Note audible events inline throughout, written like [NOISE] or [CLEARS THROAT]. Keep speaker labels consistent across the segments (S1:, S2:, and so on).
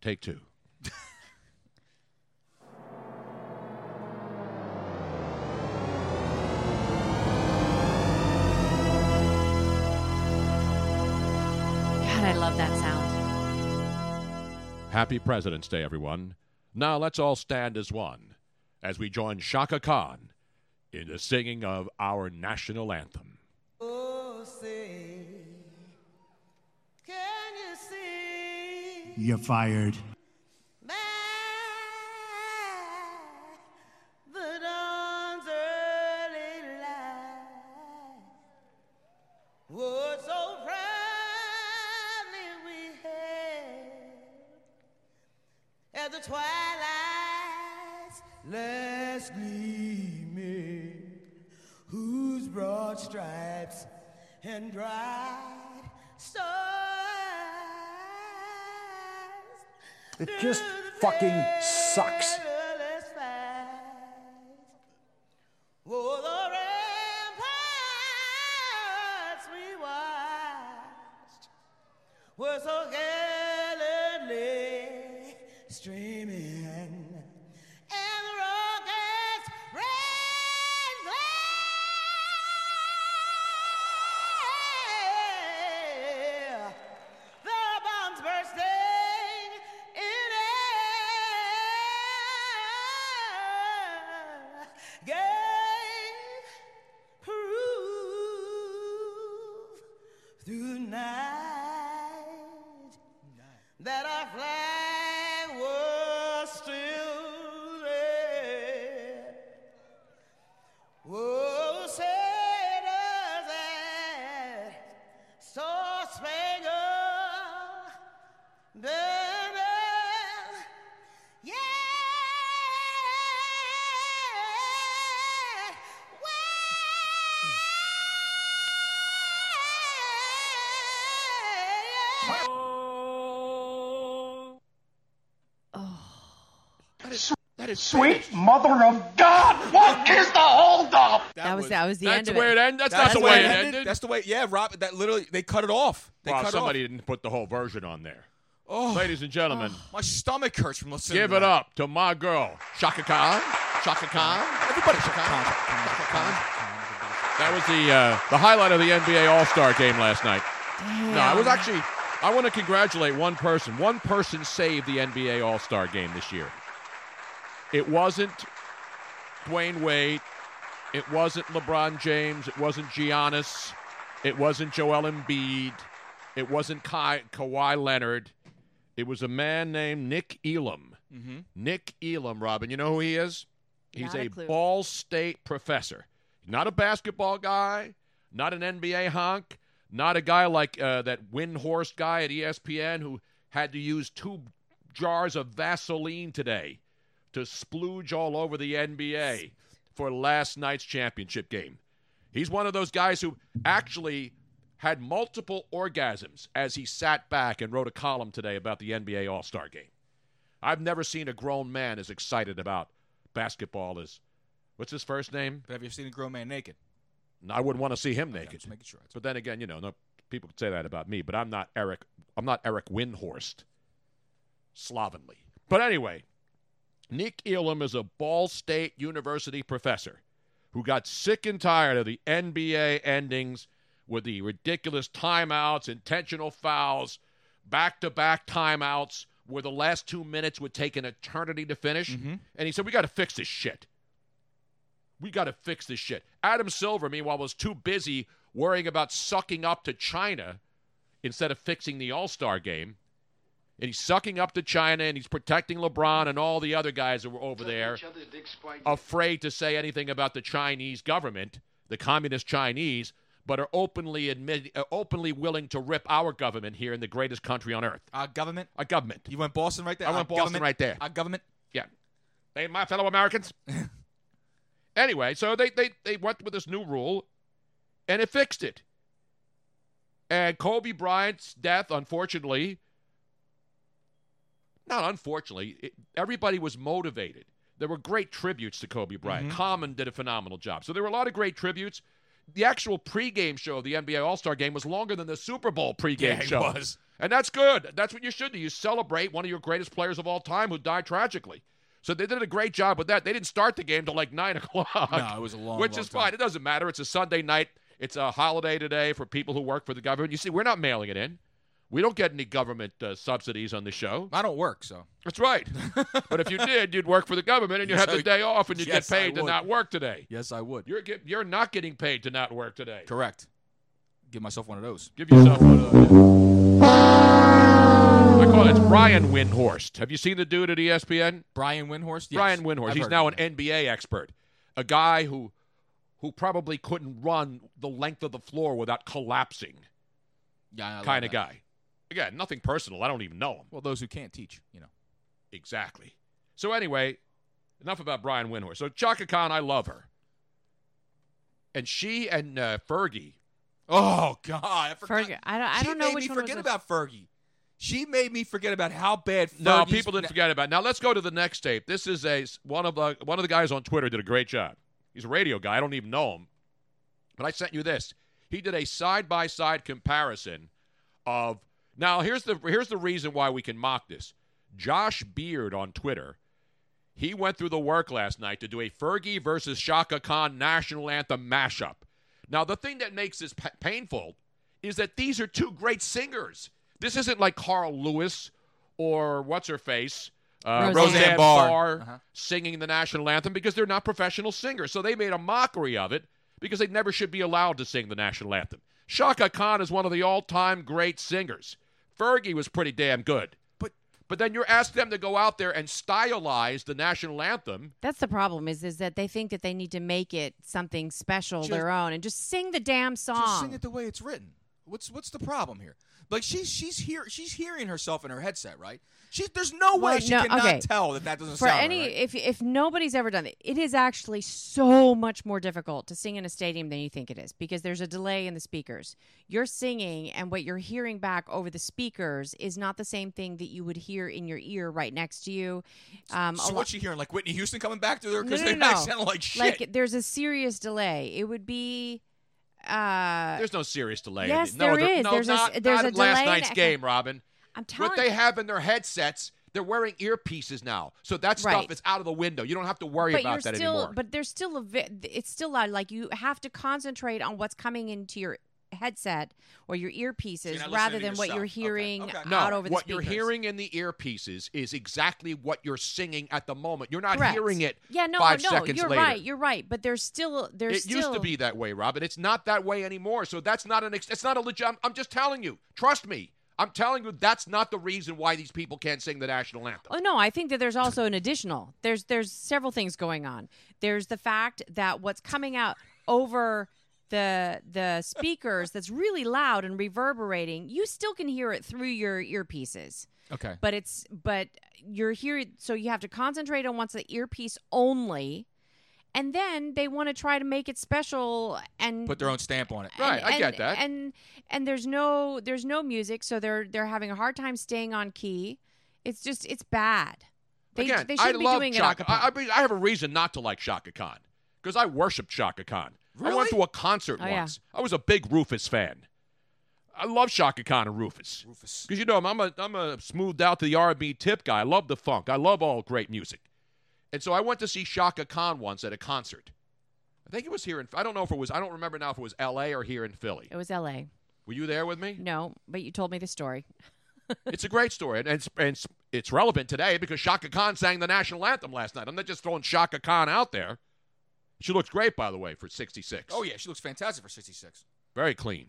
S1: Take two.
S2: God, I love that sound.
S1: Happy President's Day, everyone. Now let's all stand as one as we join Shaka Khan in the singing of our national anthem.
S3: Oh, say, can you see
S4: You're fired.
S3: back the dawn's early light? Oh, so proudly we hailed at the twilight's last gleaming, whose broad stripes and bright stars
S5: It just fucking sucks.
S3: perilous fight. Oh, the ramparts we watched were so gallantly streaming, and the rockets red flare. The bombs bursting in air gave proof through the night that our flag was still red. Oh, sailors eh? and star spangled banner, yeah, wave.
S1: That is
S6: Sweet mother of God, what is the holdup?
S2: That was- that was the
S1: That's
S2: end of
S1: where
S2: it.
S1: it ended. That's, not the
S7: where
S1: way it ended.
S7: That's the way. Yeah, Rob. That literally they cut it off. They
S1: Wow,
S7: cut
S1: somebody
S7: it
S1: didn't put the whole version on there.
S7: off. Oh,
S1: Ladies and gentlemen,
S7: my stomach hurts from listening.
S1: give
S7: to
S1: it
S7: that.
S1: up to my girl, Shaka Khan. Shaka Khan.
S7: Everybody should
S1: That was the uh, the highlight of the NBA All Star game last night. No, I was actually. I want to congratulate one person. One person saved the NBA All Star game this year. It wasn't Dwayne Wade. It wasn't LeBron James. It wasn't Giannis. It wasn't Joel Embiid. It wasn't Ka- Kawhi Leonard. It was a man named Nick Elam.
S7: Mm-hmm.
S1: Nick Elam, Robin. You know who he is?
S2: Not
S1: He's
S2: a
S1: a
S2: clue.
S1: Ball State professor. Not a basketball guy, not an NBA honk, not a guy like uh, that Windhorse guy at E ESPN who had to use two jars of Vaseline today to splooge all over the NBA for last night's championship game. He's one of those guys who actually had multiple orgasms as he sat back and wrote a column today about the NBA All Star game. I've never seen a grown man as excited about basketball as what's his first name?
S7: But have you seen a grown man naked?
S1: And I wouldn't want to see him
S7: Okay, I'm
S1: naked.
S7: just making sure.
S1: But then again, you know, no people could say that about me, but I'm not Eric I'm not Eric Windhorst. Slovenly. But anyway, Nick Elam is a Ball State University professor who got sick and tired of the NBA endings with the ridiculous timeouts, intentional fouls, back to back timeouts where the last two minutes would take an eternity to finish. And he said, We got to fix this shit. We got to fix this shit. Adam Silver, meanwhile, was too busy worrying about sucking up to China instead of fixing the All Star game. And he's sucking up to China and he's protecting LeBron and all the other guys that were over there afraid to say anything about the Chinese government, the communist Chinese, but are openly admit, uh, openly willing to rip our government here in the greatest country on earth,
S7: Our government.
S1: a government.
S7: You went Boston right there.
S1: I
S7: Our
S1: went Boston
S7: government-
S1: right there.
S7: Our government.
S1: Yeah. They, my fellow
S7: [LAUGHS]
S1: Americans. anyway, so they, they, they went with this new rule and it fixed it. And Kobe Bryant's death, unfortunately, not unfortunately, it, everybody was motivated. There were great tributes to Kobe Bryant.
S7: Mm-hmm.
S1: Common did a phenomenal job. So there were a lot of great tributes. The actual pregame show of the NBA All Star game was longer than the Super Bowl pregame
S7: Yeah, it
S1: show.
S7: was.
S1: And that's good. That's what you should do. You celebrate one of your greatest players of all time who died tragically. So they did a great job with that. They didn't start the game till like nine [LAUGHS] o'clock.
S7: No, it was a long,
S1: which
S7: long
S1: is fine.
S7: time.
S1: It doesn't matter. It's a Sunday night. It's a holiday today for people who work for the government. You see, we're not mailing it in. We don't get any government uh, subsidies on the show.
S7: I don't work, so
S1: That's
S7: [LAUGHS]
S1: right. but if you did, you'd work for the government and you
S7: Yes,
S1: have the
S7: I-
S1: day off and you
S7: yes,
S1: get
S7: I
S1: paid to
S7: would.
S1: not work today.
S7: yes, I would.
S1: You're get, you're not getting paid to not work today.
S7: Correct. Give myself one of those.
S1: Give yourself one of those. I call it it's Brian Windhorst. Have you seen the dude at E ESPN?
S7: Brian Windhorst. Yes.
S1: Brian Windhorst.
S7: I've
S1: He's
S7: heard
S1: now
S7: of
S1: an
S7: him.
S1: NBA expert, a guy who who probably couldn't run the length of the floor without collapsing
S7: Yeah, I like
S1: kind of
S7: that.
S1: guy. Again, nothing personal. I don't even know him.
S7: Well, those who can't teach, you know.
S1: Exactly. So anyway, enough about Brian Windhorst. So Chaka Khan, I love her. And she and uh, Fergie,
S7: Oh God, I forgot.
S2: Fergie. I don't. I
S7: she
S2: don't know
S7: made
S2: which
S7: me
S2: one was
S7: forget
S2: which.
S7: about Fergie. She made me forget about how bad. Fergie's
S1: No, people didn't
S7: na-
S1: forget about. it. Now let's go to the next tape. This is a one of the one of the guys on Twitter did a great job. He's a radio guy. I don't even know him, but I sent you this. He did a side by side comparison of. Now here's the here's the reason why we can mock this. Josh Beard on Twitter, he went through the work last night to do a Fergie versus Shaka Khan national anthem mashup. Now the thing that makes this pa- painful is that these are two great singers. This isn't like Carl Lewis or what's her face, uh,
S2: Roseanne.
S7: Roseanne Barr. Uh-huh.
S1: singing the national anthem because they're not professional singers. So they made a mockery of it because they never should be allowed to sing the national anthem. Shaka Khan is one of the all-time great singers. Fergie was pretty damn good.
S7: But
S1: But then you're asking them to go out there and stylize the national anthem.
S2: That's the problem. Is is that they think that they need to make it something special, their own, and just sing the damn song.
S7: just sing it the way it's written. What's what's the problem here? Like she's she's here she's hearing herself in her headset, right? She there's no way
S2: Well,
S7: she
S2: no,
S7: cannot
S2: okay.
S7: tell that that doesn't
S2: for
S7: sound
S2: any
S7: right.
S2: if if nobody's ever done it it is actually so much more difficult to sing in a stadium than you think it is because there's a delay in the speakers you're singing and what you're hearing back over the speakers is not the same thing that you would hear in your ear right next to you um,
S7: So
S2: a
S7: what's she hearing? Like Whitney Houston coming back to her
S2: lo-
S7: because they
S2: no, no, no.
S7: [LAUGHS] sound like shit.
S2: like there's a serious delay it would be uh,
S1: There's no serious delay.
S2: Yes,
S1: in it. No,
S2: there
S1: there-
S2: is.
S1: No,
S2: There's a-
S1: not,
S2: there's
S1: not
S2: a
S1: in last
S2: delay in
S1: night's
S2: it.
S1: game, Robin.
S2: i'm telling
S1: What they have in their headsets, they're wearing earpieces now. So that stuff
S2: Right.
S1: is out of the window. You don't have to worry
S2: but
S1: about
S2: you're
S1: that
S2: still
S1: anymore.
S2: but there's still a vi- it's still loud like you have to concentrate on what's coming into your headset or your earpieces
S7: not
S2: rather
S7: listening to
S2: than what
S7: yourself.
S2: you're
S7: Okay,
S2: hearing
S7: okay.
S1: no,
S2: out over the
S1: what
S2: speakers.
S1: you're hearing in the earpieces is exactly what you're singing at the moment. You're not
S2: Correct.
S1: hearing it
S2: yeah no
S1: five
S2: no
S1: seconds
S2: you're
S1: later.
S2: right you're right but there's still there's
S1: it
S2: still
S1: used to be that way, Robin. It's not that way anymore. So that's not an. Ex- it's not a legit. I'm, I'm just telling you. Trust me. I'm telling you. That's not the reason why these people can't sing the national anthem.
S2: Oh no, I think that there's also an additional. There's there's several things going on. There's the fact that what's coming out over the the speakers that's really loud and reverberating, you still can hear it through your earpieces.
S7: Okay.
S2: But it's but you're hearing so you have to concentrate on what's the earpiece only. And then they want to try to make it special and
S7: Put their own stamp on it.
S1: Right,
S2: and-
S1: I get
S2: and-
S1: that.
S2: And and there's no there's no music, so they're they're having a hard time staying on key. It's just it's bad. They,
S1: Again,
S2: they
S1: I
S2: shouldn't be
S1: love
S2: doing
S1: Chaka.
S2: it.
S1: I,
S2: a
S1: I, mean, I have a reason not to like Shaka Khan because I worship Shaka Khan. I
S7: Really?
S1: went to a concert
S2: Oh, yeah.
S1: once. I was a big Rufus fan. I love Shaka Khan and Rufus.
S7: Rufus.
S1: Because you know, I'm- I'm a I'm a smoothed out to the R&B tip guy. I love the funk. I love all great music. And so I went to see Shaka Khan once at a concert. I think it was here in I don't know if it was I don't remember now if it was L.A. or here in Philly.
S2: it was L.A.
S1: Were you there with me?
S2: No, but you told me the story. [LAUGHS]
S1: It's a great story, and, and, it's- and it's- it's relevant today because Shaka Khan sang the national anthem last night. I'm not just throwing Shaka Khan out there. She looks great, by the way, for 66.
S7: Oh yeah, she looks fantastic for 66.
S1: Very clean.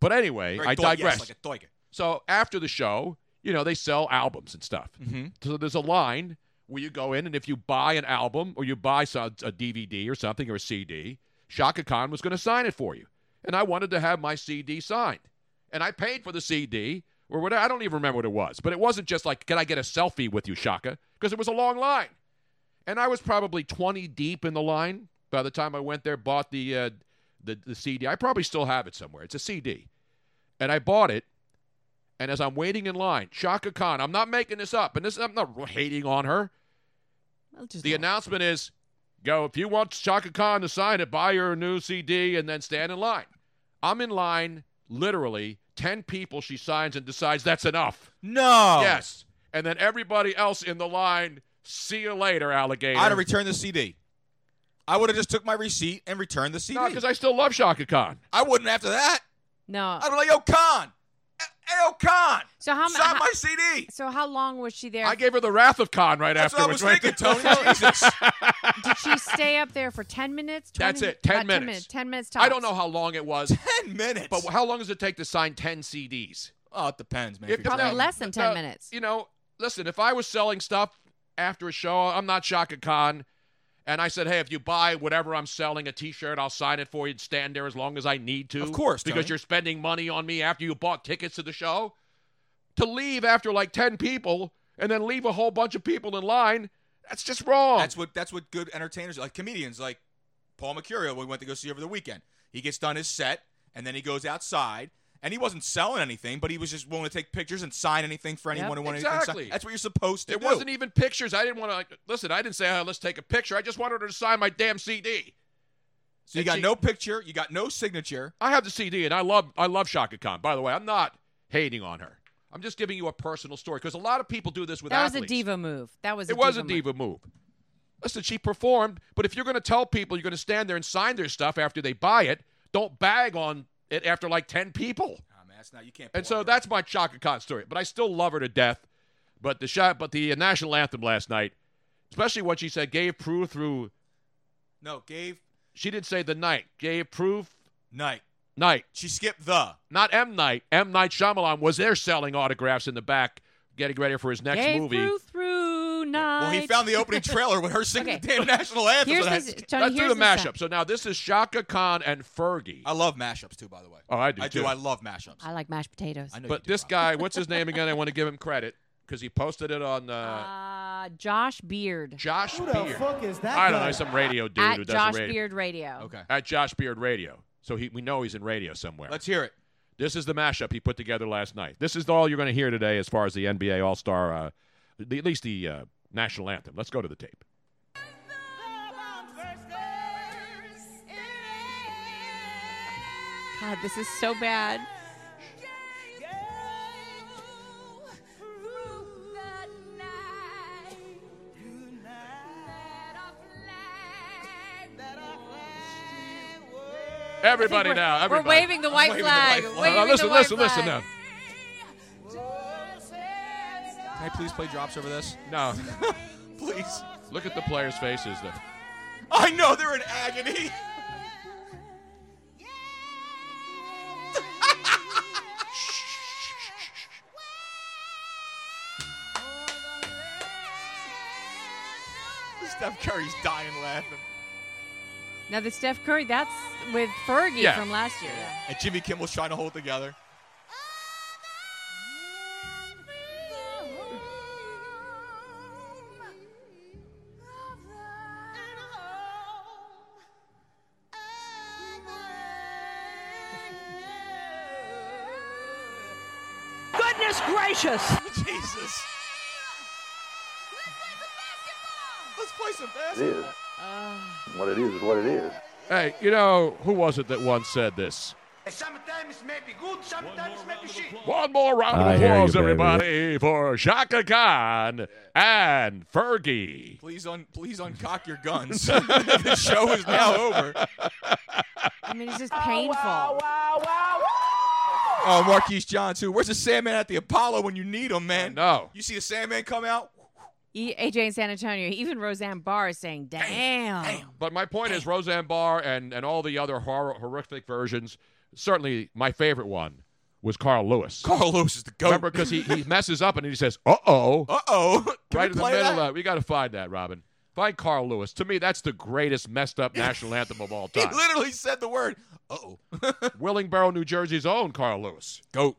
S1: But anyway,
S7: Very
S1: I
S7: doi- yes,
S1: digress.
S7: like a doiga.
S1: So after the show, you know, they sell albums and stuff.
S7: Mm-hmm.
S1: Mm-hmm. So there's a line where you go in, and if you buy an album or you buy some, a DVD or something or a CD, Shaka Khan was going to sign it for you. And I wanted to have my CD signed. And I paid for the CD or whatever. I don't even remember what it was. But it wasn't just like, can I get a selfie with you, Shaka? Because it was a long line. And I was probably 20 deep in the line by the time I went there, bought the, uh, the, the CD. I probably still have it somewhere. It's a CD. And I bought it. And as I'm waiting in line, Shaka Khan, I'm not making this up, and this I'm not hating on her.
S2: I'll just
S1: The announcement is, go if you want Shaka Khan to sign it, buy your new CD and then stand in line. I'm in line literally 10 people she signs and decides that's enough.
S7: No.
S1: Yes. And then everybody else in the line, see you later, alligator.
S7: I'd have returned the CD. I would have just took my receipt and returned the CD.
S1: No, because I still love Shaka Khan.
S7: I wouldn't after that.
S2: No.
S7: I'd be like, yo, Khan. Hey, yo, Khan.
S2: So how,
S7: sign
S2: how
S7: my CD.
S2: so how long was she there?
S1: I gave her the wrath of Khan right
S7: That's what I
S1: afterwards.
S7: was thinking, Tony.
S1: [LAUGHS]
S7: Jesus. [LAUGHS]
S2: Did she stay up there for 10 minutes? 20,
S1: That's it, 10
S2: about 10
S1: minutes.
S2: uh, minutes. 10 minutes tops.
S1: I don't know how long it was,
S7: [LAUGHS] Ten minutes.
S1: but how long does it take to sign 10 CDs?
S7: oh, it depends, man.
S1: If-
S7: If you're
S2: Probably
S1: now-
S7: traveling.
S2: less than 10
S1: now,
S2: minutes.
S1: You know, listen, if I was selling stuff after a show, I'm not Shaka Khan. And I said, hey, if you buy whatever I'm selling, a t shirt, I'll sign it for you and stand there as long as I need to.
S7: Of course,
S1: Because
S7: Tony.
S1: you're spending money on me after you bought tickets to the show. To leave after like 10 people and then leave a whole bunch of people in line, that's just wrong.
S7: That's what that's what good entertainers like comedians like Paul Mercurio we went to go see over the weekend. He gets done his set and then he goes outside and he wasn't selling anything, but he was just willing to take pictures and sign anything for anyone
S2: Yep.
S7: who wanted anything.
S1: Exactly.
S7: signed. That's what you're supposed to
S1: It
S7: do.
S1: wasn't even pictures. I didn't want to listen. I didn't say, oh, "Let's take a picture." I just wanted her to sign my damn CD.
S7: so you
S1: and
S7: got
S1: she-
S7: no picture, you got no signature.
S1: I have the CD, and I love I love Shaka Khan. By the way, I'm not hating on her. I'm just giving you a personal story because a lot of people do this with
S2: That was
S1: athletes.
S2: a diva move. That was a
S1: It was
S2: diva
S1: a
S2: move.
S1: diva move. Listen, she performed, but if you're going to tell people you're going to stand there and sign their stuff after they buy it, don't bag on it after like ten people.
S7: Oh, man, that's not you can't.
S1: And
S7: pull
S1: so
S7: on her.
S1: that's my Chaka Khan story. But I still love her to death. But the shot, but the national anthem last night, especially what she said, gave proof through.
S7: no Gabe
S1: She didn't say the night. Gave proof
S7: Knight.
S1: night,
S7: She skipped the.
S1: not M night. M night Shyamalan was there selling autographs in the back, getting ready for his next
S2: Gay
S1: movie.
S2: through through night.
S7: Well, he found
S2: [LAUGHS]
S7: the opening trailer with her singing
S2: Okay.
S7: the damn national anthem.
S2: Here's
S7: and I-
S2: the Tony,
S1: That's
S2: here's
S1: through the mashup.
S2: sound.
S1: So now this is Shaka Khan and Fergie.
S7: I love mashups too, by the way.
S1: Oh, I do
S7: I
S1: too.
S7: do. I love mashups.
S2: I like mashed potatoes.
S7: I know.
S1: but
S7: you do,
S1: this
S7: Rob. [LAUGHS]
S1: guy, what's his name again? I want to give him credit because he posted it on uh,
S2: Uh, Josh Beard
S1: Josh
S5: Who the
S1: Beard.
S5: fuck is that?
S1: I don't
S5: guy?
S1: know, some radio dude who
S2: at
S1: does
S2: Josh
S1: the radio.
S2: Beard Radio.
S7: Okay,
S1: At Josh Beard Radio. So he, we know he's in radio somewhere.
S7: let's hear it.
S1: This is the mashup he put together last night. This is all you're going to hear today as far as the NBA All Star, uh, the, at least the uh, national anthem. Let's go to the tape.
S2: God, this is so bad.
S1: Everybody
S2: We're-
S1: now, everybody.
S2: We're waving the white
S7: waving the
S2: flag.
S7: white flag.
S1: Now,
S2: waving
S1: listen,
S2: the white
S1: listen, listen
S2: flag.
S1: now.
S7: Can I please play drops over this? [LAUGHS]
S1: No,
S7: Please.
S1: look at the players' faces. though.
S7: I know they're in agony. [LAUGHS] Steph Curry's dying laughing.
S2: Now the Steph Curry, that's with Fergie
S1: Yeah.
S2: from last year.
S7: And Jimmy Kimmel's trying to hold together.
S4: Goodness
S3: [LAUGHS]
S4: gracious!
S7: Jesus. Let's play some
S8: it
S7: basketball.
S8: is. What it is is what it is.
S1: Hey, you know who was it that once said this?
S6: Sometimes it may be good, sometimes it may be shit.
S1: One more round
S5: I
S1: of
S5: hear you,
S1: applause,
S5: baby.
S1: everybody, for Shaka Khan and Fergie.
S7: Please un please uncock your guns. [LAUGHS] the show is now over.
S2: I mean, it's just painful.
S7: Oh, Marquise John too. Where's the Sandman at the Apollo when you need him, man?
S1: No,
S7: You see the Sandman come out?
S2: E- AJ in San Antonio, even Roseanne Barr is saying, damn.
S1: but my point
S7: [CLEARS THROAT]
S1: is Roseanne Barr and, and all the other horror, horrific versions. Certainly, my favorite one was Carl Lewis.
S7: Carl Lewis is the goat.
S1: Remember, because he, he messes up and he says, "Uh oh,"
S7: Uh [LAUGHS] oh.
S1: right in the middle of. We got to find that, Robin. Find Carl Lewis. To me, that's the greatest messed up national anthem of all
S7: [LAUGHS] He
S1: time.
S7: literally said the word. Uh oh.
S1: Willingboro, New Jersey's own Carl Lewis.
S7: Goat.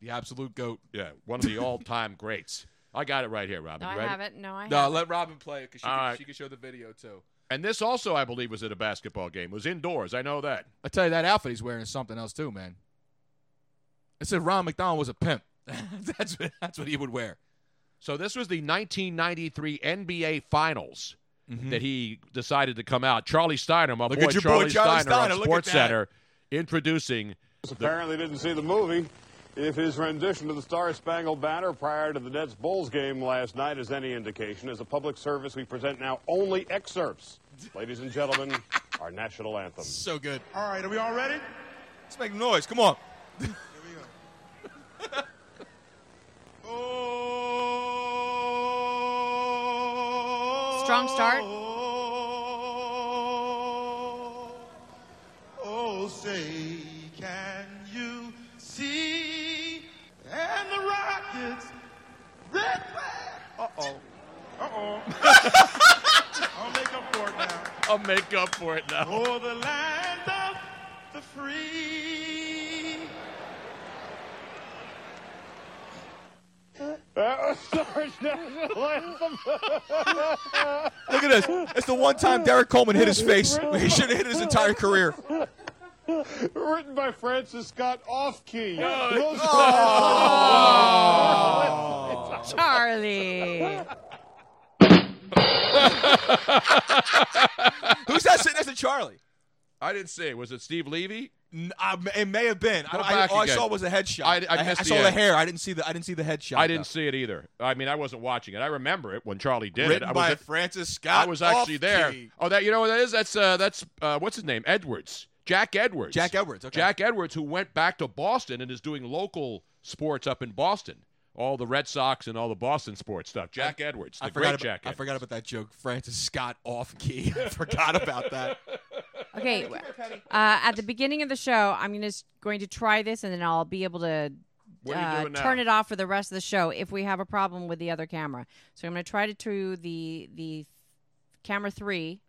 S7: The absolute goat.
S1: Yeah, one of the all-time greats. I got it right here, Robin.
S2: No, I
S1: You ready?
S2: haven't. No, I
S7: No,
S2: haven't.
S7: let Robin [LAUGHS] play it because she,
S1: All
S7: can-
S1: right.
S7: she can show the video too.
S1: And this also, I believe, was at a basketball game. It was indoors. I know that.
S7: I tell you, that outfit he's wearing is something else too, man. It said Ron McDonald was a pimp. [LAUGHS] that's what, that's what he would wear.
S1: So this was the 1993 NBA Finals
S7: Mm-hmm.
S1: that he decided to come out. Charlie Steiner, my
S7: Look
S1: boy,
S7: at your boy
S1: Charlie
S7: Charlie
S1: Steiner,
S7: Steiner.
S1: on
S7: Look at
S1: Sports
S7: that.
S1: Center, introducing
S9: Apparently didn't see the movie. If his rendition to the Star Spangled Banner prior to the Nets Bulls game last night is any indication, as a public service, we present now only excerpts. Ladies and gentlemen, our national anthem.
S7: So good.
S6: All right, are we all ready?
S7: Let's make noise. Come on.
S6: Oh.
S2: Strong start.
S6: Oh, say, can you see? And the Rockets, red flag. Uh oh. Uh oh. [LAUGHS] I'll make up for it now.
S1: I'll make up for it now.
S6: Oh, the land of the free.
S7: [LAUGHS] Look at this. That's the one time Derek Coleman hit his face. [LAUGHS] He should have hit his entire career.
S9: [LAUGHS] Written by Francis Scott off key.
S1: Oh.
S9: Those-
S1: Oh.
S7: [LAUGHS]
S2: Charlie.
S7: [LAUGHS] Who's that sitting next to Charlie?
S1: I didn't see. Was it Steve Levy?
S7: N- I- it may have been. I,
S1: Go
S7: I,
S1: back
S7: all I
S1: again.
S7: saw was a headshot.
S1: I- I missed the
S7: saw the
S1: end.
S7: hair. I didn't see the. I didn't see the headshot.
S1: I didn't
S7: though.
S1: see it either. I mean, I wasn't watching it. I remember it when Charlie did it.
S7: Written
S1: I was
S7: by
S1: at-
S7: Francis Scott.
S1: I was actually
S7: Off
S1: there.
S7: Key.
S1: Oh, that you know what that is? That's uh, that's uh, what's his name? Edwards, Jack Edwards.
S7: Jack Edwards, okay.
S1: Jack Edwards, who went back to Boston and is doing local sports up in Boston, all the Red Sox and all the Boston sports stuff. Jack Edwards, the
S7: I
S1: great
S7: forgot. About,
S1: Jack.
S7: I
S1: Edwards.
S7: forgot about that joke. Francis Scott off key. [LAUGHS] I forgot about
S1: [LAUGHS]
S7: that.
S2: [LAUGHS] Okay. Uh, at the beginning of the show, I'm gonna, s- going to try this and then I'll be able to
S1: What are you
S2: uh,
S1: doing now?
S2: turn it off for the rest of the show if we have a problem with the other camera. So I'm going to try to do the the camera three,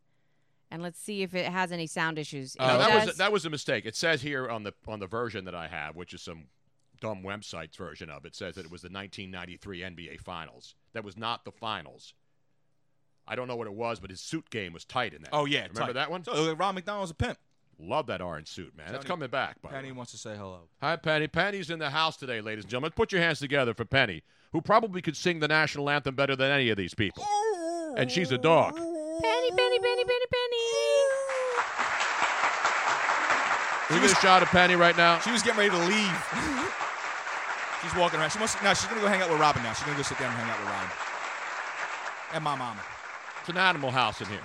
S2: and let's see if it has any sound issues. If
S1: Uh,
S2: it
S1: that was
S2: does-
S1: that was a mistake. It says here on the on the version that I have, which is some dumb website's version of it, says that it was the 1993 NBA Finals. That was not the finals. I don't know what it was, but his suit game was tight in that.
S7: Oh yeah.
S1: remember
S7: tight.
S1: that one?
S7: So like, Ron McDonald's a pimp.
S1: Love that orange suit, man. That's
S7: Penny-
S1: coming back. By the
S7: Penny
S1: way.
S7: wants to say hello.
S1: Hi, Penny. Penny's in the house today, ladies and gentlemen. Put your hands together for Penny, who probably could sing the national anthem better than any of these people. And she's a dog.
S2: Penny, Penny, Penny, Penny, Penny.
S1: Give it a shot at Penny right now.
S7: She was getting ready to leave. she's walking around. She must. No, she's gonna go hang out with Robin now. She's gonna go sit down and hang out with Robin. And my mama.
S1: It's an animal house in here.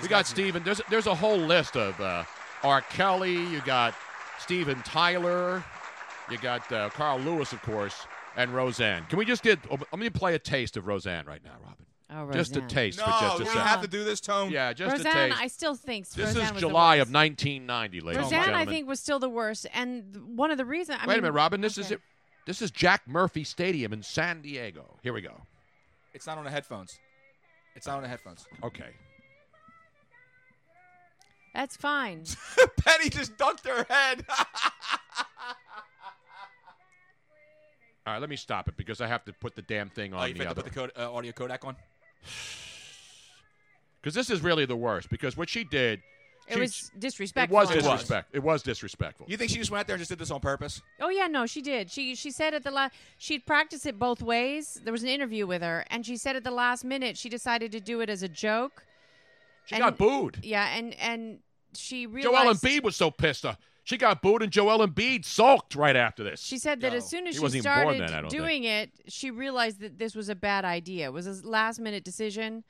S1: We got Steven. There's there's a whole list of uh, R. Kelly. You got Steven Tyler. You got uh, Carl Lewis, of course, and Roseanne. Can we just get? oh, Let me play a taste of Roseanne right now, Robin.
S2: Oh,
S1: Just a
S2: Roseanne.
S1: taste
S7: No,
S1: for just a
S7: we
S1: second.
S7: have to do this, Tone.
S1: yeah, just a
S2: Roseanne,
S1: taste.
S2: I still think
S1: this
S2: Roseanne
S1: is
S2: was the
S1: July of
S2: worst.
S1: 1990, ladies and
S2: Roseanne, I
S1: gentlemen.
S2: think, was still the worst, and th- one of the reasons. I
S1: Wait a
S2: mean-
S1: minute, Robin. This is
S2: Okay.
S1: it. This is Jack Murphy Stadium in San Diego. Here we go.
S7: It's not on the headphones. It's not on the headphones.
S1: Okay.
S2: That's
S1: [LAUGHS]
S2: fine.
S7: Penny just ducked her head.
S1: All right, let me stop it because I have to put the damn thing on
S7: oh, you
S1: the
S7: have to
S1: other.
S7: put the code, uh, audio codec on.
S1: Because this is really the worst. Because what she did,
S2: It
S1: she-
S2: was
S1: it
S2: disrespectful.
S1: was
S2: on her.
S1: disrespect. It was disrespectful.
S7: You think she just went out there and just did this on purpose?
S2: Oh yeah, no, she did. She she said at the last she'd practiced it both ways. There was an interview with her, and she said at the last minute she decided to do it as a joke.
S1: she
S2: and-
S1: got booed.
S2: Yeah, and and she
S1: Joel
S2: realized
S1: Embiid was so pissed off. She got booed, and Joel Embiid sulked right after this.
S2: she said that as soon as
S1: He
S2: she
S1: wasn't even born
S2: started
S1: then, I don't
S2: doing it, she realized that this was a bad idea. It was a last minute decision,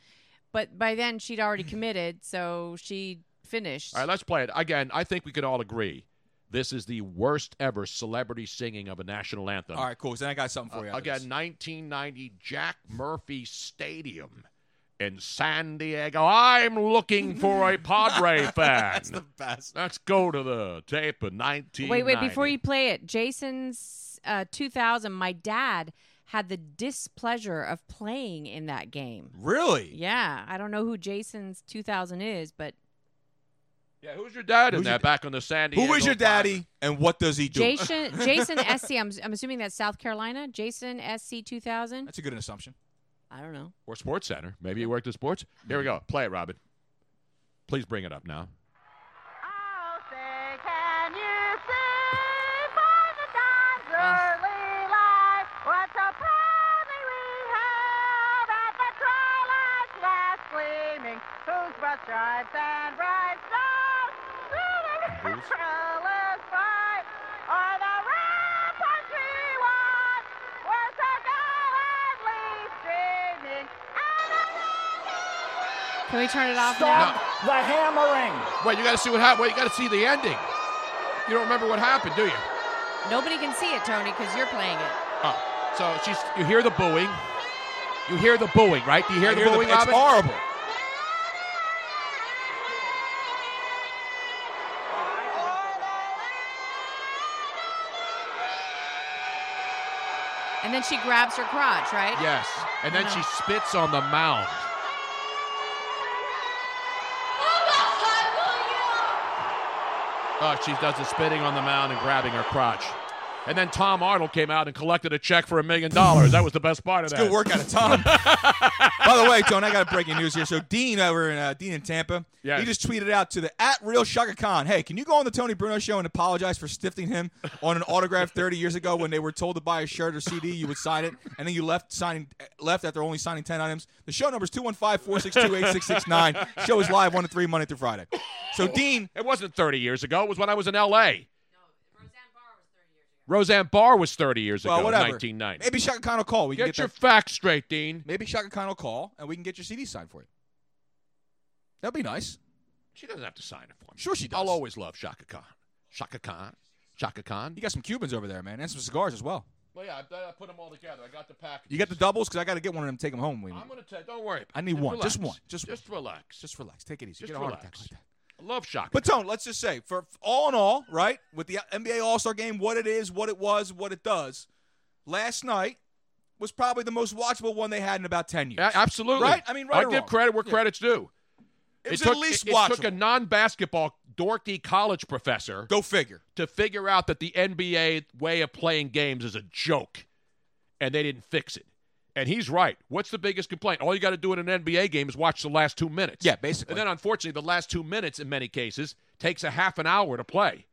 S2: but by then she'd already committed, so she finished.
S1: all right, let's play it again. I think we could all agree this is the worst ever celebrity singing of a national anthem.
S7: All right, cool. So then I got something for you. after
S1: Again,
S7: this.
S1: 1990 Jack Murphy Stadium in San Diego. I'm looking for a Padre fan.
S7: [LAUGHS] That's the best.
S1: Let's go to the tape of 1990.
S2: Wait, wait, before you play it, Jason's uh, 2000, my dad had the displeasure of playing in that game.
S7: Really?
S2: Yeah, I don't know who Jason's 2000 is, but
S1: Yeah, who's your dad in
S7: Who's your-
S1: that back on the San Diego?
S7: Who is your daddy and what does he
S1: [LAUGHS]
S7: do? [LAUGHS]
S2: Jason Jason SC, I'm, I'm assuming that's South Carolina. Jason SC 2000.
S7: That's a good assumption.
S2: I don't know.
S1: Or Sports Center. Maybe he worked at sports. Here we go. Play it, Robin. Please bring it up now.
S3: Oh, say, can you see by the dawn's early light what so proudly we hailed at the twilight's last gleaming, whose broad stripes and bright stars through the perilous fight are the red
S2: Can we turn it off
S5: Stop
S2: now?
S5: the hammering.
S1: Wait, you got to see what happened. Wait, you got to see the ending. You don't remember what happened, do you?
S2: Nobody can see it, Tony, because you're playing it.
S1: Oh, so she's. You hear the booing. You hear the booing, right? Do you hear
S7: I
S1: the
S7: hear the-
S1: booing?
S7: it's
S1: Robin?
S7: horrible.
S2: And then she grabs her crotch, right?
S1: Yes, and then
S2: No.
S1: she spits on the mound. Oh, she does the spitting on the mound and grabbing her crotch. And then Tom Arnold came out and collected a check for a million dollars. That was the best part of that.
S7: Good work out of Tom. By the way, Tony, I got breaking news here. So Dean over in uh, Dean in Tampa,
S1: Yes.
S7: he just tweeted out to the at real Shaka Khan, hey, can you go on the Tony Bruno show and apologize for stifting him on an autograph 30 years ago when they were told to buy a shirt or CD, you would sign it, and then you left signing left after only signing 10 items. The show number is 215-462-8669. show is live one to three Monday through Friday. So Dean,
S1: It wasn't 30 years ago. It was when I was in L.A. Roseanne Barr was 30 years ago.
S7: well, whatever.
S1: 1990.
S7: Maybe Shaka Khan will call. We can
S1: Get,
S7: get,
S1: your
S7: that-
S1: facts straight, Dean.
S7: maybe Shaka Khan will call, and we can get your CD signed for you. That'd be nice.
S1: She doesn't have to sign it for me.
S7: Sure she does.
S1: I'll always love Shaka Khan. Shaka Khan. Shaka Khan.
S7: You got some Cubans over there, man, and some cigars as well.
S1: Well, yeah, I, I put them all together. I got the package.
S7: You got the doubles because I got to get one of them. and Take them home. with me.
S1: I'm gonna tell. Don't worry. about
S7: I
S1: it.
S7: need
S1: Just
S7: one. Just
S1: relax.
S7: one. Just
S1: just relax.
S7: Just relax. Take it easy.
S1: Just
S7: get a heart attack
S1: relax.
S7: like that.
S1: I love shock.
S7: But Tone, let's just say, for all in all, right, with the NBA All Star Game, what it is, what it was, what it does, last night was probably the most watchable one they had in about ten years.
S1: A- absolutely.
S7: Right? I mean,
S1: I
S7: right or
S1: give
S7: wrong.
S1: credit where
S7: Yeah.
S1: credit's due.
S7: it was
S1: took,
S7: at least
S1: it, it
S7: watchable.
S1: took a non-basketball dorky college professor
S7: Go figure.
S1: to figure out that the NBA way of playing games is a joke, and they didn't fix it. And he's right. What's the biggest complaint? All you got to do in an NBA game is watch the last two minutes.
S7: Yeah, basically.
S1: And then, unfortunately, the last two minutes in many cases takes a half an hour to play.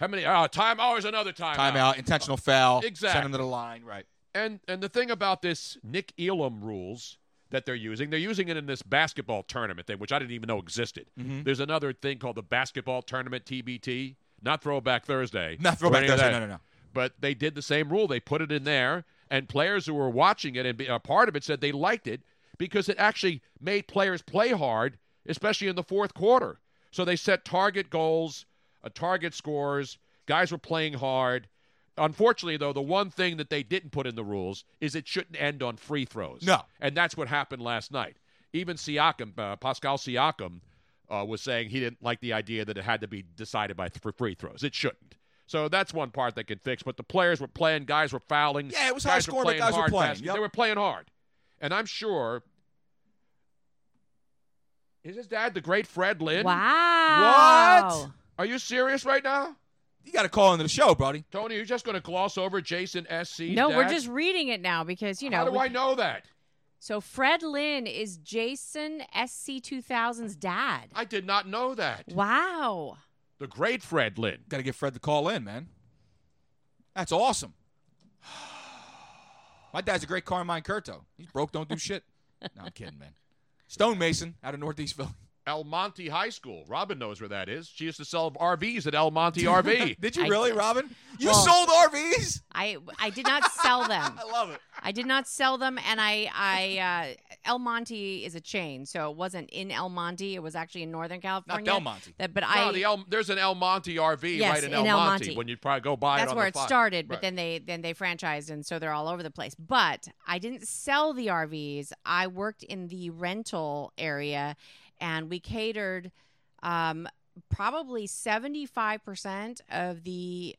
S1: How many? Uh, time hours, another time.
S7: Timeout, intentional foul. Send
S1: Exactly.
S7: him to the line. Right.
S1: And and the thing about this Nick Elam rules that they're using, they're using it in this basketball tournament thing, which I didn't even know existed.
S7: Mm-hmm.
S1: There's another thing called the basketball tournament TBT, not Throwback Thursday.
S7: Not
S1: or
S7: Throwback
S1: any of
S7: Thursday,
S1: that.
S7: no, no, no.
S1: But they did the same rule. They put it in there, and players who were watching it and be, a part of it said they liked it because it actually made players play hard, especially in the fourth quarter. So they set target goals, uh, target scores. Guys were playing hard. Unfortunately, though, the one thing that they didn't put in the rules is it shouldn't end on free throws.
S7: No.
S1: And that's what happened last night. Even Siakam, uh, Pascal Siakam, uh, was saying he didn't like the idea that it had to be decided by th- free throws. It shouldn't. So that's one part they could fix. But the players were playing, guys were fouling.
S7: Yeah, it was
S1: guys
S7: high
S1: were
S7: scoring, but
S1: playing
S7: guys were
S1: hard
S7: playing.
S1: passes.
S7: Yep.
S1: They were playing hard. And I'm sure. Is his dad the great Fred Lynn?
S2: Wow.
S7: What?
S1: Are you serious right now?
S7: You got to call into the show, buddy.
S1: Tony, you're just going to gloss over Jason SC?
S2: No, we're just reading it now because, you know.
S1: How do
S2: we-
S1: I know that?
S2: So Fred Lynn is Jason SC2000's dad.
S1: I did not know that.
S2: Wow.
S1: The great Fred Lynn.
S7: Got to get Fred to call in, man. That's awesome. [SIGHS] My dad's a great Carmine Curto. He's broke, don't do shit. No, I'm kidding, man. Stone Mason out of Northeast Philly.
S1: El Monte High School. Robin knows where that is. She used to sell RVs at El Monte RV.
S7: [LAUGHS] Did you
S2: I
S7: really,
S2: did.
S7: Robin? You
S2: Well-
S7: sold RVs?
S2: I I did not sell them.
S7: [LAUGHS] I love it.
S2: I did not sell them, and I I uh, El Monte is a chain, so it wasn't in El Monte. It was actually in Northern California.
S7: Del Monte.
S2: That, but I
S1: No, the El, there's an El Monte RV
S2: Yes,
S1: right in,
S2: in El Monte.
S1: when you probably go buy it.
S2: that's
S1: on
S2: where
S1: the
S2: it
S1: fly.
S2: started, but
S1: Right.
S2: then they then they franchised, and so they're all over the place. But I didn't sell the RVs. I worked in the rental area, and we catered um, probably seventy five percent of the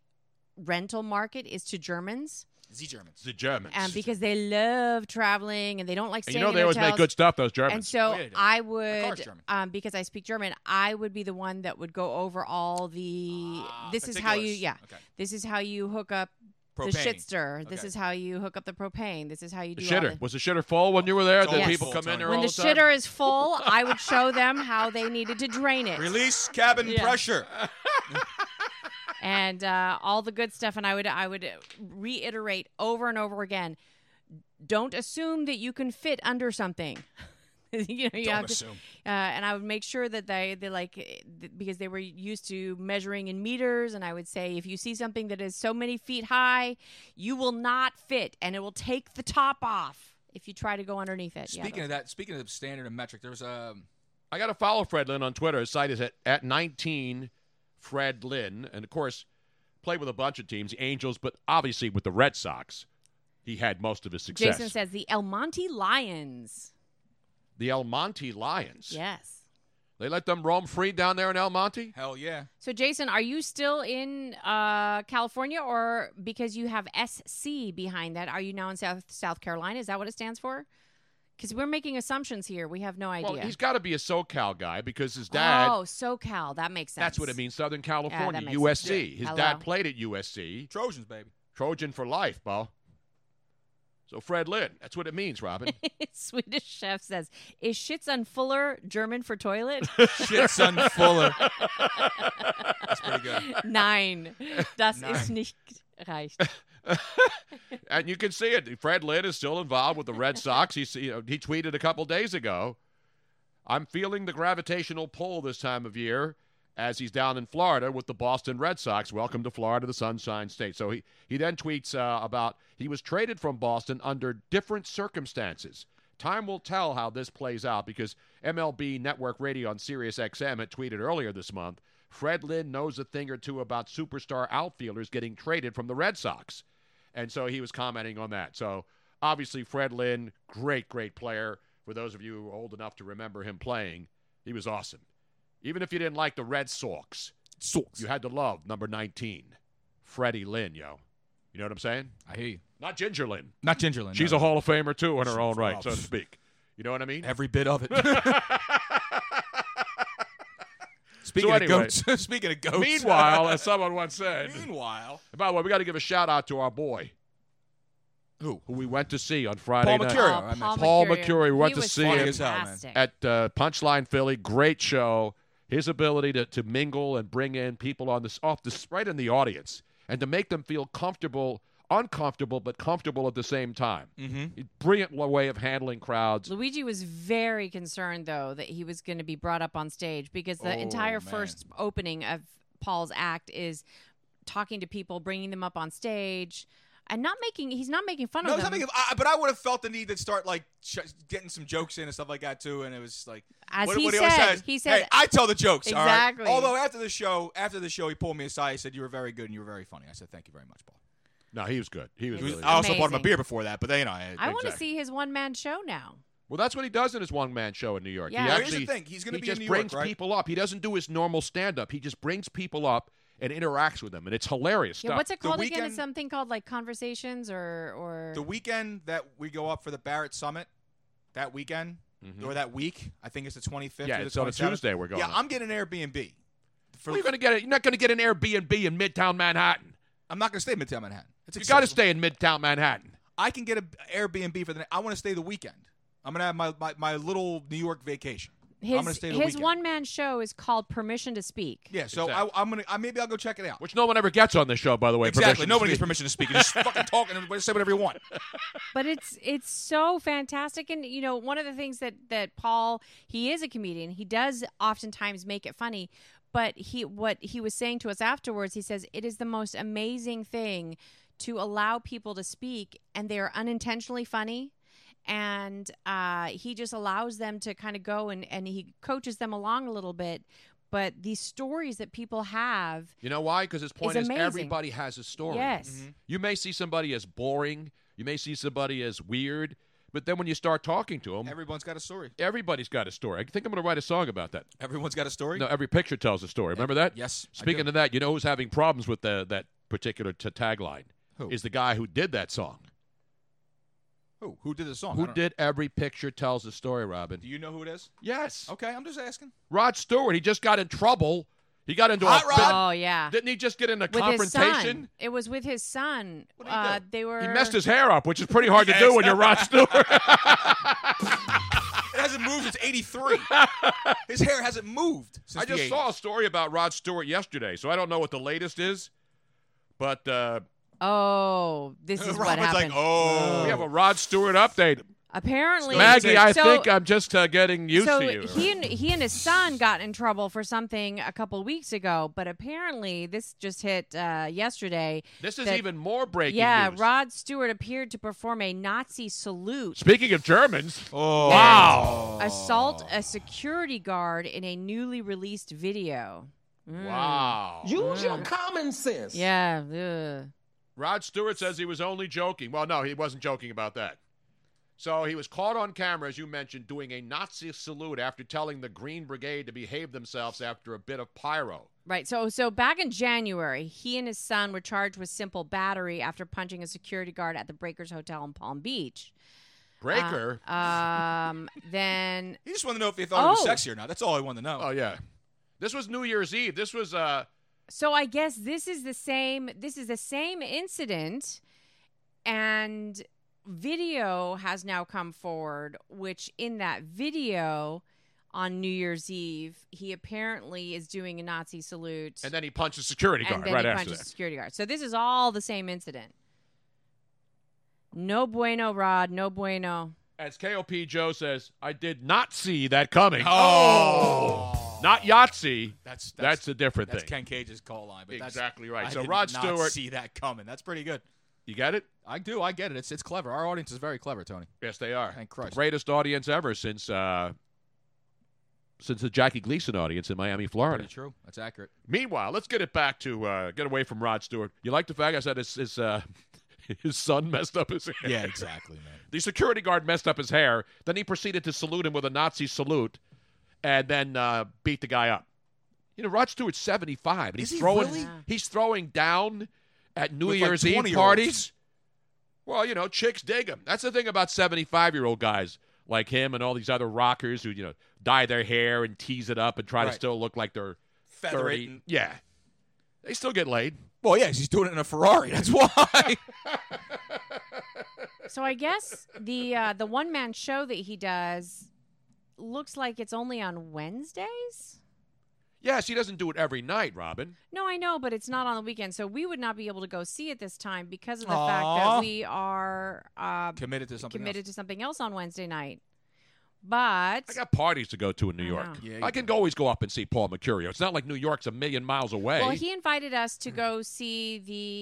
S2: rental market is to Germans,
S7: [LAUGHS] Z Germans.
S1: the Germans.
S2: and because they love traveling and they don't like
S1: And
S2: staying.
S1: you know
S2: in
S1: they always make
S2: hotels.
S1: good stuff. Those Germans.
S2: And so
S7: Oh, yeah, they do.
S2: I
S7: car's
S2: would,
S7: German.
S2: um, because I speak German, I would be the one that would go over all the.
S7: Ah,
S2: this is how you,
S7: particulars.
S2: yeah.
S7: Okay.
S2: This is how you hook up the
S7: Propane.
S2: shitster. This
S7: Okay.
S2: is how you hook up the propane. This is how you
S1: the
S2: do
S1: shitter
S2: All
S1: was the shitter full when you were there.
S7: It's
S1: Did
S2: always
S1: people
S7: full,
S1: come in
S7: Tony.
S1: there
S2: the, when
S1: all
S2: the
S1: time?
S2: shitter is full, I would show them how they needed to drain it
S7: Release cabin
S2: Yeah. [LAUGHS]
S7: pressure.
S2: and uh, all the good stuff. And I would I would reiterate over and over again: don't assume that you can fit under something. [LAUGHS] you know, you
S7: Don't
S2: have to-
S7: assume.
S2: uh, and I would make sure that they they like eh, th- because they were used to measuring in meters, and I would say if you see something that is so many feet high, you will not fit, and it will take the top off if you try to go underneath it. Yeah,
S7: Speaking of that, speaking of standard and metric, there was um,
S1: I got to follow Fred Lynn on Twitter. His site is at, at 19 Fred Lynn. And of course, played with a bunch of teams, Angels, but obviously with the Red Sox, he had most of his success.
S2: Jason says the El Monte Lions.
S1: the El Monte Lions.
S2: Yes.
S1: They let them roam free down there in El Monte?
S7: Hell yeah.
S2: So Jason, are you still in uh, California, or because you have SC behind that, are you now in South South Carolina? Is that what it stands for? Because we're making assumptions here. We have no idea.
S1: Well, he's got to be a SoCal guy because his dad,
S2: Oh, SoCal. That makes sense.
S1: that's what it means, Southern
S2: that
S1: California,
S2: makes
S1: USC.
S2: sense.
S1: His
S2: Hello.
S1: dad played at USC.
S7: Trojans, baby.
S1: Trojan for life, Bo. So Fred Lynn, that's what it
S2: [LAUGHS]
S1: means, Robin.
S2: Swedish chef says, "Is Schitzen Fuller German for
S1: [LAUGHS]
S2: toilet?"
S7: Shit, son Fuller. That's pretty good.
S2: [LAUGHS] Nein, das
S7: Nein.
S2: ist nicht reicht.
S1: [LAUGHS] and you can see it. Fred Lynn is still involved with the Red Sox. He's, you know, he tweeted a couple days ago, I'm feeling the gravitational pull this time of year as he's down in Florida with the Boston Red Sox. Welcome to Florida, the Sunshine State. So he, he then tweets uh, about he was traded from Boston under different circumstances. Time will tell how this plays out because MLB Network Radio on Sirius XM had tweeted earlier this month Fred Lynn knows a thing or two about superstar outfielders getting traded from the Red Sox. And so he was commenting on that. So obviously, Fred Lynn, great, great player. For those of you who are old enough to remember him playing, he was awesome. Even if you didn't like the Red Sox,
S7: Socks.
S1: you had to love number 19, Freddie Lynn, yo. You know what I'm saying?
S7: I hear you.
S1: Not Ginger Lynn.
S7: Not Gingerland.
S1: She's
S7: no.
S1: a Hall of Famer, too, in her own right,
S7: Oh,
S1: so to
S7: pff.
S1: speak. You know what I mean?
S7: Every bit of it.
S1: [LAUGHS]
S7: [LAUGHS] speaking
S1: So anyway.
S7: of goats. [LAUGHS] speaking of goats.
S1: Meanwhile, as
S7: [LAUGHS]
S1: someone once said,
S7: Meanwhile.
S1: by the way, we got to give a shout out to our boy
S7: Who?
S1: who we went to see on Friday
S7: Paul
S1: night.
S7: McCurry. I meant-
S1: Paul McCurry, we went
S2: Oh, He
S1: to
S2: was
S1: see him.
S7: Funny as hell, man.
S2: fantastic.
S1: at uh, Punchline Philly. Great show. His ability to, to mingle and bring in people on this off this right in the audience and to make them feel comfortable, uncomfortable but comfortable at the same time. Mm-hmm. Brilliant lo- way of handling crowds.
S2: Luigi was very concerned, though, that he was going to be brought up on stage because
S7: Oh,
S2: the entire first opening of Paul's act is talking to people, bringing them up on stage, and not making. He's not making fun
S7: No,
S2: of
S7: it's
S2: them.
S7: not making, I, but I would have felt the need to start like sh- getting some jokes in and stuff like that too. And it was just like,
S2: As
S7: what,
S2: he
S7: what he always
S2: said,
S7: says,
S2: he said-
S7: "Hey, I tell the jokes." all right?
S2: Exactly.
S7: Although after the show, after the show, he pulled me aside. He said, "You were very good and you were very funny." I said, "Thank you very much, Paul."
S1: No, he was good. He was,
S7: He was-
S1: really
S7: I also bought him a
S2: Amazing.
S7: beer before that, but then you know,
S2: I want to
S1: Exactly.
S2: see his one man show now.
S1: Well, that's what he does in his one man show in New York.
S2: Yeah.
S1: He
S2: Now,
S7: here's the
S1: actually,
S7: thing. He's gonna
S1: he
S7: be in
S1: just
S7: New York,
S1: brings
S7: right?
S1: people up. He doesn't do his normal stand up. He just brings people up and interacts with them, and it's hilarious
S2: Yeah,
S1: stuff.
S2: what's it
S7: The
S2: called again? It's
S7: weekend-
S2: something called like conversations or or
S7: the weekend that we go up for the Barrett Summit, that weekend or that week, I think it's the 25th.
S1: Mm-hmm. Yeah,
S7: or the
S1: it's on a
S7: 27th.
S1: Tuesday we're going
S7: Yeah,
S1: up.
S7: I'm getting an Airbnb. For
S1: Well, you're gonna get it. You're not gonna get an Airbnb in Midtown Manhattan.
S7: I'm not going to stay in Midtown Manhattan. It's
S1: You got to
S7: accessible.
S1: stay in Midtown Manhattan.
S7: I can get an Airbnb for the. I want to stay the weekend. I'm going to have my, my, my little New York vacation.
S2: his
S7: I'm going to stay the
S2: his
S7: weekend.
S2: one man show is called Permission to Speak.
S7: Yeah, so
S1: Exactly.
S7: I, I'm gonna I, maybe I'll go check it out.
S1: Which no one ever gets on this show, by the way.
S7: exactly.
S1: Permission to
S7: Nobody
S1: speak.
S7: gets permission to
S1: [LAUGHS]
S7: speak. You just fucking talk and everybody say whatever you want.
S2: but it's it's so fantastic and you know one of the things that that paul he is a comedian he does oftentimes make it funny but he what he was saying to us afterwards he says it is the most amazing thing to allow people to speak and they are unintentionally funny and uh, he just allows them to kind of go and, and he coaches them along a little bit but these stories that people have
S1: You know why? Because his point
S2: It's
S1: is
S2: amazing.
S1: everybody has a story.
S2: Yes.
S7: Mm-hmm.
S2: Mhm.
S1: You may see somebody as boring. You may see somebody as weird. But then when you start talking to them,
S7: Everyone's got a story.
S1: everybody's got a story. I think I'm going to write a song about that.
S7: Everyone's got a story.
S1: No, every picture tells a story. Remember that?
S7: Yes, I
S1: Speaking
S7: do.
S1: of that, you know who's having problems with the, that particular t- tagline?
S7: Who?
S1: Is the guy who did that song.
S7: Who who did the song? Oh, I
S1: Who
S7: don't-
S1: did Every Picture Tells a Story, Robin?
S7: Do you know who it is?
S1: Yes.
S7: Okay, I'm just asking.
S1: Rod Stewart, he just got in trouble. He got into
S7: Hot
S1: a
S7: Rod?
S2: oh yeah
S1: Didn't he just get in a
S2: with his
S1: confrontation?
S2: son it was with his son
S7: What did he
S2: uh,
S7: do?
S2: they were
S1: He messed his hair up, which is pretty hard to do when you're
S7: [LAUGHS]
S1: Rod Stewart.
S7: It hasn't moved since [LAUGHS] '83. His hair hasn't moved. Since
S1: I
S7: the
S1: just
S7: 80s.
S1: saw a story about Rod Stewart yesterday, so I don't know what the latest is. But uh,
S2: Oh, this is what
S7: Robin's
S2: happened.
S7: like, oh,
S1: we have a Rod Stewart update.
S2: Apparently,
S1: Maggie, I
S2: so-
S1: think I'm just uh, getting used
S2: so
S1: to you.
S2: he and he and his son got in trouble for something a couple weeks ago, but apparently this just hit uh, yesterday.
S1: this is
S2: that-
S1: even more breaking
S2: yeah,
S1: news.
S2: Rod Stewart appeared to perform a Nazi salute.
S1: Speaking of Germans,
S7: Oh.
S1: wow.
S2: Assault a security guard in a newly released video. Mm.
S1: Wow.
S4: Use your common sense.
S2: Yeah. ugh.
S1: Rod Stewart says he was only joking. Well, no, he wasn't joking about that. So he was caught on camera, as you mentioned, doing a Nazi salute after telling the Green Brigade to behave themselves after a bit of pyro.
S2: Right. So so back in January, he and his son were charged with simple battery after punching a security guard at the Breakers Hotel in Palm Beach. Uh,
S1: Breaker.
S2: Um [LAUGHS] then
S7: He just wanted to know if he thought he
S2: Oh.
S7: was sexy or not. That's all I wanted to know.
S1: oh yeah, this was New Year's Eve. This was uh,
S2: so I guess this is the same this is the same incident and video has now come forward which in that video on New Year's Eve, he apparently is doing a Nazi salute
S1: and then he punched a security guard
S2: and then
S1: right
S2: he
S1: after
S2: punches
S1: that.
S2: a security guard. So this is all the same incident. No bueno, Rod. No bueno.
S1: As KOP Joe says, I did not see that coming.
S7: Oh.
S1: not Yahtzee.
S7: That's that's,
S1: That's a different
S7: that's
S1: thing.
S7: Ken Cage's call line. But that's-
S1: Exactly right.
S7: I
S1: So
S7: did
S1: Rod
S7: not
S1: Stewart-
S7: see that coming. That's pretty good.
S1: you got it?
S7: I do. I get it. It's it's clever. Our audience is very clever, Tony.
S1: Yes, they are.
S7: Thank Christ.
S1: The greatest audience ever since uh, since the Jackie Gleason audience in Miami, Florida.
S7: Pretty true. That's accurate.
S1: Meanwhile, let's get it back to uh, get away from Rod Stewart. You like the fact I said his his, uh, [LAUGHS] his son messed up his hair.
S7: Yeah, exactly, man.
S1: [LAUGHS] The security guard messed up his hair. Then he proceeded to salute him with a Nazi salute, and then uh, beat the guy up. You know, Rod Stewart's seventy five, and
S7: Is
S1: he's
S7: he
S1: throwing
S7: really?
S1: he's throwing down at New
S7: With, like,
S1: Year's Eve
S7: 20-year-olds.
S1: parties. Well, you know, chicks dig him. That's the thing about 75 year old guys like him and all these other rockers who, you know, dye their hair and tease it up and try to
S7: Right.
S1: still look like they're
S7: Feather
S1: 30.
S7: it and-
S1: Yeah. They still get laid.
S7: Well, yeah, 'cause he's doing it in a Ferrari.
S1: [LAUGHS]
S7: That's why.
S2: So I guess the uh, the one man show that he does looks like it's only on Wednesdays.
S1: Yes, he doesn't do it every night, Robin.
S2: No, I know, but it's not on the weekend, so we would not be able to go see it this time because of the fact
S7: Aw.
S2: that we are uh,
S7: committed to something.
S2: committed to something else on Wednesday night. But
S1: I got parties to go to in New
S2: I
S1: York.
S2: know.
S7: Yeah, you
S1: I can always go up and see Paul Mercurio. It's not like New York's a million miles away.
S2: well, he invited us to go see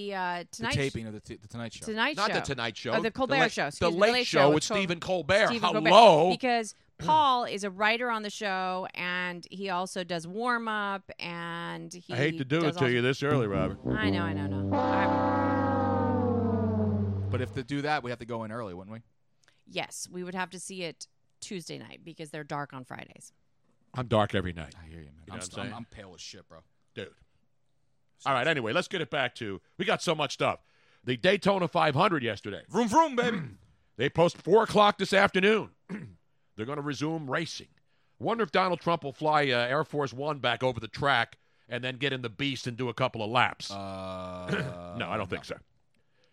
S2: the uh,
S7: Else.
S2: tonight
S7: The taping of the, t- the Tonight Show.
S2: Tonight
S1: not
S2: show.
S1: the Tonight Show.
S2: Oh, the Colbert
S1: late-
S2: Show.
S1: The
S2: Excuse me,
S1: Late, Show, with
S2: Col-
S1: Stephen Colbert.
S2: Stephen Colbert.
S1: Hello.
S2: Because Paul is a writer on the show, and he also does warm up, and he.
S1: I hate to do
S2: does
S1: it to
S2: all-
S1: you this early, Robin.
S2: I know, I know, no. I'm-
S7: But if to do that, we have to go in early, wouldn't we?
S2: yes, we would have to see it Tuesday night because they're dark on Fridays.
S1: I'm dark every night.
S7: I hear you, man.
S1: know
S7: I'm,
S1: what I'm
S7: st- I'm,
S1: saying?
S7: I'm pale as shit, bro.
S1: dude. All right. Anyway, let's get it back to we got so much stuff. The Daytona 500 yesterday.
S7: Vroom vroom, baby.
S1: [CLEARS THROAT] They post four o'clock this afternoon. [CLEARS THROAT] They're going to resume racing. Wonder if Donald Trump will fly uh, Air Force One back over the track and then get in the beast and do a couple of laps.
S7: Uh,
S1: [CLEARS THROAT] no, I don't think so.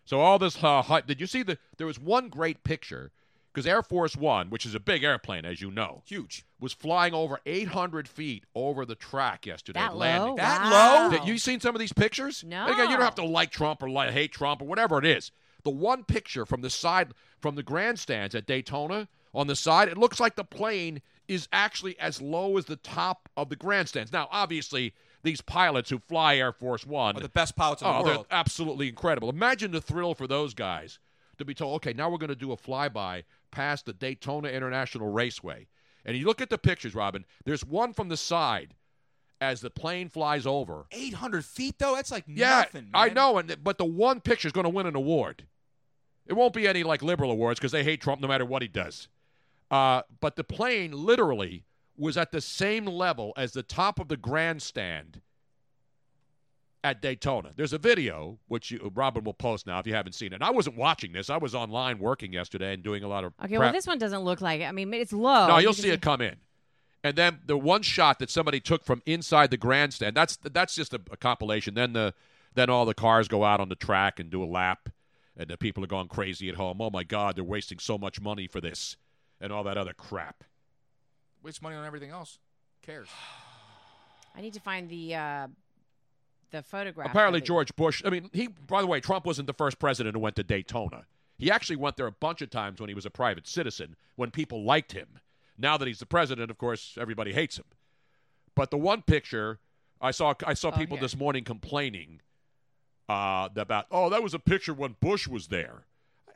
S1: So all this uh, hype. Did you see the? There was one great picture because Air Force One, which is a big airplane, as you know,
S7: Huge.
S1: was flying over 800 feet over the track yesterday.
S2: That
S1: landing.
S2: low?
S7: That
S2: Wow.
S7: low?
S1: That- you seen some of these pictures?
S2: No.
S1: And again, you don't have to like Trump or like, hate Trump or whatever it is. The one picture from the side, from the grandstands at Daytona on the side, it looks like the plane is actually as low as the top of the grandstands. Now, obviously, these pilots who fly Air Force One
S7: Are the best pilots in
S1: oh,
S7: the
S1: they're
S7: world.
S1: absolutely incredible. Imagine the thrill for those guys to be told, okay, now we're going to do a flyby past the Daytona International Raceway. And you look at the pictures, Robin, there's one from the side as the plane flies over.
S7: 800 feet though. That's like
S1: Yeah,
S7: nothing.
S1: I
S7: man.
S1: know, and but the one picture is going to win an award. It won't be any like liberal awards because they hate Trump no matter what he does. Uh, but the plane literally was at the same level as the top of the grandstand at Daytona. There's a video which you, Robin will post now if you haven't seen it. And I wasn't watching this; I was online working yesterday and doing a lot of
S2: Okay, well,
S1: prep.
S2: this one doesn't look like it. I mean, it's low.
S1: No,
S2: You
S1: you'll
S2: can
S1: see it come in. And then the one shot that somebody took from inside the grandstand, that's that's just a, a compilation. Then the then all the cars go out on the track and do a lap and the people are going crazy at home. Oh my god, they're wasting so much money for this and all that other crap.
S7: Waste money on everything else. Who cares.
S2: [SIGHS] I need to find the uh, the photograph.
S1: Apparently
S2: of it.
S1: George Bush, I mean, he by the way, Trump wasn't the first president who went to Daytona. He actually went there a bunch of times when he was a private citizen, when people liked him. Now that he's the president, of course, everybody hates him. But the one picture I saw, I saw
S2: Oh,
S1: people
S2: here.
S1: this morning complaining uh, about, oh, that was a picture when Bush was there.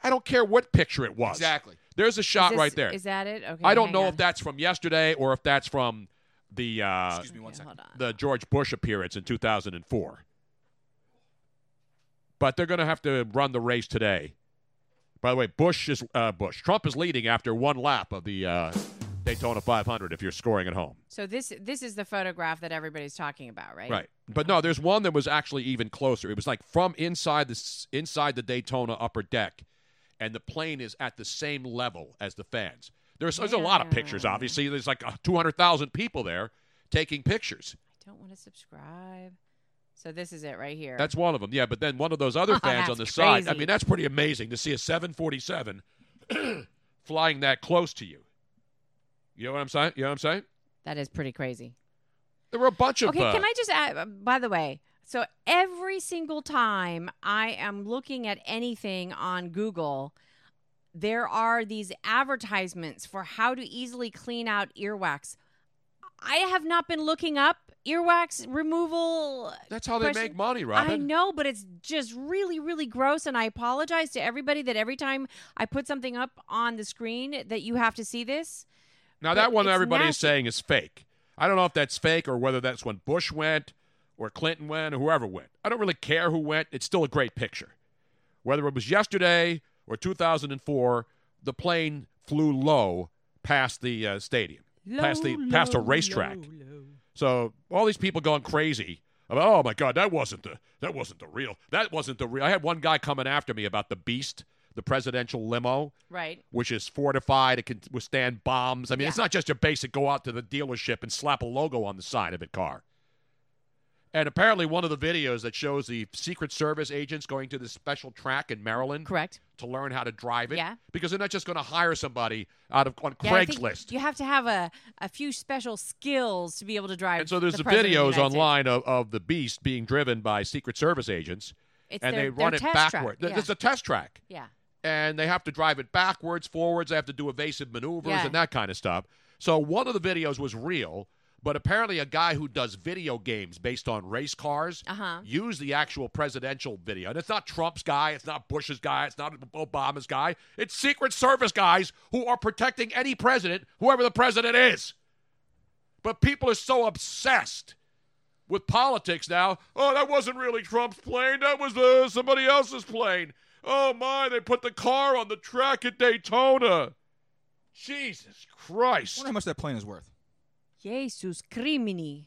S1: I don't care what picture it was.
S7: Exactly.
S1: There's a shot
S2: Is
S1: right
S2: this-
S1: there.
S2: Is that it? Okay.
S1: I don't
S2: hang
S1: know
S2: on.
S1: if that's from yesterday or if that's from the uh,
S7: Excuse me one
S2: Okay,
S7: second.
S2: hold on.
S1: the George Bush appearance in 2004. But they're going to have to run the race today. By the way, Bush is uh, Bush. Trump is leading after one lap of the uh, Daytona 500. If you're scoring at home,
S2: So this this is the photograph that everybody's talking about, right?
S1: right? But no, there's one that was actually even closer. It was like from inside the s- inside the Daytona upper deck, and the plane is at the same level as the fans. There's there's a lot of pictures.
S2: Yeah.
S1: Obviously, there's like uh, 200,000 people there taking pictures.
S2: I don't want to subscribe. So this is it right here.
S1: That's one of them. Yeah, but then one of
S2: [LAUGHS]
S1: those other fans on the
S2: That's
S1: side. I
S2: crazy.
S1: mean, that's pretty amazing to see a 747 [CLEARS THROAT] flying that close to you. You know what I'm saying? You know what I'm saying?
S2: that is pretty crazy.
S1: There were a bunch of.
S2: Okay,
S1: uh,
S2: can I just add? uh, By the way, so every single time I am looking at anything on Google, there are these advertisements for how to easily clean out earwax. I have not been looking up earwax removal.
S1: That's how they
S2: Question-
S1: make money,
S2: I
S1: Robin.
S2: know, but it's just really, really gross. And I apologize to everybody that every time I put something up on the screen that you have to see this.
S1: Now
S2: but
S1: that one
S2: it's
S1: everybody is
S2: nasty.
S1: saying is fake. I don't know if that's fake or whether that's when Bush went or Clinton went or whoever went. I don't really care who went. It's still a great picture. Whether it was yesterday or 2004, the plane flew low past the uh, stadium, past the past a racetrack. So all these people going crazy about, oh my god, that wasn't the that wasn't the real that wasn't the real. I had one guy coming after me about the beast, the presidential limo,
S2: Right.
S1: which is fortified, it can withstand bombs. I mean, it's
S2: Yeah.
S1: not just your basic go out to the dealership and slap a logo on the side of it car. And apparently, one of the videos that shows the Secret Service agents going to this special track in Maryland
S2: Correct.
S1: to learn how to drive it,
S2: Yeah.
S1: because they're not just going to hire somebody out of on
S2: Yeah, I think
S1: Craigslist.
S2: You have to have a, a few special skills to be able to drive.
S1: And so there's
S2: the
S1: the
S2: President of
S1: videos
S2: the United
S1: online of, of the beast being driven by Secret Service agents,
S2: States. It's
S1: and
S2: their-
S1: they run
S2: their
S1: it
S2: test track.
S1: backward. Th-
S2: Yeah.
S1: It's a test track,
S2: yeah.
S1: and they have to drive it backwards, forwards. They have to do evasive maneuvers
S2: Yeah.
S1: and that kind of stuff. So one of the videos was real, but apparently a guy who does video games based on race cars
S2: Uh-huh.
S1: used the actual presidential video. And it's not Trump's guy, it's not Bush's guy, it's not Obama's guy. It's Secret Service guys who are protecting any president, whoever the president is. But people are so obsessed with politics now. Oh, that wasn't really Trump's plane. That was uh, somebody else's plane. Oh my, they put the car on the track at Daytona. Jesus
S7: I
S1: Christ.
S7: wonder how much that plane is worth.
S2: Jesus crimini.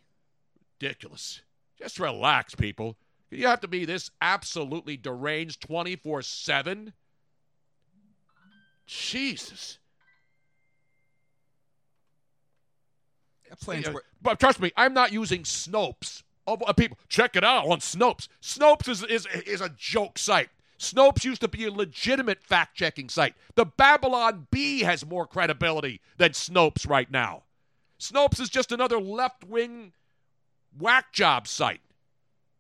S1: Ridiculous. Just relax, people. You have to be this absolutely deranged 24 7? Jesus.
S7: That plane's
S1: Yeah,
S7: worth.
S1: But trust me, I'm not using Snopes. Of uh, people, check it out on Snopes. Snopes is is is a joke site. Snopes used to be a legitimate fact-checking site. The Babylon Bee has more credibility than Snopes right now. Snopes is just another left-wing whack job site,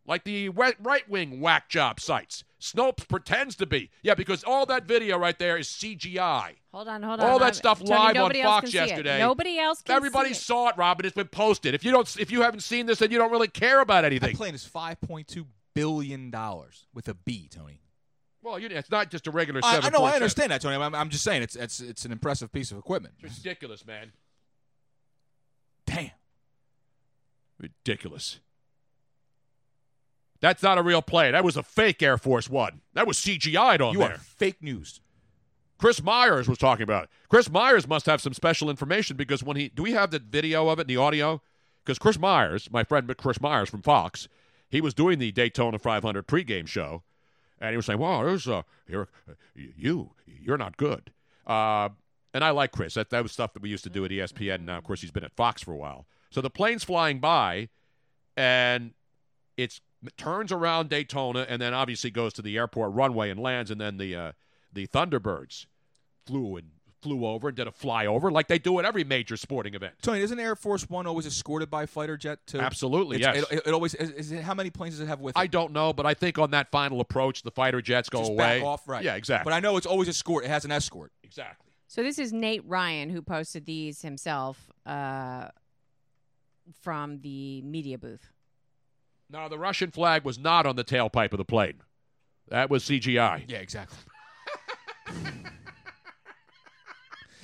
S1: like the we- right-wing whack job sites. Snopes pretends to be, yeah, because all that video right there is CGI.
S2: Hold on, hold on.
S1: All that
S2: I'm-
S1: stuff
S2: Tony,
S1: live on
S2: nobody else
S1: Fox
S2: can see it.
S1: yesterday.
S2: Nobody else can
S1: Everybody
S2: see it.
S1: saw it, Robin. It's been posted. If you don't, if you haven't seen this, then you don't really care about
S7: That
S1: anything.
S7: plane is five point two billion dollars with a B, Tony.
S1: well, you, it's not just a regular.
S7: I, I know, I
S1: 747.
S7: understand that, Tony. I'm, I'm just saying it's it's it's an impressive piece of equipment.
S1: It's ridiculous, man.
S7: Damn.
S1: Ridiculous. That's not a real plane. That was a fake Air Force One. That was CGI'd on
S7: you
S1: there.
S7: are fake news.
S1: Chris Myers was talking about it. Chris Myers must have some special information because when he do we have the video of it, the audio? Because Chris Myers, my friend Chris Myers from Fox, he was doing the Daytona 500 pregame show, and he was saying, "Wow, there's uh, you're, you, you're not good." Uh, and I like Chris. That that was stuff that we used to do at E ESPN. and Now, of course, he's been at Fox for a while. So the plane's flying by, and it's it turns around Daytona and then obviously goes to the airport runway and lands, and then the uh, the Thunderbirds flew and flew over and did a flyover like they do at every major sporting event.
S7: Tony, isn't Air Force One always escorted by a fighter jet too?
S1: Absolutely,
S7: It's-
S1: yes.
S7: It, it, it always is, is it how many planes does it have with it?
S1: I don't know, but I think on that final approach, the fighter jets go
S7: Just
S1: away.
S7: back off, right?
S1: Yeah, exactly.
S7: But I know it's always escort. It has an escort.
S1: exactly.
S2: So this is Nate Ryan who posted these himself uh, from the media booth.
S1: Now the Russian flag was not on the tailpipe of the plane. That was CGI.
S7: Yeah, exactly.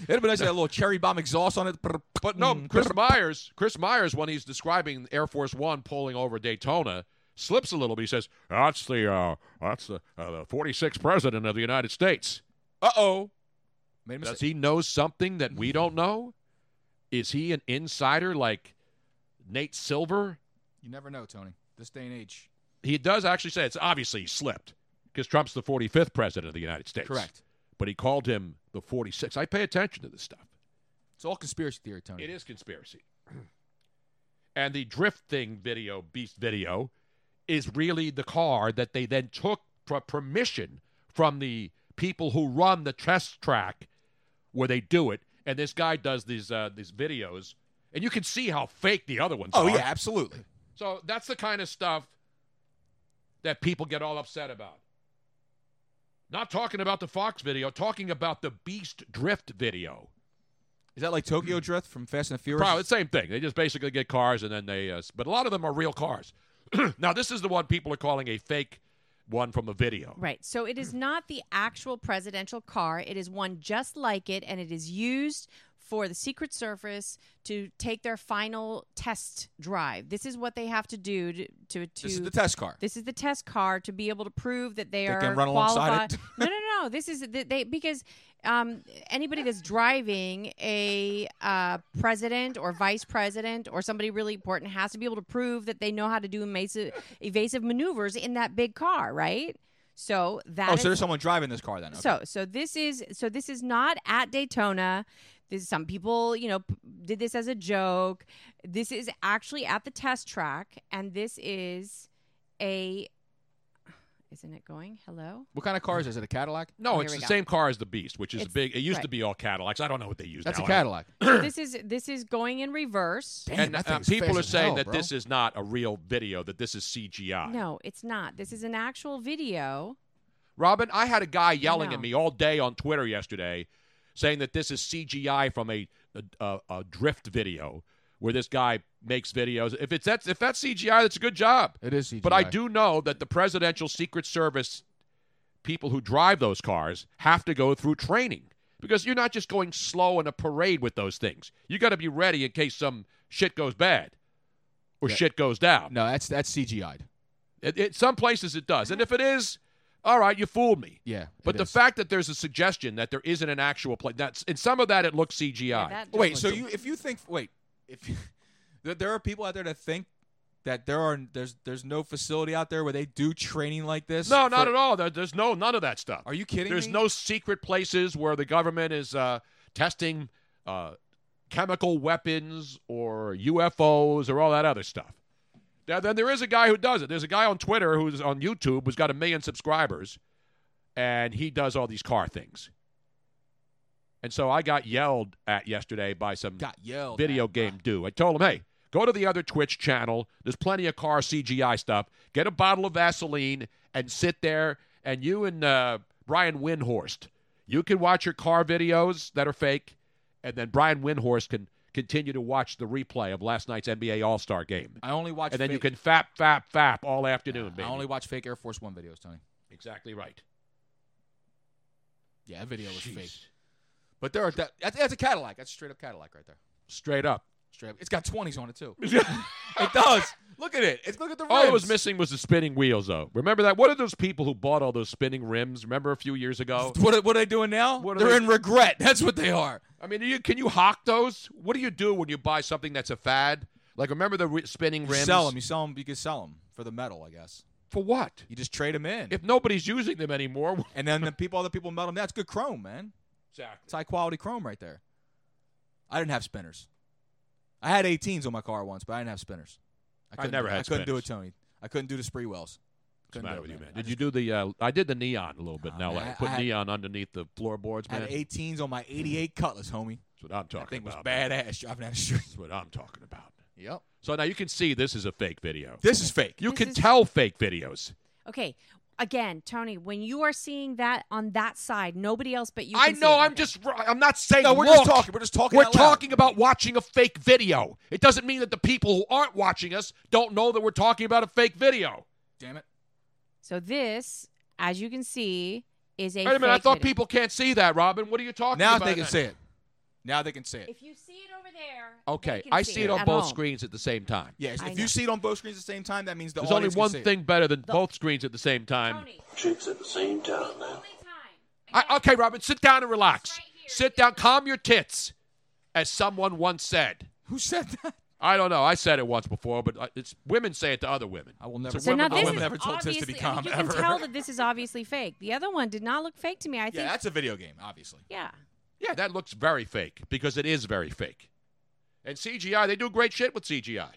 S7: It'd be nice to have a little cherry bomb exhaust on it.
S1: But no, Chris Myers, Chris Myers, when he's describing Air Force One pulling over Daytona, slips a little. But he says, "That's the uh, that's the uh, the 46th president of the United States."
S7: Uh oh. Made a
S1: Does
S7: mistake.
S1: he know something that we don't know? Is he an insider like Nate Silver?
S7: You never know, Tony. This day and age.
S1: He does actually say it's obviously he slipped because Trump's the 45th president of the United States.
S7: Correct.
S1: But he called him the 46th. I pay attention to this stuff.
S7: It's all conspiracy theory, Tony.
S1: It is conspiracy. And the drift thing video, beast video, is really the car that they then took for permission from the people who run the test track where they do it. And this guy does these uh, these videos, and you can see how fake the other ones
S7: Oh
S1: are.
S7: yeah, absolutely.
S1: So that's the kind of stuff that people get all upset about. Not talking about the Fox video, talking about the Beast Drift video.
S7: Is that like Tokyo Drift from Fast and the Furious?
S1: Probably the same thing. They just basically get cars and then they, uh, s- but a lot of them are real cars. [CLEARS THROAT] now, this is the one people are calling a fake one from a video.
S2: Right. So it
S7: [CLEARS THROAT]
S2: is not the actual presidential car. It is one just like it, and it is used for the Secret Service to take their final test drive. This is what they have to do to to. to
S7: This is the test car.
S2: This is the test car to be able to prove that they,
S7: They
S2: are
S7: can run
S2: qualified.
S7: alongside it.
S2: [LAUGHS] no, no, no. This is th- they because um, anybody that's driving a uh, president or vice president or somebody really important has to be able to prove that they know how to do evasive, evasive maneuvers in that big car, right? So that
S7: oh,
S2: is-
S7: so there's someone driving this car then. Okay.
S2: so so this is so this is not at Daytona. This some people, you know, p- did this as a joke. This is actually at the test track and this is a isn't it going? Hello?
S7: what kind of car is it? Is it a Cadillac?
S1: No,
S2: Oh,
S1: it's
S2: here
S1: the
S2: we go.
S1: same car as the Beast, which is
S2: It's-
S1: big. It used to
S2: right.
S1: be all Cadillacs. I don't know what they use
S7: That's
S1: now.
S7: a
S1: [CLEARS THROAT]
S7: Cadillac.
S2: So this is this is going in reverse.
S7: Damn,
S1: And
S7: that
S1: uh,
S7: thing's
S1: people
S7: fast
S1: are
S7: as
S1: saying
S7: hell,
S1: that
S7: bro.
S1: this is not a real video, that this is CGI.
S2: No, it's not. This is an actual video.
S1: Robin, I had a guy yelling
S2: know.
S1: at me all day on Twitter yesterday saying that this is CGI from a a, a, a drift video where this guy makes videos. If it's that's if that's CGI, that's a good job.
S7: It is CGI.
S1: But I do know that the presidential secret service people who drive those cars have to go through training because you're not just going slow in a parade with those things. You got to be ready in case some shit goes bad or
S7: Yeah.
S1: shit goes down.
S7: No, that's that's CGI'd.
S1: It, it, some places it does, and if it is, all right, you fooled me.
S7: Yeah,
S1: But
S7: it
S1: the
S7: is.
S1: fact that there's a suggestion that there isn't an actual play, that's in some of that it looks CGI.
S2: Yeah, that just
S7: Wait,
S2: looks-
S7: so you if you think wait if [LAUGHS] there, there are people out there that think that there are there's there's no facility out there where they do training like this.
S1: no, not
S7: for-
S1: at all. There, there's no none of that stuff.
S7: Are you kidding
S1: There's
S7: me?
S1: no secret places where the government is uh, testing uh, chemical weapons or UFOs or all that other stuff. Now, then there is a guy who does it. There's a guy on Twitter who's on YouTube who's got a million subscribers, and he does all these car things. And so I got yelled at yesterday by some
S7: Got yelled.
S1: video
S7: at.
S1: game do. I told him, hey, go to the other Twitch channel. There's plenty of car CGI stuff. Get a bottle of Vaseline and sit there. And you and uh, Brian Windhorst, you can watch your car videos that are fake, and then Brian Windhorst can continue to watch the replay of last night's NBA All Star game.
S7: I only watch.
S1: And then you
S7: fake-
S1: can fap, fap, fap all afternoon, baby.
S7: I only watch fake Air Force One videos, Tony.
S1: exactly right.
S7: Yeah, that video was fake.
S1: Jeez.
S7: But there are that, that's, that's a Cadillac. That's a straight up Cadillac right there.
S1: Straight up.
S7: Straight up. It's got twenties on
S1: [LAUGHS]
S7: it too. it does. Look at it. It's look at the rims.
S1: All Oh, it was missing was the spinning wheels, though. Remember that? What are those people who bought all those spinning rims? Remember a few years ago?
S7: [LAUGHS] What, are- what are they doing now?
S1: What are
S7: They're
S1: they-
S7: in regret. That's what they are.
S1: I mean, you, can you hawk those? What do you do when you buy something that's a fad? Like, remember the re- spinning
S7: You
S1: rims?
S7: sell them. You sell them. You can sell them for the metal, I guess.
S1: For what?
S7: You just trade them in.
S1: If nobody's using them anymore, [LAUGHS]
S7: And then the people, other people melt them. That's good chrome, man. It's high quality chrome right there. I didn't have spinners. I had 18s on my car once, but I didn't have spinners.
S1: I never had
S7: I couldn't do it,
S1: spinners.
S7: Tony. I couldn't do the spree wells.
S1: What's the matter with you,
S7: Couldn't
S1: man?
S7: do it,
S1: Did you do the? Uh, I did the neon a little bit. Now
S7: man,
S1: I
S7: I-
S1: put
S7: I had-
S1: neon underneath the floorboards,
S7: I
S1: man.
S7: had 18s on my 88 Cutlass, homie.
S1: That's what I'm
S7: That
S1: talking
S7: thing was
S1: about. man.
S7: badass driving down the street.
S1: That's what I'm talking about.
S7: Yep.
S1: So now you can see this is a fake video.
S7: This is fake.
S1: You
S2: This
S1: can
S2: is-
S1: tell fake videos.
S2: Okay. Again, Tony, when you are seeing that on that side, nobody else but you.
S1: I
S2: can see
S1: know.
S2: it.
S1: I'm just. r- I'm not saying.
S7: No, we're
S1: look.
S7: just talking. We're just talking.
S1: We're
S7: out loud.
S1: talking about watching a fake video. It doesn't mean that the people who aren't watching us don't know that we're talking about a fake video.
S7: Damn it.
S2: So this, as you can see, is a.
S1: Wait a minute. I
S2: fake
S1: thought
S2: video.
S1: people can't see that, Robin. What are you talking
S7: Now
S1: about?
S7: they can
S1: then?
S7: see it. Now they can see it.
S2: If you see it over there. they
S1: Okay,
S2: can
S1: I see it on
S2: at
S1: both
S2: home.
S1: screens at the same time.
S7: Yes.
S2: I
S7: If
S2: know.
S7: you see it on both screens at the same time, that means the
S1: There's only
S7: audience can
S1: one
S7: see it.
S1: thing better than both screens at the same time.
S2: Tony,
S8: Chicks at the same time now.
S2: only time.
S1: I, okay, Robin, sit down and relax.
S2: It's right here.
S1: sit down, calm your tits, as someone once said.
S7: Who said that?
S1: I don't know. I said it once before, but uh, it's women say it to other women.
S7: I will never.
S2: So now
S7: I
S2: this
S7: will
S2: is
S7: never tell Tiz to be
S2: obviously. I
S7: calm
S2: think you
S7: ever.
S2: can tell that this is obviously fake. The other one did not look fake to me. I think.
S7: yeah, that's a video game, obviously.
S2: yeah.
S1: Yeah, that looks very fake because it is very fake. And CGI, they do great shit with CGI.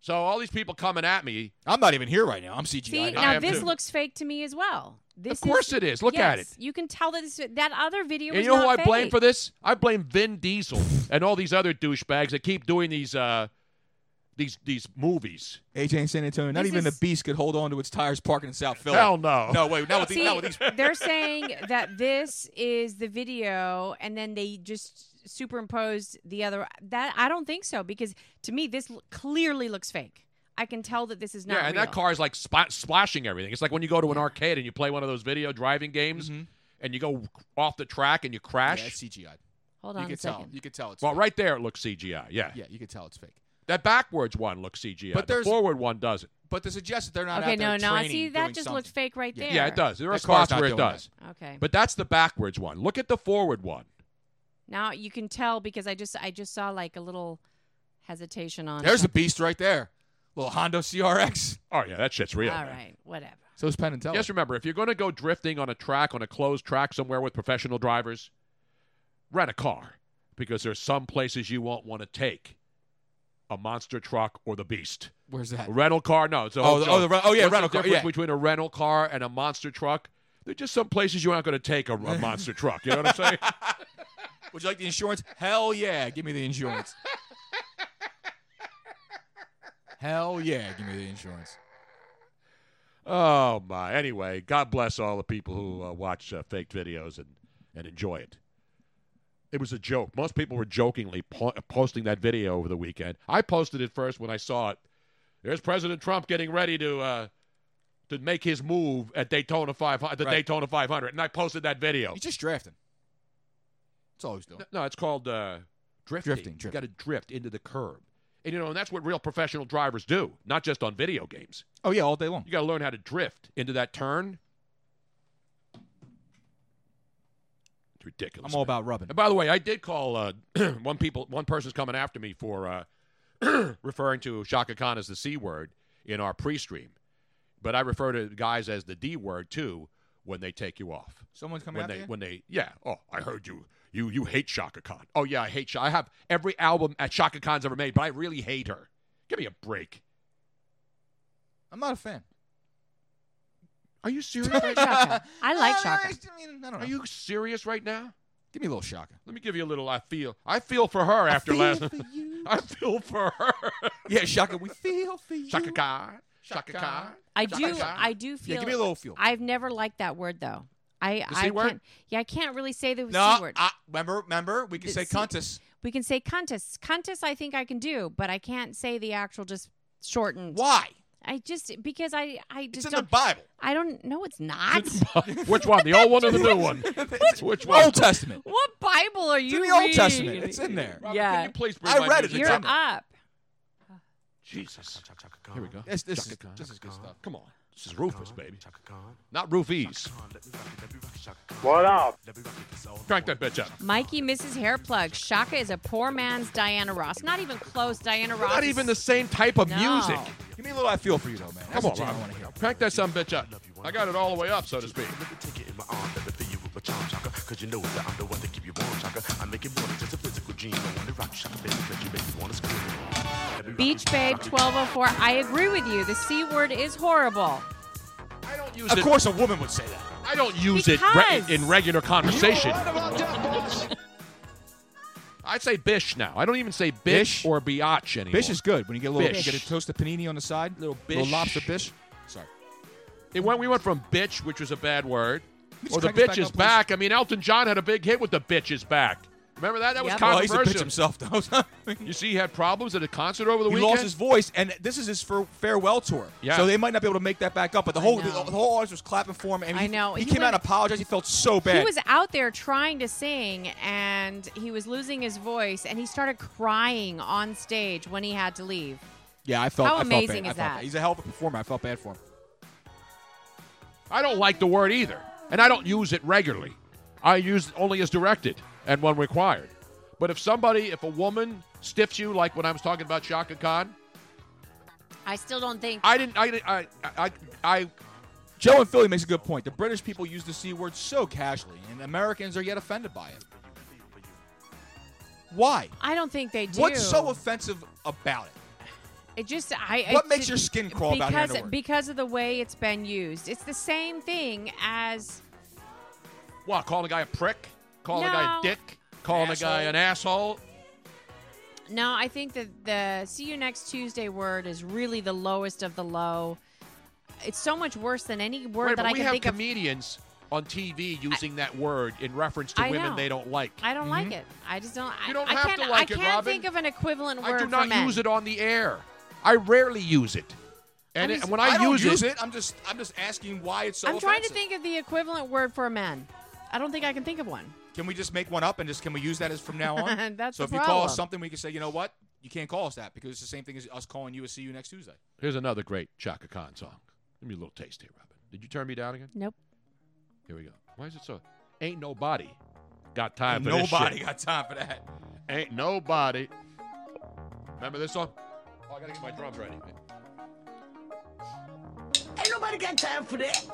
S1: So all these people coming at me,
S7: I'm not even here right now. I'm CGI.
S2: See,
S7: dude.
S1: I
S2: now
S1: am
S2: this
S1: too.
S2: looks fake to me as well. This
S1: course it is. Look at
S2: Yes,
S1: it.
S2: You can tell that this, that other video.
S1: and
S2: is
S1: you know who
S2: not
S1: I blame
S2: fake.
S1: for this? I blame Vin Diesel and all these other douchebags that keep doing these uh, these these movies.
S7: AJ in San Antonio. Not
S2: This
S7: even
S2: is-
S7: the beast could hold on to its tires parking in South Philly.
S1: Hell no.
S7: No, wait. Not with, these,
S2: See,
S7: not
S2: [LAUGHS]
S7: with these.
S2: they're saying that this is the video, and then they just superimposed the other. That I don't think so, because to me, this l- clearly looks fake. I can tell that this is not.
S1: yeah, and
S2: real.
S1: that car is like spot, splashing everything. It's like when you go to an arcade and you play one of those video driving games, and you go off the track and you
S7: Yeah,
S1: crash.
S7: it's CGI.
S2: Hold
S7: You
S2: on
S7: could
S2: a
S7: tell.
S2: second.
S7: You could tell it's.
S1: well,
S7: fake.
S1: right there it looks CGI. Yeah,
S7: Yeah, you could tell it's fake.
S1: that backwards one looks CGI.
S7: But
S1: the
S7: there's-
S1: forward one doesn't.
S7: But to suggest that they're not
S2: okay,
S7: out there
S2: no, no. I
S7: training,
S2: see that
S7: doing
S2: just
S7: something.
S2: looked fake right there.
S1: Yeah, it does. There are
S7: That car's
S1: spots
S7: not
S1: where it
S7: doing that.
S1: does.
S2: Okay.
S1: But that's the backwards one. Look at the forward one.
S2: now you can tell because I just I just saw like a little hesitation on.
S7: There's a beast right there. Little Honda CRX.
S1: Oh yeah, that shit's
S2: all
S1: real. man.
S2: right, whatever.
S7: So is Penn and Teller.
S1: Just remember, if you're going to go drifting on a track, on a closed track somewhere with professional drivers, rent a car because there's some places you won't want to take a monster truck or the beast.
S7: Where's that?
S1: A rental car? No. It's a
S7: Oh,
S1: whole
S7: the-
S1: joke.
S7: oh, the re- oh, yeah,
S1: What's the
S7: rental car,
S1: difference
S7: yeah.
S1: Between a rental car and a monster truck, there's just some places you're not going to take a, a monster truck. You know what I'm
S7: [LAUGHS]
S1: saying?
S7: Would you like the insurance? Hell yeah, give me the
S1: [LAUGHS]
S7: insurance. Hell yeah, give me the insurance.
S1: Oh my! Anyway, God bless all the people who uh, watch uh, fake videos and and enjoy it. It was a joke. Most people were jokingly po- posting that video over the weekend. I posted it first when I saw it. There's President Trump getting ready to uh, to make his move at Daytona 500, the
S7: Right.
S1: Daytona 500, and I posted that video.
S7: He's just drafting. That's all he's doing.
S1: No, it's called uh, drifting.
S7: Drifting,
S1: You
S7: drifting.
S1: got to drift into the curb, and you know, and that's what real professional drivers do, not just on video games.
S7: Oh yeah, all day long.
S1: You got to learn how to drift into that turn. It's ridiculous.
S7: I'm all
S1: man.
S7: about rubbing.
S1: And by the way, I did call uh, [CLEARS THROAT] one people. One person's coming after me for uh, [CLEARS THROAT] referring to Shaka Khan as the c word in our pre-stream, but I refer to guys as the d word too when they take you off.
S7: Someone's coming
S1: When
S7: after
S1: they,
S7: you?
S1: when they, yeah. Oh, I heard you. You, you hate Shaka Khan. Oh yeah, I hate. Sha- I have every album at Shaka Khan's ever made, but I really hate her. Give me a break.
S7: I'm not a fan.
S1: Are
S2: [LAUGHS]
S1: you serious?
S2: I like Shaka. I like
S7: Uh,
S2: Shaka.
S7: I mean, I don't know.
S1: Are you serious right now?
S7: Give me a little Shaka.
S1: Let me give you a little. I feel. I feel for her after last. [LAUGHS] I feel for her.
S7: Yeah, Shaka, we feel for you.
S1: Shaka Khan. Shaka Khan.
S2: I do.
S1: Shaka.
S2: I do feel.
S7: Yeah, give me a little feel.
S2: I've never liked that word though. I
S1: The
S2: I
S1: C word?
S2: can't. Yeah, I can't really say the
S7: No,
S2: c word.
S7: I, remember, remember, we can
S2: The
S7: say
S2: C-
S7: contest.
S2: we can say contests. Contests, I think I can do, but I can't say the actual just shortened.
S7: Why?
S2: I just because I I
S7: It's
S2: just
S7: in the
S2: don't.
S7: Bible.
S2: I don't. No, it's not.
S1: [LAUGHS] Which one? The old one or the new
S7: [LAUGHS]
S1: one? Which one?
S7: Old Testament.
S2: [LAUGHS] what Bible are you
S7: It's in the
S2: reading?
S7: Old Testament. It's in there.
S1: Robin,
S2: Yeah.
S1: Can you please bring
S7: I
S1: my
S7: read it.
S1: music
S2: You're
S1: down?
S7: It's-
S2: up.
S1: Jesus. Here we go.
S7: This, this, is,
S1: Shaka Khan.
S7: this is good stuff.
S1: Come on. This is Rufus, baby. Not Rufus.
S8: What up?
S1: Crank that bitch up.
S2: Mikey misses hair plug. Shaka is a poor man's Diana Ross. Not even close. Diana Ross.
S1: Not
S2: is-
S1: even the same type of
S2: No.
S1: music.
S7: Give me a little I feel for you, though, man. That's
S1: Come on,
S7: the jam I
S1: Robin.
S7: wanna hear.
S1: Crank that some bitch up. I got it all the way up, so to speak.
S2: Beach Babe 1204. I agree with you. The C word is horrible.
S1: I don't use
S7: Of
S1: it.
S7: course, a woman would say that.
S1: I don't use it re-
S2: Because-
S1: in regular conversation.
S6: about that, boss.
S1: I say bish now. I don't even say bish,
S7: Bish?
S1: or biatch anymore.
S7: Bish is good when you get a little
S1: Bish.
S7: get a toast of panini on the side, little
S1: bish.
S7: little lobster bish. Sorry,
S1: It went, we went from bitch, which was a bad word,
S7: just
S1: or the
S7: crank this
S1: bitch
S7: back
S1: is
S7: up, please?
S1: back. I mean, Elton John had a big hit with the bitch is back. Remember that? That was
S2: Yep.
S7: well, Oh, he's a
S1: controversial.
S7: bitch himself though. I mean,
S1: [LAUGHS] You see, he had problems at a concert over the
S7: he
S1: weekend.
S7: lost his voice, and this is his fir- farewell tour.
S1: Yeah.
S7: So they might not be able to make that back up. But the whole the,
S2: know.
S7: the whole audience was clapping for him, and
S2: I
S7: he,
S2: know.
S7: he,
S2: He
S7: came out
S2: went-
S7: and apologized. He felt so bad.
S2: He was out there trying to sing and he was losing his voice and he started crying on stage when he had to leave.
S7: yeah, I felt.
S2: How
S7: I felt
S2: amazing
S7: bad. I
S2: is
S7: felt
S2: that?
S7: bad. He's a hell of a performer. I felt bad for him.
S1: I don't like the word either, and I don't use it regularly. I use it only as directed and when required. But if somebody, if a woman stiffs you, like when I was talking about Shaka Khan,
S2: I still don't think
S1: I didn't, I, didn't- I, I, I, I
S7: Joe and Philly makes a good point. The British people use the C word so casually, and Americans are yet offended by it. Why?
S2: I don't think they do.
S7: What's so offensive about it?
S2: It just I.
S7: What
S2: I
S7: makes
S2: ju-
S7: your skin crawl about
S2: because
S7: hearing the word?
S2: because of the way it's been used. It's the same thing as
S1: what, calling a guy a prick? Calling a guy a
S2: No.
S1: dick? Calling a guy an asshole?
S2: no. I think that the "see you next Tuesday" word is really the lowest of the low. It's so much worse than any word
S1: Wait,
S2: that
S1: but
S2: I
S1: we
S2: can
S1: have
S2: think of.
S1: comedians on TV using that word in reference to
S2: I
S1: women
S2: know.
S1: they don't like.
S2: I don't
S7: Mm-hmm.
S2: like it. I just don't. I,
S1: You don't
S2: I
S1: have
S2: can't,
S1: to like
S2: I
S1: it,
S2: can't
S1: Robin.
S2: think of an equivalent
S1: I
S2: word
S1: do
S2: for
S1: not
S2: men.
S1: use it on the air. I rarely use it. And,
S2: I'm
S1: it,
S2: just-
S1: when
S7: I
S1: I,
S7: don't
S1: use, it,
S7: I'm just I'm just asking why it's so.
S2: I'm trying to
S7: offensive.
S2: think of the equivalent word for a man. I don't think I can think of one.
S7: Can we just make one up and just can we use that as from now
S2: [LAUGHS]
S7: on?
S2: That's
S7: so
S2: the
S7: if you call
S2: problem.
S7: us something, we can say, you know what, you can't call us that because it's the same thing as us calling you a see you next Tuesday.
S1: Here's another great Chaka Khan song. Give me a little taste here, Robin. Did you turn me down again?
S2: Nope.
S1: Here we go. Why is it so? Ain't nobody got time for this
S7: Nobody
S1: shit.
S7: got time for that.
S1: Ain't nobody. Remember this song? Oh, I gotta get my drums ready.
S4: Ain't nobody got time for that.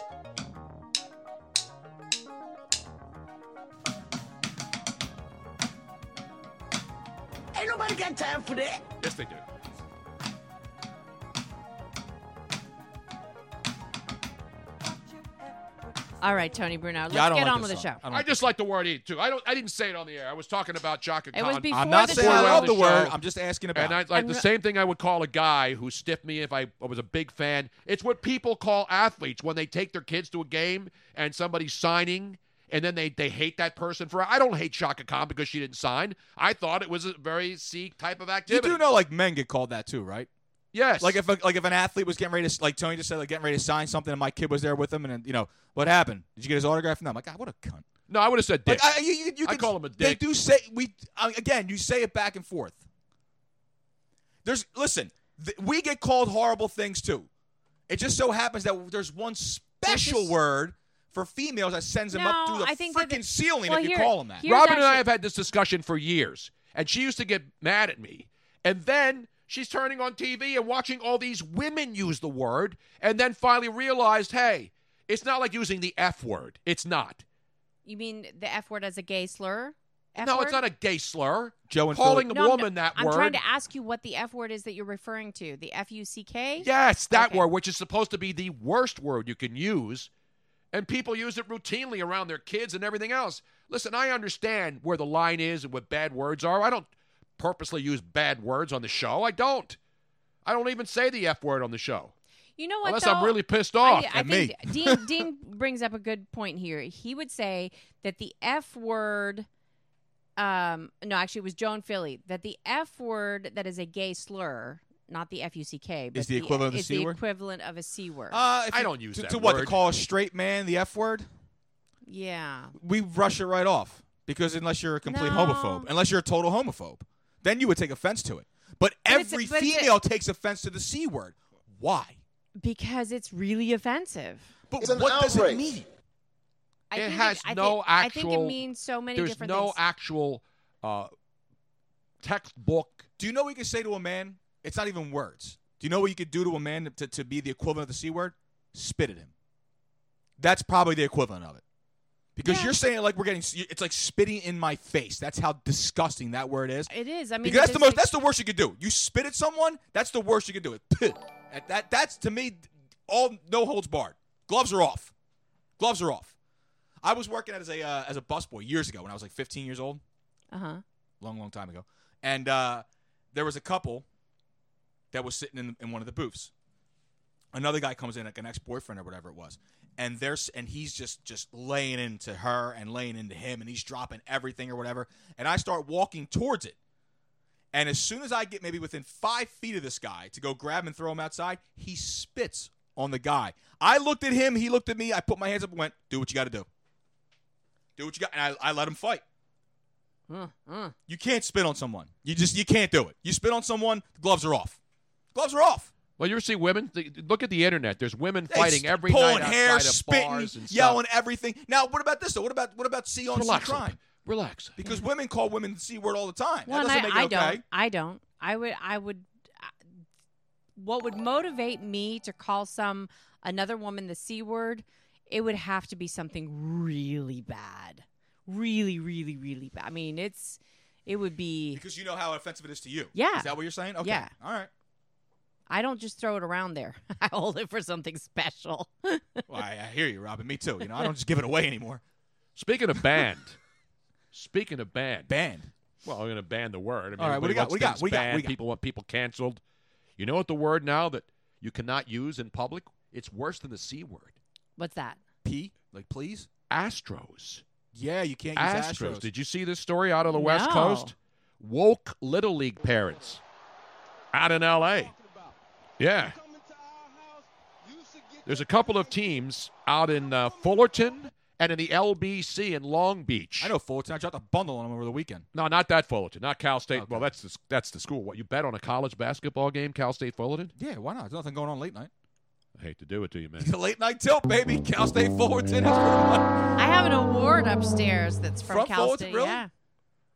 S4: Ain't nobody got time for that.
S1: Yes, they do.
S2: All right, Tony Bruno. Let's
S7: yeah, I don't
S2: get
S7: like
S2: on
S7: this
S2: with the
S7: song.
S2: show.
S7: I don't
S1: I just like the word "eat" too. I don't. I didn't say it on the air. I was talking about Chaka
S2: It
S1: Khan.
S2: was before
S7: I'm not
S2: the
S7: saying
S2: show.
S7: I
S1: Before
S7: love the
S1: the
S7: word.
S1: show.
S7: I'm just asking about.
S1: And I
S7: it.
S1: like
S2: I'm
S1: the
S2: not-
S1: same thing I would call a guy who stiffed me if I was a big fan. It's what people call athletes when they take their kids to a game and somebody's signing and then they, they hate that person for I don't hate Shaka Khan because she didn't sign. I thought it was a very C type of
S7: you
S1: activity.
S7: do know like men get called that too, right?
S1: Yes.
S7: Like if a, like if an athlete was getting ready to like Tony just said like getting ready to sign something and my kid was there with him and then, you know what happened? Did you get his autograph? No, I'm like God, what a cunt.
S1: No, I would have said dick.
S7: Like I, you, you, you
S1: I
S7: can,
S1: call him a
S7: They
S1: dick.
S7: do say we I, again. You say it back and forth. There's listen. Th- we get called horrible things too. It just so happens that there's one special
S2: just-
S7: word for females that sends them up
S2: No,
S7: through the
S2: I think that
S7: freaking
S2: the-
S7: ceiling
S2: well,
S7: if you
S2: here-
S7: call them that.
S2: here-
S1: Robin uh, and
S2: actually-
S1: I have had this discussion for years, and she used to get mad at me. And then she's turning on TV and watching all these women use the word, and then finally realized, hey, it's not like using the F word. It's not.
S2: You mean the F word as a gay slur? F
S1: no,
S2: word?
S1: it's not a gay slur.
S7: Joe and
S1: calling
S7: Philly-
S1: a
S2: No, I'm-
S1: woman that
S2: I'm
S1: word.
S2: trying to ask you what the F word is that you're referring to. The F U C K?
S1: Yes, that
S2: Okay.
S1: word, which is supposed to be the worst word you can use, and people use it routinely around their kids and everything else. Listen, I understand where the line is and what bad words are. I don't purposely use bad words on the show. I don't. I don't even say the F word on the show.
S2: You know what?
S1: Unless
S2: though?
S1: I'm really pissed off
S2: I, I
S7: at
S2: think [LAUGHS] Dean, Dean brings up a good point here. He would say that the F word, um, no, actually, it was Joan Philly, that the F word that is a gay slur, not the F U C K, but
S7: the equivalent of the
S2: is
S7: C word?
S2: equivalent of a C word.
S7: Uh, if
S1: I
S7: you-
S1: don't use
S7: to,
S1: that
S7: to what to
S1: word.
S7: call a straight man the f word.
S2: yeah.
S7: We rush it right off because unless you're a complete
S2: No.
S7: homophobe, unless you're a total homophobe, then you would take offense to it. But
S2: But it's a-
S7: every
S2: but it's a-
S7: female takes offense to the c word. Why?
S2: Because it's really offensive.
S7: But
S4: It's an
S7: what does it
S4: outrage.
S7: mean?
S2: I
S1: it
S2: think
S1: has
S2: I
S1: no
S2: think, I think
S1: actual-
S2: it means so many
S1: There's
S2: different
S1: no
S2: things.
S1: actual uh, textbook.
S7: Do you know what you can say to a man? It's not even words. Do you know what you could do to a man to, to be the equivalent of the C word? Spit at him. That's probably the equivalent of it. because you're saying it like we're getting it's like spitting in my face. That's how disgusting that word is.
S2: It is. I mean,
S7: because that's
S2: it
S7: the
S2: is
S7: most.
S2: like-
S7: That's the worst you could do. You spit at someone. That's the worst you could do. [LAUGHS] It. That, that that's to me all no holds barred. Gloves are off. Gloves are off. I was working as a uh, as a busboy years ago when I was like 15 years old
S2: Uh huh.
S7: long, long time ago. And uh, there was a couple that was sitting in, in one of the booths. Another guy comes in, like an ex-boyfriend or whatever it was, and there's and he's just just laying into her and laying into him, and he's dropping everything or whatever. And I start walking towards it, and as soon as I get maybe within five feet of this guy to go grab him and throw him outside, he spits on the guy. I looked at him, he looked at me. I put my hands up and went, "Do what you got to do. Do what you got." And I, I let him fight. You can't spit on someone. You just you can't do it. You spit on someone, the gloves are off. Gloves are off.
S1: Well, you ever see women? Th- Look at the internet. There's women
S7: They
S1: fighting
S7: st-
S1: every
S7: pulling
S1: night
S7: hair,
S1: outside of
S7: spitting,
S1: bars and stuff.
S7: yelling everything. Now, what about this though? What about what about C on C
S1: Relax.
S7: crime?
S1: Relax.
S7: Because women call women the C word all the time.
S2: Well,
S7: that
S2: and
S7: doesn't make
S2: I, I
S7: it okay.
S2: don't. I don't. I would. I would. I- What would motivate me to call some another woman the c word? It would have to be something really bad, really, really, really bad. I mean, it's. It would be.
S7: Because you know how offensive it is to you.
S2: Yeah.
S7: Is that what you're saying? Okay.
S2: Yeah.
S7: All right.
S2: I don't just throw it around there. [LAUGHS] I hold it for something special. [LAUGHS]
S7: Well, I, I hear you, Robin. Me too. You know, I don't just give it away anymore.
S1: Speaking
S7: [LAUGHS]
S1: of banned, speaking of banned,
S7: Banned.
S1: well, I'm going to ban the word. I mean,
S7: All right, what do
S1: everybody
S7: we got?
S1: wants things
S7: We got- we got- we
S1: banned.
S7: got.
S1: People want people canceled. You know what the word now that you cannot use in public? It's worse than the c word.
S2: What's that?
S7: P. Like please.
S1: Astros.
S7: Yeah, you can't use
S1: Astros. Did you see this story out on the West
S2: No.
S1: Coast? Woke little league parents out in L.A. Yeah. There's a couple of teams out in uh, Fullerton and in the LBC in Long Beach.
S7: I know Fullerton. I dropped a bundle on them over the weekend.
S1: No, not that Fullerton. Not Cal State.
S7: Okay.
S1: Well, that's the, that's the school. What you bet on a college basketball game? Cal State Fullerton.
S7: Yeah, why not? There's nothing going on late night. [LAUGHS]
S1: I hate to do it to you, man.
S7: The late night tilt, baby. Cal State Fullerton is for
S2: I have an award upstairs that's from,
S7: From
S2: Cal
S7: Fullerton,
S2: State.
S7: really?
S2: Yeah.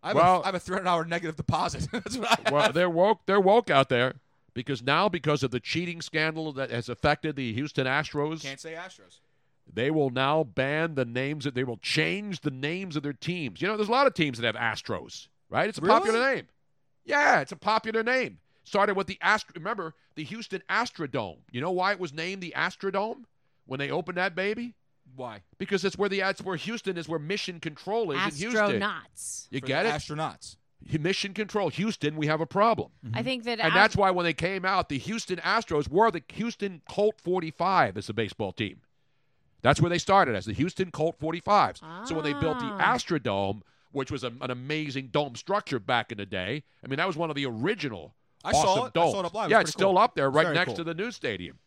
S7: I have,
S1: Well-
S7: a, I have a 300 hour negative deposit. [LAUGHS] That's what I
S1: well,
S7: have.
S1: they're woke. They're woke out there because now, because of the cheating scandal that has affected the Houston Astros,
S7: Can't say Astros.
S1: they will now ban the names that they will change the names of their teams. You know, there's a lot of teams that have Astros, right? It's a popular
S7: Really?
S1: name. Yeah, it's a popular name. Started with the Ast. Remember the Houston Astrodome. You know why it was named the Astrodome when they opened that baby?
S7: Why?
S1: Because it's where the that's where Houston is where mission control is in Houston.
S2: Astronauts.
S1: You
S7: For
S1: get
S7: the
S1: it?
S7: Astronauts. Mm-hmm.
S1: mission control. Houston, we have a problem.
S2: I think that.
S1: And
S2: I-
S1: that's why when they came out, the Houston Astros were the Houston Colt 45 as a baseball team. That's where they started as the Houston Colt 45s. So when they built the
S2: Ah.
S1: Astrodome, which was a, an amazing dome structure back in the day, I mean that was one of the original
S7: I
S1: awesome
S7: saw it. I
S1: domes.
S7: saw it up live. It was
S1: Yeah,
S7: pretty
S1: it's still
S7: cool.
S1: up there, right
S7: Very
S1: next
S7: cool.
S1: to the new stadium.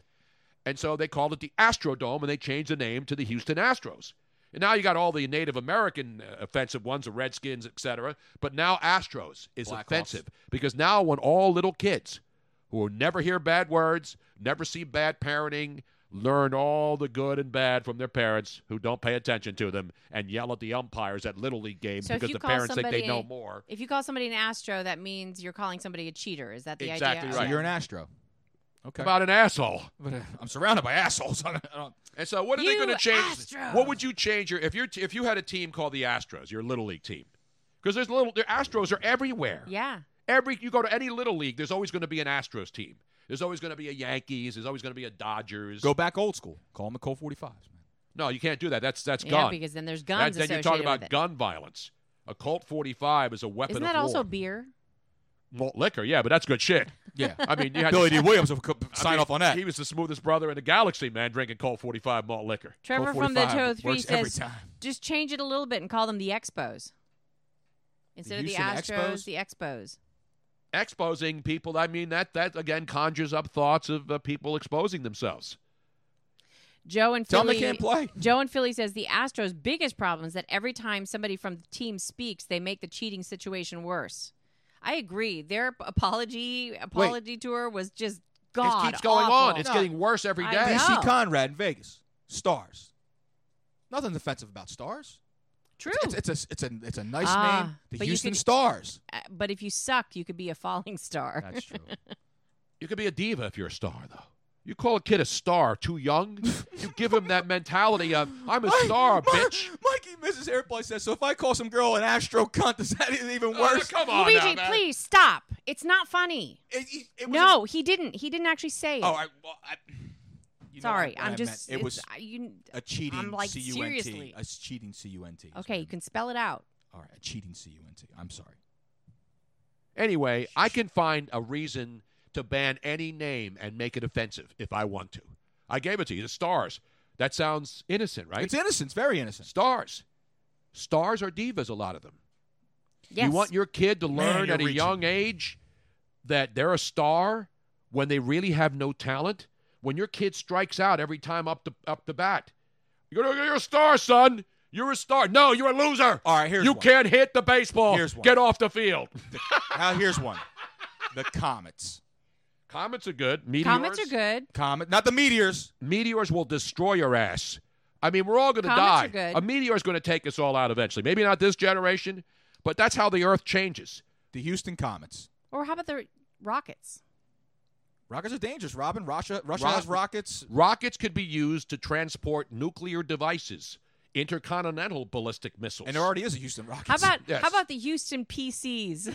S1: And so they called it the Astrodome, and they changed the name to the Houston Astros. And now you got all the Native American uh, offensive ones, the Redskins, etc. But now Astros is
S7: Blackhawks.
S1: offensive because now when all little kids who will never hear bad words, never see bad parenting, learn all the good and bad from their parents who don't pay attention to them and yell at the umpires at little league games
S2: So if
S1: because
S2: you
S1: the
S2: call
S1: parents think they
S2: somebody
S1: know
S2: a-
S1: more.
S2: If you call somebody an Astro, that means you're calling somebody a cheater. Is that the
S1: Exactly
S2: idea?
S1: right.
S7: So you're an Astro. Okay.
S1: About an asshole.
S7: But, uh, I'm surrounded by assholes. [LAUGHS] I don't- I don't-
S1: And so, what are they
S2: You
S1: going to change?
S2: Astros.
S1: What would you change your if you if you had a team called the Astros, your little league team? Because there's little the Astros are everywhere.
S2: Yeah.
S1: Every you go to any little league, there's always going to be an Astros team. There's always going to be a Yankees. There's always going to be a Dodgers.
S7: Go back old school. Call them the Colt 45s, man.
S1: No, you can't do that. That's that's
S2: Yeah,
S1: gone.
S2: because then there's guns
S1: That, then you're
S2: associated
S1: talking about
S2: with it.
S1: gun violence. A Colt 45 is a weapon
S2: Isn't that
S1: of
S2: also
S1: war.
S2: beer?
S1: malt liquor? Yeah, but that's good shit.
S7: Yeah.
S1: [LAUGHS] I mean, you had
S7: Billy
S1: to,
S7: D. Williams will co-
S1: I
S7: sign
S1: mean,
S7: off on that.
S1: He was the smoothest brother in the galaxy, man, drinking Colt 45 malt liquor.
S2: Trevor
S7: Colt
S2: from the
S7: 45
S2: Three
S7: works every
S2: says,
S7: time.
S2: just change it a little bit and call them the Expos instead of the
S7: Houston
S2: Astros,
S7: Expos?
S2: the Expos.
S1: exposing people i mean that that again conjures up thoughts of uh, people exposing themselves
S2: Joe and
S7: Tell
S2: Philly
S7: them they can't play.
S2: Joe and Philly says the Astros' biggest problem is that every time somebody from the team speaks, they make the cheating situation worse. I agree. Their p- apology apology tour was just god.
S1: it keeps going on
S2: awful.
S1: it's
S7: No.
S1: getting worse every
S2: I
S1: day
S2: know.
S7: BC Conrad in Vegas. Stars. Nothing offensive about stars.
S2: true.
S7: It's, it's, a, it's, a, it's a nice
S2: Ah,
S7: name. The
S2: but you
S7: Houston
S2: could-
S7: Stars.
S2: Uh, but if you suck, you could be a falling star.
S7: [LAUGHS] That's true.
S1: you could be a diva if you're a star though You call a kid a star too young? You give him that mentality of I'm a
S7: Mike- [LAUGHS]
S1: star,
S7: Mi-
S1: bitch.
S7: Mikey Mrs. Airplay says, so if I call some girl an astro cunt, is that even
S1: Oh,
S7: worse?
S1: come on, now,
S2: Luigi,
S1: man.
S2: please stop. It's not funny.
S7: It- it- it was
S2: No, he didn't. He didn't actually say it.
S7: A, oh, I, well, I, you know,
S2: Sorry,
S7: I- I
S2: I'm
S7: meant
S2: just.
S7: It was
S2: it's- you,
S7: a cheating
S2: I'm like,
S7: CUNT.
S2: seriously.
S7: A s- cheating CUNT. is what
S2: Okay,
S7: I
S2: you
S7: meant.
S2: can spell it out.
S7: All right, a cheating CUNT. I'm sorry.
S1: Anyway, I can find a reason to ban any name and make it offensive if I want to. I gave it to you. The stars. That sounds innocent, right?
S7: It's innocent. It's very innocent.
S1: Stars. Stars are divas, a lot of them.
S2: Yes.
S1: You want your kid to learn
S7: you're
S1: at a
S7: reaching.
S1: young age that they're a star when they really have no talent. When your kid strikes out every time up the up the bat, you're, you're a star, son. You're a star. No, you're a loser.
S7: All right, here's
S1: you
S7: one.
S1: can't hit the baseball.
S7: Here's one.
S1: Get off the field.
S7: now here's one. The comets.
S1: Comets are good. Meteors,
S2: Comments are good.
S7: Comet, not the meteors.
S1: Meteors will destroy your ass. I mean, we're all going to die.
S2: Comets are good.
S1: A meteor's going to take us all out eventually. Maybe not this generation, but that's how the Earth changes.
S7: The Houston Comets.
S2: Or how about the Rockets?
S7: Rockets are dangerous, Robin. Russia, Russia
S1: Rock-
S7: has rockets.
S1: Rockets could be used to transport nuclear devices, intercontinental ballistic missiles.
S7: And there already is a Houston Rockets.
S2: How about
S1: yes.
S2: how about the Houston PCs?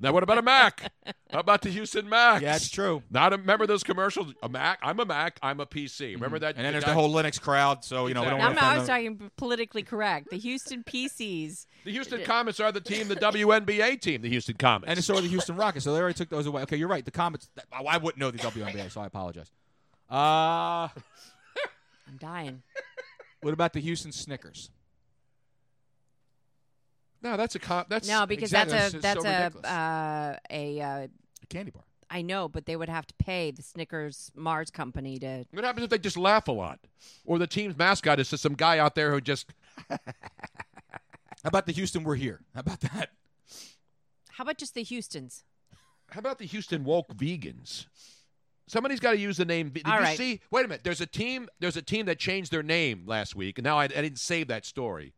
S1: now, what about
S2: [LAUGHS]
S1: a Mac? How about the Houston Mac?
S7: Yeah, it's true.
S1: Not a, remember those commercials? A Mac. I'm a Mac. I'm a PC. Remember that?
S7: Mm-hmm. And then there's
S1: that-
S7: the whole Linux crowd, so you know we don't
S1: Exactly.
S2: I'm,
S7: want
S2: not-
S7: to
S2: I was
S7: offend them.
S2: talking politically correct. The Houston Uh, PCs.
S1: The Houston Comets are the team, the WNBA team. The Houston Comets.
S7: And so are the Houston Rockets, so they already took those away. Okay, you're right. The Comets. that- oh, I wouldn't know the WNBA, so I apologize.
S2: [LAUGHS]
S7: Uh,
S2: I'm dying.
S7: what about the Houston Snickers?
S1: no, that's a com- that's
S2: No, because that's a
S1: exactly-
S2: that's
S1: so ridiculous.
S2: a uh, a uh,
S7: A candy bar.
S2: I know, but they would have to pay the Snickers Mars company to.
S1: What happens if they just laugh a lot, or the team's mascot is just some guy out there who
S7: [LAUGHS]
S1: just
S7: How about the Houston We're Here? How about that?
S2: How about just the Houstons?
S1: How about the Houston woke vegans? Somebody's got to use the name. Did
S2: All
S1: you
S2: right.
S1: see? Wait a minute. There's a team. There's a team that changed their name last week, and now I, I didn't save that story.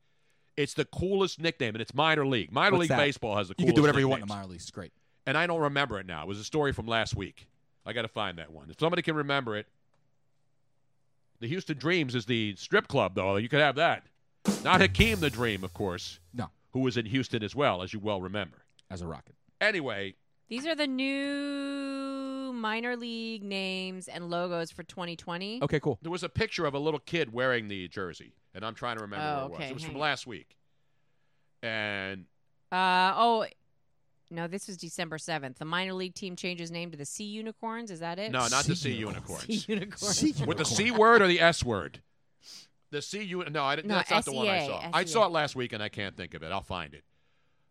S1: It's the coolest nickname, and it's minor league. Minor
S7: What's
S1: league
S7: that?
S1: baseball has the
S7: You
S1: coolest.
S7: can do whatever you want in the
S1: nicknames.
S7: minor leagues. It's great.
S1: And I don't remember it now. It was a story from last week. I got to find that one. If somebody can remember it, the Houston Dreams is the strip club, though. You could have that. Not Hakeem the Dream, of course,
S7: No,
S1: who was in Houston as well, as you well remember.
S7: as a rocket.
S1: Anyway,
S2: These are the new minor league names and logos for 2020.
S7: Okay, cool.
S1: There was a picture of a little kid wearing the jersey, and I'm trying to remember
S2: Oh,
S1: where it was.
S2: okay,
S1: It was
S2: hang
S1: from
S2: on.
S1: last week. And
S2: Uh, oh, no, this was December 7th. The minor league team changes name to the Sea Unicorns. Is that it?
S1: no, not the sea
S7: Sea unicorns.
S1: unicorns.
S2: Sea Unicorns.
S7: See,
S1: With the C word or the S word? The C U no, I didn't,
S2: No, E
S1: that's not the one I
S2: SEA,
S1: saw. I
S2: SEA.
S1: saw it last week and I can't think of it. I'll find it.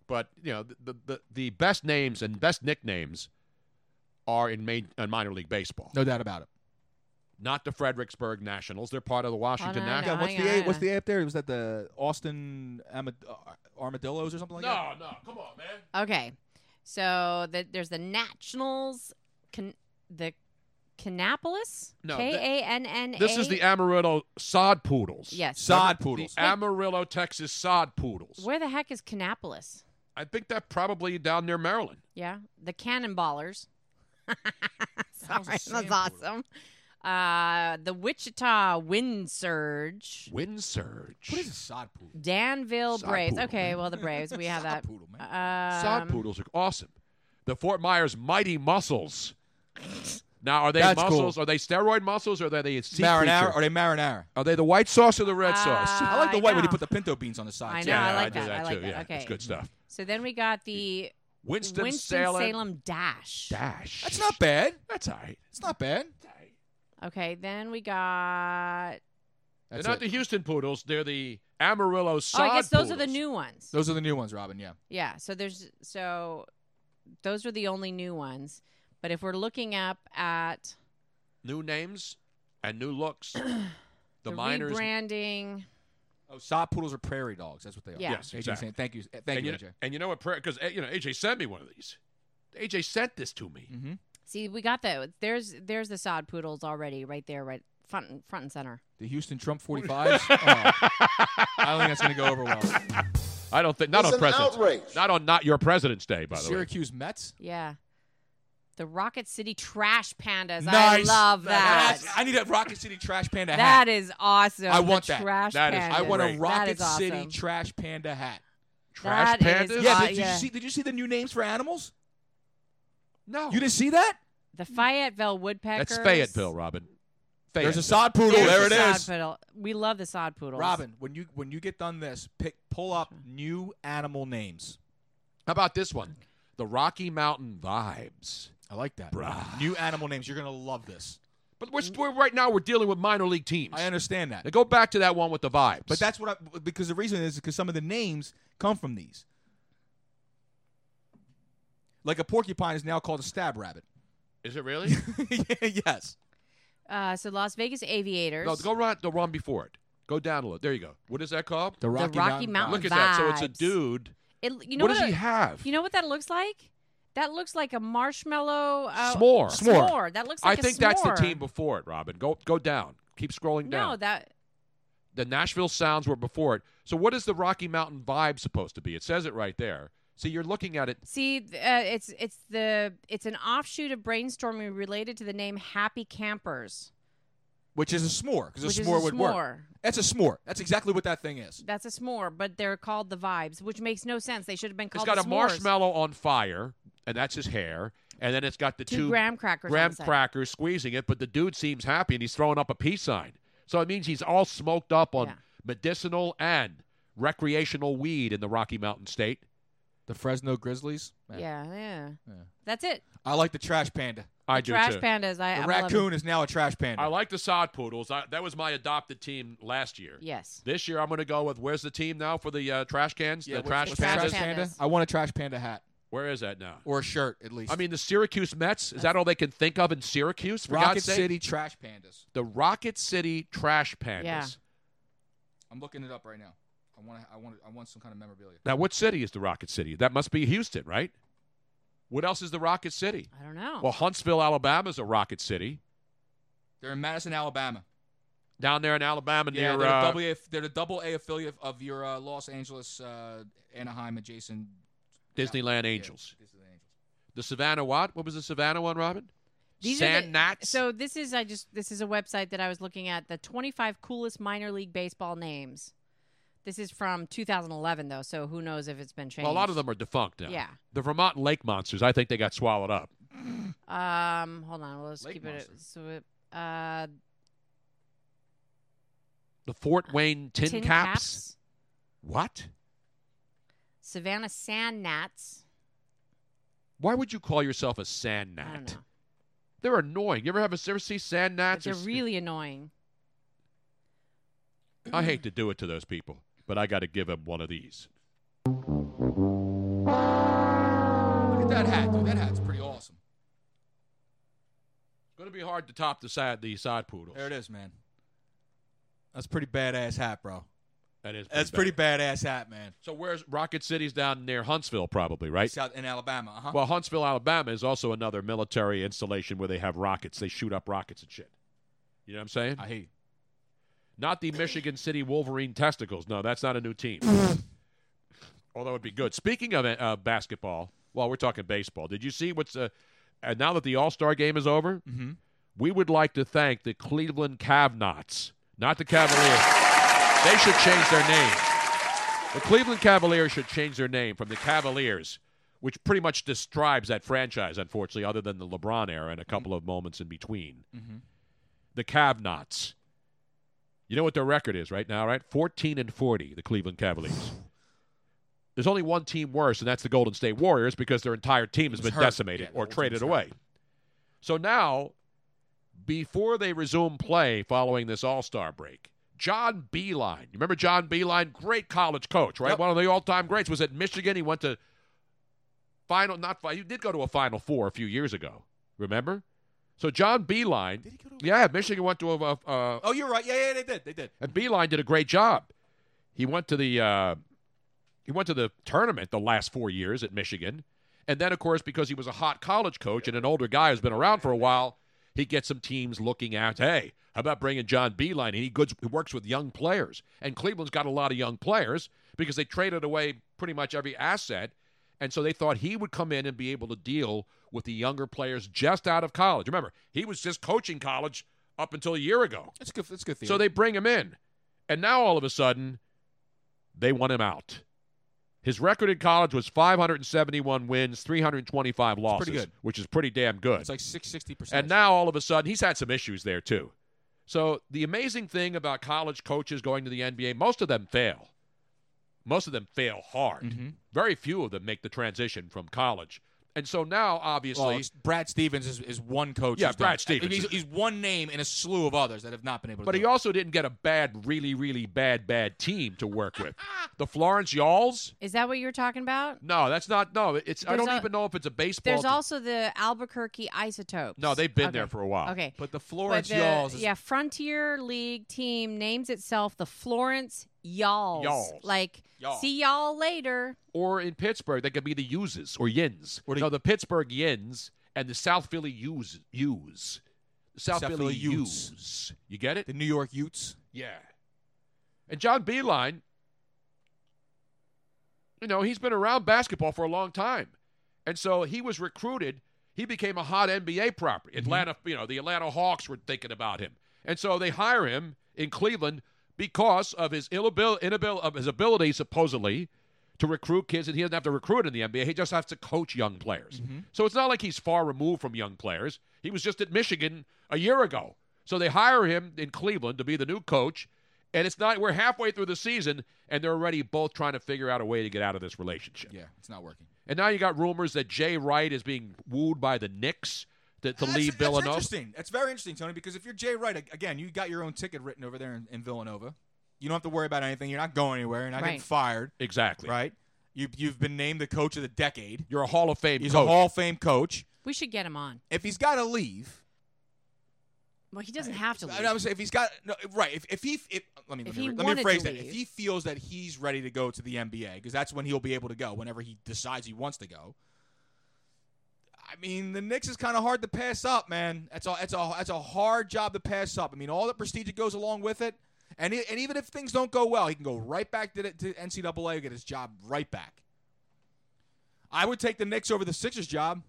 S1: But you know, the the, the, the best names and best nicknames are in main in minor league baseball.
S7: No doubt about it.
S1: Not the Fredericksburg Nationals. They're part of the Washington
S2: no,
S1: Nationals.
S2: no,
S7: what's
S2: hang
S7: the
S2: on,
S7: ape, what's
S2: hang
S7: the ape there? Was that the Austin Amad- uh, Armadillos or something like that?
S1: No, Oh, no, come on, man.
S2: Okay. So the, there's the Nationals, can, the Canapolis?
S1: No,
S2: K
S1: th-
S2: A N N A.
S1: This is the Amarillo Sod Poodles.
S2: Yes.
S7: Sod poodles.
S1: The Amarillo, Texas sod poodles.
S2: Where the heck is Canapolis?
S1: I think that probably down near Maryland.
S2: Yeah. The Cannonballers. [LAUGHS] Sorry, that's
S7: sand
S2: awesome. Uh, the Wichita Wind Surge.
S1: Wind surge.
S7: What is a sod poodle?
S2: Danville
S1: Sod
S2: Braves.
S1: poodle,
S2: Okay,
S1: man.
S2: well, the Braves, we have
S7: Sod
S2: that.
S7: poodle, man.
S1: sod
S2: Um,
S1: poodles are awesome. The Fort Myers Mighty Muscles. Now, are they
S7: That's
S1: muscles?
S7: cool.
S1: Are they steroid muscles? Or are they the sea
S7: Marinara? Are
S1: creature?
S7: they marinara?
S1: Are they the white sauce or the red sauce?
S2: Ah.
S7: I like the
S2: I
S7: white when you
S2: know.
S7: put the pinto beans on the side.
S2: I
S7: too.
S2: know, I like
S1: do
S2: that. I like
S1: too.
S2: that.
S1: Yeah, it's
S2: Okay.
S1: good stuff.
S2: So then we got the
S1: Winston,
S2: Winston-Salem Dash.
S1: Dash.
S7: That's not bad.
S1: That's all right.
S7: It's not bad.
S2: Okay, then we got.
S1: they're
S7: That's
S1: not
S7: it.
S1: the Houston poodles. They're the Amarillo
S2: Oh,
S1: sod
S2: I guess those are the
S1: poodles.
S2: new ones.
S7: Those are the new ones, Robin. Yeah.
S2: Yeah. So there's so those are the only new ones. But if we're looking up at
S1: new names and
S2: [CLEARS THROAT]
S1: new looks.
S2: the,
S1: the miners
S2: rebranding,
S7: Oh, sod poodles are prairie dogs. That's what they are.
S2: Yeah.
S1: Yes,
S7: AJ
S1: exactly.
S7: saying- Thank you. eh, Thank
S1: and
S7: you,
S1: you,
S7: AJ.
S1: and you know what? Because you know AJ sent me one of these. AJ sent this to me.
S7: Mm-hmm.
S2: see, we got that. There's there's the sod poodles already right there, right front and front and center.
S7: The Houston Trump
S1: [LAUGHS]
S7: 45s. oh, I don't think that's going to go over well.
S1: I don't think not
S5: It's
S1: on
S5: an
S1: President's
S5: outrage.
S1: not on not your President's Day by the way.
S7: Syracuse Mets.
S2: Yeah. The Rocket City Trash Pandas. I
S7: Nice.
S2: love that.
S7: That's- I need a Rocket City Trash Panda hat.
S2: That is awesome.
S7: I want
S2: the
S7: that.
S2: Trash
S1: That is-
S2: Pandas.
S7: I want a
S1: Great.
S2: That
S7: Rocket
S2: is awesome.
S7: City Trash Panda hat.
S1: Trash
S2: That is
S1: pandas?
S2: aw-
S7: Yeah,
S2: Uh,
S7: did you see? Did you see the new names for animals?
S1: No.
S7: You didn't see that?
S2: The Fayetteville Woodpeckers.
S1: That's Fayetteville, Robin. Fayetteville.
S7: There's a sod poodle.
S2: There's
S7: there
S2: the
S7: it
S2: sod
S7: is.
S2: poodle. We love the sod poodles.
S7: Robin, when you when you get done this, pick pull up new animal names.
S1: How about this one? The Rocky Mountain vibes.
S7: I like that.
S1: Bruh.
S7: New animal names. You're gonna love this.
S1: But we're, we're right now we're dealing with minor league teams.
S7: I understand that.
S1: Now go back to that one with the vibes.
S7: But that's what I because the reason is because some of the names come from these. Like a porcupine is now called a stab rabbit.
S1: is it
S7: [LAUGHS]
S1: really?
S7: yes.
S2: Uh, so Las Vegas Aviators.
S1: no, go right the one before it. Go down a little. There you go. What is that called?
S7: The
S2: Rocky Rocky Mountain Mountain
S1: Look at that. So it's a
S2: Vibes.
S1: dude.
S2: It, you know
S1: what does
S2: what
S1: he
S2: a-
S1: have?
S2: You know what that looks like? That looks like a marshmallow uh,
S1: S'more.
S2: S'more.
S1: S'more.
S2: That looks
S1: I
S2: like a
S1: think that's the
S2: s'more.
S1: team before it, Robin. Go go down. Keep scrolling down.
S2: No, that
S1: the Nashville Sounds were before it. So what is the Rocky Mountain vibe supposed to be? It says it right there. See, you're looking at it.
S2: see, th- uh, it's it's the it's an offshoot of brainstorming related to the name Happy Campers,
S7: Which is a s'more because
S2: which
S7: a
S2: is
S7: s'more
S2: a
S7: would
S2: s'more.
S7: work. That's a s'more. That's exactly what that thing is.
S2: That's a s'more, but they're called the vibes, which makes no sense. They should have been
S1: It's
S2: called.
S1: got
S2: the
S1: a
S2: s'mores.
S1: marshmallow on fire, and that's his hair. And then it's got the
S2: Two
S1: two,
S2: graham crackers on
S1: graham
S2: the side.
S1: crackers squeezing it. But the dude seems happy, and he's throwing up a peace sign. So it means he's all smoked up on
S2: Yeah.
S1: medicinal and recreational weed in the Rocky Mountain State.
S7: The Fresno Grizzlies. Man.
S2: Yeah, yeah, That's it.
S7: I like the trash panda.
S1: I do
S2: Trash
S1: too.
S2: pandas. I
S7: The
S2: I'm loving-
S7: raccoon is now a trash panda.
S1: I like the sod poodles. I, that was my adopted team last year.
S2: Yes.
S1: This year I'm going to go with where's the team now for the uh, trash cans?
S7: Yeah,
S1: the
S7: what's-
S1: trash
S7: what's
S2: trash
S1: pandas.
S2: can?
S7: panda.
S2: Pandas.
S7: I want a trash panda hat
S1: Where is that now?
S7: or a shirt at least.
S1: I mean, the Syracuse Mets, is that all they can think of in Syracuse? For
S7: Rocket
S1: God's sake?
S7: City trash pandas.
S1: The Rocket City Trash Pandas.
S2: Yeah.
S7: I'm looking it up right now. I want I want I want some kind of memorabilia.
S1: Now, what city is the Rocket City? That must be Houston, right? What else is the Rocket City?
S2: I don't know.
S1: Well, Huntsville, Alabama is a Rocket City.
S7: They're in Madison, Alabama.
S1: Down there in Alabama
S7: Yeah,
S1: near.
S7: they're,
S1: uh,
S7: the double A, they're the double A affiliate of your uh, Los Angeles, uh, Anaheim adjacent
S1: Disneyland
S7: yeah,
S1: Angels.
S7: Disneyland Angels.
S1: the Savannah what? What was the Savannah one, Robin?
S2: These are
S1: Sand
S2: the-
S1: Gnats?
S2: So this is I just this is a website that I was looking at the 25 coolest minor league baseball names. This is from 2011 though, so who knows if it's been changed.
S1: Well, a lot of them are defunct now.
S2: Yeah.
S1: The Vermont Lake Monsters, I think they got swallowed up.
S2: Um, hold on, let's
S7: Lake
S2: keep it.
S7: Monster.
S2: So it, uh,
S1: The Fort Wayne Tin,
S2: tin
S1: Caps. What?
S2: Savannah Sand Gnats.
S1: Why would you call yourself a sand
S2: I don't
S1: gnat?
S2: know.
S1: They're annoying. You ever have a ever see sand
S2: But
S1: gnats?
S2: they're
S1: It's-
S2: really annoying.
S1: I hate to do it to those people, but I got to give them one of these.
S7: Mm-hmm. Look at that hat, dude. That hat's pretty awesome.
S1: It's going to be hard to top the side the side poodles.
S7: There it is, man. That's pretty badass hat, bro.
S1: That is.
S7: That's pretty badass hat, man.
S1: So where's Rocket City's down near Huntsville, probably right?
S7: South in Alabama, uh huh.
S1: Well, Huntsville, Alabama is also another military installation where they have rockets. They shoot up rockets and shit. You know what I'm saying?
S7: I hate.
S1: Not the Michigan City Wolverine Testicles. No, that's not a new
S7: [LAUGHS]
S1: team. Although it'd be good. Speaking of uh, basketball, well, we're talking baseball. Did you see what's uh, uh, now that the All Star game is over?
S7: Mm-hmm.
S1: We would like to thank the Cleveland Cavnots, not the Cavaliers. They should change their name. The Cleveland Cavaliers should change their name from the Cavaliers, which pretty much describes that franchise, unfortunately, other than the LeBron era and a couple of moments in between.
S7: Mhm.
S1: The Cavnots. You know what their record is right now, right? 14 and 40, the Cleveland Cavaliers. There's only one team worse, and that's the Golden State Warriors because their entire team has
S7: was
S1: been
S7: hurt.
S1: decimated
S7: Yeah, the
S1: or
S7: whole team's
S1: traded
S7: hurt.
S1: away. So now before they resume play following this All Star break. John Beeline, you remember John Beeline, great college coach, right?
S7: Yep.
S1: One of the all-time greats was at Michigan. He went to final, not final. He did go to a Final Four a few years ago. Remember? So John Beeline,
S7: Did he go to a-
S1: yeah, Michigan went to a, a, a
S7: Oh, you're right. Yeah, yeah, they did. They did.
S1: and Beeline did a great job. He went to the uh, he went to the tournament the last four years at Michigan, and then of course because he was a hot college coach and an older guy who's been around for a while, he gets some teams looking at hey, how about bringing John Beeline? And he goods he works with young players, and Cleveland's got a lot of young players because they traded away pretty much every asset, And so they thought he would come in and be able to deal with the younger players just out of college. Remember, he was just coaching college up until a year ago.
S7: That's good. That's good. Theory.
S1: So they bring him in. And now all of a sudden, they want him out. His record in college was 571 wins, 325 losses,
S7: pretty good.
S1: which is pretty damn good.
S7: It's like six sixty percent.
S1: And now all of a sudden, he's had some issues there too. So the amazing thing about college coaches going to the NBA, most of them fail. Most of them fail hard.
S7: Mm-hmm.
S1: Very few of them make the transition from college. And so now, obviously,
S7: Well, it's- Brad Stevens is, is one coach.
S1: Yeah,
S7: who's done
S1: Brad
S7: it.
S1: Stevens
S7: He's,
S1: is-
S7: he's one name in a slew of others that have not been able.
S1: but
S7: to
S1: he
S7: do it.
S1: also didn't get a bad, really, really bad, bad team to work
S2: [LAUGHS]
S1: with. the Florence Yalls?
S2: Is that what you were talking about?
S1: No, that's not. No, it's. I
S2: There's
S1: don't
S2: al-
S1: even know if it's a baseball.
S2: There's
S1: team.
S2: also the Albuquerque Isotopes.
S1: No, they've been
S2: Okay.
S1: there for a while.
S2: Okay.
S7: But the Florence
S2: but the,
S7: Yalls. is-
S2: yeah, Frontier League team names itself the Florence Yalls.
S1: Yalls.
S2: Like,
S7: Yalls.
S2: see y'all later.
S1: Or in Pittsburgh, they could be the Uses or Yins.
S7: What do
S1: no,
S7: you-
S1: the Pittsburgh Yins and the South Philly U's. U's. South,
S7: South
S1: Philly
S7: Philly Utes.
S1: U's. You get it?
S7: the New York Utes.
S1: Yeah. And John Beeline, you know, he's been around basketball for a long time. And so he was recruited. He became a hot NBA property. Atlanta, you know, the Atlanta Hawks were thinking about him. And so they hire him in Cleveland because of his illabil- inabil- of his ability, supposedly, to recruit kids. And he doesn't have to recruit in the NBA. He just has to coach young players. So it's not like he's far removed from young players. He was just at Michigan a year ago. So they hire him in Cleveland to be the new coach. And it's not, we're halfway through the season, and they're already both trying to figure out a way to get out of this relationship.
S7: Yeah, it's not working.
S1: And now you got rumors that Jay Wright is being wooed by the Knicks to, to
S7: That's-
S1: leave
S7: that's
S1: Villanova.
S7: interesting. That's very interesting, Tony. Because if you're Jay Wright, ag- again, you got your own ticket written over there in, in Villanova. You don't have to worry about anything. You're not going anywhere. You're not getting
S2: Right.
S7: fired.
S1: Exactly.
S7: Right. You you've been named the coach of the decade.
S1: You're a Hall of Fame
S7: He's
S1: coach.
S7: a Hall of Fame coach.
S2: We should get him on.
S7: If he's got to leave,
S2: Well, he doesn't have to leave.
S7: I I would say if he's got no, right. If, if he if, let me
S2: If
S7: let me,
S2: he
S7: let me
S2: wanted to
S7: rephrase that.
S2: leave.
S7: If he feels that he's ready to go to the NBA, because that's when he'll be able to go. Whenever he decides he wants to go. I mean, the Knicks is kind of hard to pass up, man. That's a that's a that's a hard job to pass up. I mean, all the prestige that goes along with it, and he, and even if things don't go well, he can go right back to, the, to NCAA and get his job right back. I would take the Knicks over the Sixers job.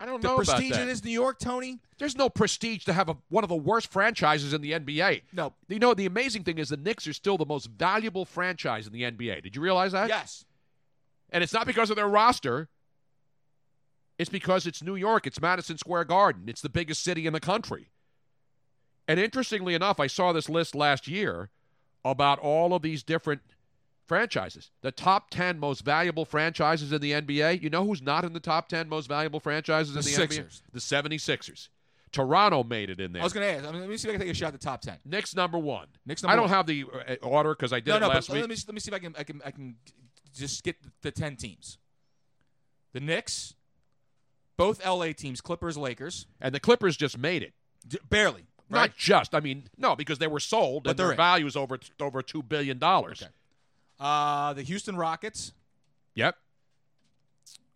S1: I don't
S7: The
S1: know about
S7: prestige
S1: that.
S7: it is New York, Tony.
S1: There's no prestige to have a, one of the worst franchises in the NBA.
S7: No.
S1: You know, the amazing thing is the Knicks are still the most valuable franchise in the NBA. Did you realize that?
S7: Yes.
S1: And it's not because of their roster. It's because it's New York. It's Madison Square Garden. It's the biggest city in the country. And interestingly enough, I saw this list last year about all of these different franchises. The top 10 most valuable franchises in the NBA. You know who's not in the top 10 most valuable franchises
S7: The
S1: in the
S7: Sixers.
S1: NBA? The 76ers. Toronto made it in there.
S7: I was going to ask. I mean, let me see if I can take a shot at the top ten.
S1: Knicks number one.
S7: Knicks
S1: I
S7: number
S1: don't
S7: one.
S1: have the uh, order because I did
S7: No,
S1: it
S7: no.
S1: last
S7: But
S1: week.
S7: let me let me see if I can I can I can just get the ten teams. The Knicks, both LA teams, Clippers, Lakers,
S1: and the Clippers just made it.
S7: d- barely. Right?
S1: Not just. I mean, no, because they were sold
S7: But
S1: and
S7: they're
S1: their
S7: in.
S1: value is over over two billion dollars.
S7: Okay. Uh, the Houston Rockets.
S1: Yep.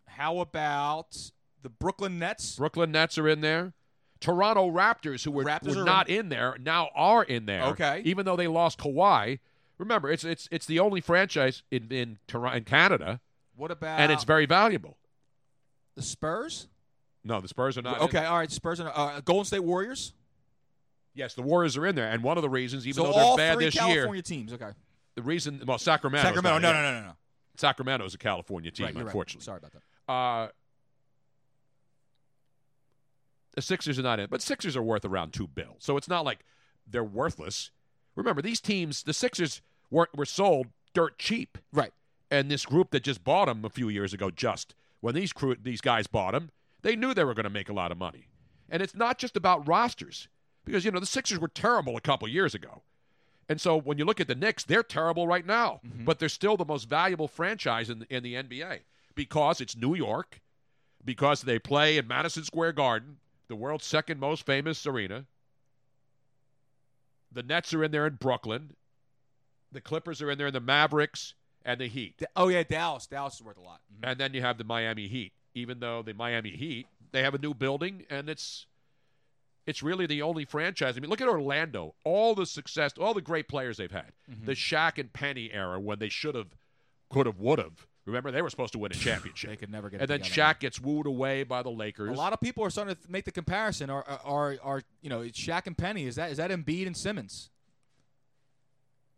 S7: How about the Brooklyn Nets?
S1: Brooklyn Nets are in there. Toronto Raptors, who were,
S7: Raptors
S1: were
S7: are
S1: not in. there, now are in there.
S7: Okay.
S1: Even though they lost Kawhi. Remember, it's it's it's the only franchise in in, Toronto, in Canada,
S7: What about
S1: and it's very valuable.
S7: the Spurs?
S1: No, the Spurs are not. in
S7: okay,
S1: there.
S7: all right. Spurs and uh, Golden State Warriors.
S1: Yes, the Warriors are in there, and one of the reasons, even
S7: so
S1: though
S7: all
S1: they're bad
S7: three
S1: this
S7: California
S1: year,
S7: teams. Okay.
S1: the reason well Sacramento.
S7: Sacramento. No, no, no, no, no.
S1: Sacramento's a California team,
S7: Right, you're right.
S1: unfortunately.
S7: Sorry about that.
S1: Uh, the Sixers are not in, but Sixers are worth around two bill, so it's not like they're worthless. Remember, these teams, the Sixers were were sold dirt cheap,
S7: Right.
S1: and this group that just bought them a few years ago, just when these crew, these guys bought them, they knew they were going to make a lot of money, and it's not just about rosters because you know the Sixers were terrible a couple years ago. And so when you look at the Knicks, they're terrible right now, but they're still the most valuable franchise in the, in the NBA because it's New York, because they play in Madison Square Garden, the world's second most famous arena. The Nets are in there in Brooklyn. The Clippers are in there in the Mavericks and the Heat.
S7: Da- oh yeah, Dallas. Dallas is worth a lot. Mhm.
S1: And then you have the Miami Heat, even though the Miami Heat, they have a new building and it's it's really the only franchise. I mean, look at Orlando. All the
S7: Mm-hmm.
S1: success, all the great players they've had. The Shaq and Penny era when they should have, could have, would have. Remember, they were supposed
S7: [LAUGHS]
S1: to win a championship.
S7: They could never get
S1: And
S7: it
S1: then
S7: together.
S1: Shaq gets wooed away by the Lakers.
S7: A lot of people are starting to th- make the comparison. Are, are are are you know? It's Shaq and Penny. Is that is that Embiid and Simmons?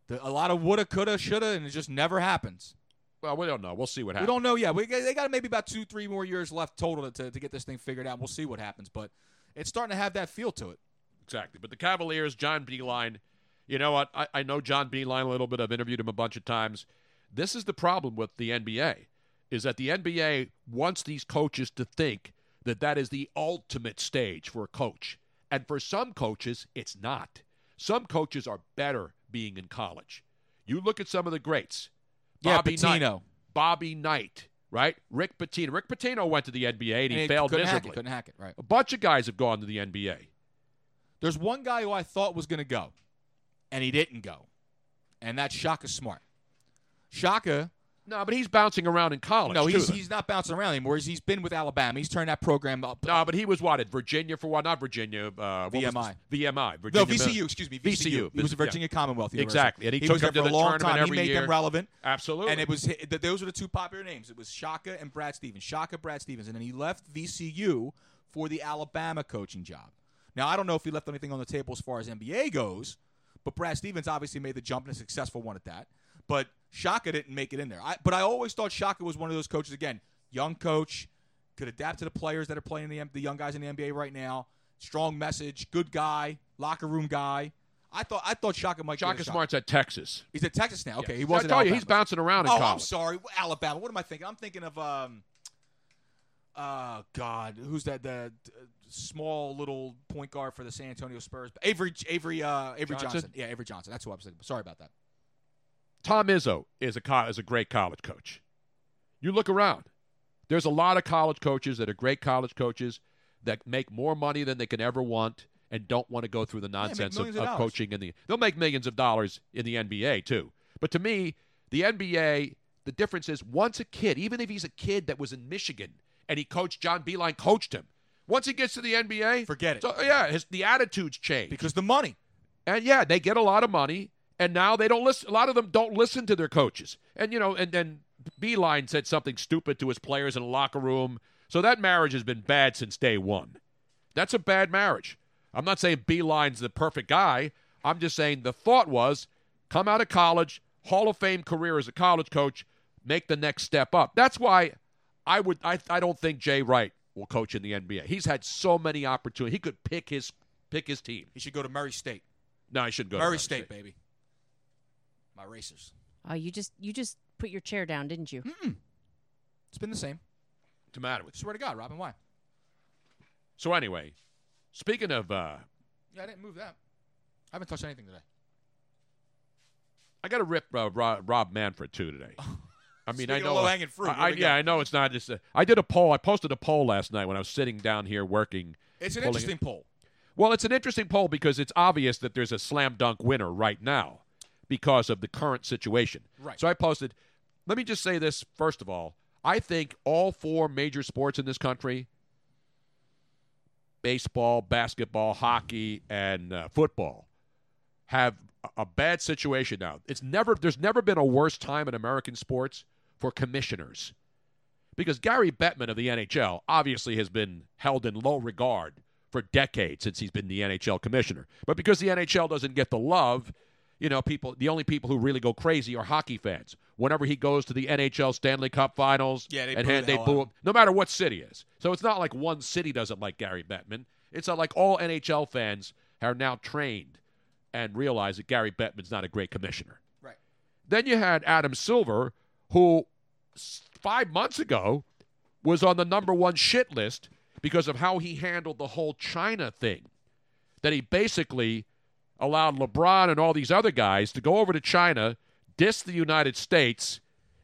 S7: The, a lot of woulda, coulda, shoulda, and it just never happens.
S1: well, we don't know. We'll see what
S7: We
S1: happens.
S7: don't know yet. We, they got maybe about two, three more years left total to, to, to get this thing figured out. We'll see what happens, but it's starting to have that feel to it.
S1: Exactly. But the Cavaliers, John Beeline, you know what? I, I know John Beeline a little bit. I've interviewed him a bunch of times. This is the problem with the NBA is that the NBA wants these coaches to think that that is the ultimate stage for a coach. And for some coaches, it's not. Some coaches are better being in college. You look at some of the greats.
S7: Yeah,
S1: Bobby Knight,
S7: Pitino.
S1: Bobby Knight, right? Rick Pitino. Rick Pitino went to the NBA and he,
S7: And
S1: failed
S7: couldn't hack
S1: miserably.
S7: it. Couldn't hack it. Right.
S1: A bunch of guys have gone to the NBA.
S7: There's one guy who I thought was going to go, and he didn't go, and that's Shaka Smart. Shaka
S1: No, but he's bouncing around in college.
S7: No,
S1: too,
S7: he's,
S1: then.
S7: he's not bouncing around anymore. He's, he's been with Alabama. He's turned that program up.
S1: no, but he was what at Virginia for what? Not Virginia. Uh, what was
S7: VMI.
S1: this- VMI. Virginia
S7: no, VCU. Excuse me, VCU. He was a
S1: Yeah.
S7: Virginia Commonwealth. University.
S1: Exactly, and he
S7: he
S1: took
S7: was
S1: them
S7: there
S1: to
S7: for
S1: the
S7: a long
S1: tournament
S7: time.
S1: every
S7: he made
S1: year.
S7: them relevant.
S1: Absolutely.
S7: And it was th- those were the two popular names. It was Shaka and Brad Stevens. Shaka, Brad Stevens, and then he left VCU for the Alabama coaching job. Now I don't know if he left anything on the table as far as NBA goes, but Brad Stevens obviously made the jump and a successful one at that. But Shaka didn't make it in there. I, but I always thought Shaka was one of those coaches again, young coach, could adapt to the players that are playing in the, M- the young guys in the NBA right now. Strong message, good guy, locker room guy. I thought I thought Shaka might. get a
S1: Shaka
S7: shot.
S1: Smart's at Texas.
S7: He's at Texas now. Okay, he
S1: Yeah.
S7: was.
S1: I
S7: at
S1: tell you,
S7: Alabama.
S1: he's bouncing around in
S7: Oh, I'm
S1: college.
S7: sorry, Alabama. What am I thinking? I'm thinking of um, uh, God, who's that? The uh, small little point guard for the San Antonio Spurs, Avery Avery uh, Avery
S1: Johnson?
S7: Johnson. Yeah, Avery Johnson. That's who I was thinking. Sorry about that.
S1: Tom Izzo is a co- is a great college coach. You look around. There's a lot of college coaches that are great college coaches that make more money than they can ever want and don't want to go through the nonsense of,
S7: millions of
S1: of
S7: dollars.
S1: coaching in the they'll make millions of dollars in the NBA too. But to me, the NBA, the difference is once a kid, even if he's a kid that was in Michigan and he coached John Beeline coached him, once he gets to the NBA,
S7: Forget it.
S1: So, yeah, his, the attitudes change.
S7: Because the money.
S1: And yeah, they get a lot of money, and now they don't listen. A lot of them don't listen to their coaches. And you know, and then Beeline said something stupid to his players in the locker room. So that marriage has been bad since day one. That's a bad marriage. I'm not saying Beeline's the perfect guy. I'm just saying the thought was come out of college, Hall of Fame career as a college coach, make the next step up. That's why I would I, I don't think Jay Wright will coach in the NBA. He's had so many opportunities. He could pick his pick his team.
S7: He should go to Murray State.
S1: No, I shouldn't go. to
S7: Murray State, baby. My racers.
S2: Oh, you just you just put your chair down, didn't you?
S7: It's been the same.
S1: What's the matter with you?
S7: Swear to God, Robin. Why?
S1: So anyway, speaking of, uh,
S7: Yeah, I didn't move that. I haven't touched anything today.
S1: I got to rip uh, Rob, Rob Manfred too
S7: [LAUGHS]
S1: today. I mean, I
S7: Speaking of
S1: know.
S7: low-hanging fruit,
S1: I,
S7: here
S1: I-
S7: we go.
S1: yeah, I know it's not. Just a, I did a poll. I posted a poll last night when I was sitting down here working.
S7: It's an
S1: pulling
S7: interesting poll.
S1: Well, it's an interesting poll because it's obvious that there's a slam dunk winner right now because of the current situation.
S7: Right.
S1: So I posted, let me just say this first of all. I think all four major sports in this country baseball, basketball, hockey, and uh, football have a- a bad situation now. It's never there's never been a worse time in American sports for commissioners because Gary Bettman of the NHL obviously has been held in low regard for decades since he's been the NHL commissioner. But because the NHL doesn't get the love, you know, people the only people who really go crazy are hockey fans. Whenever he goes to the NHL Stanley Cup Finals,
S7: Yeah, they
S1: and
S7: boo
S1: hand-
S7: the
S1: they
S7: hell
S1: boo
S7: out of
S1: him, no matter what city it is. So it's not like one city doesn't like Gary Bettman. It's not like all NHL fans are now trained and realize that Gary Bettman's not a great commissioner.
S7: Right.
S1: Then you had Adam Silver, who s- five months ago was on the number one shit list because of how he handled the whole China thing. That he basically allowed LeBron and all these other guys to go over to China, diss the United States,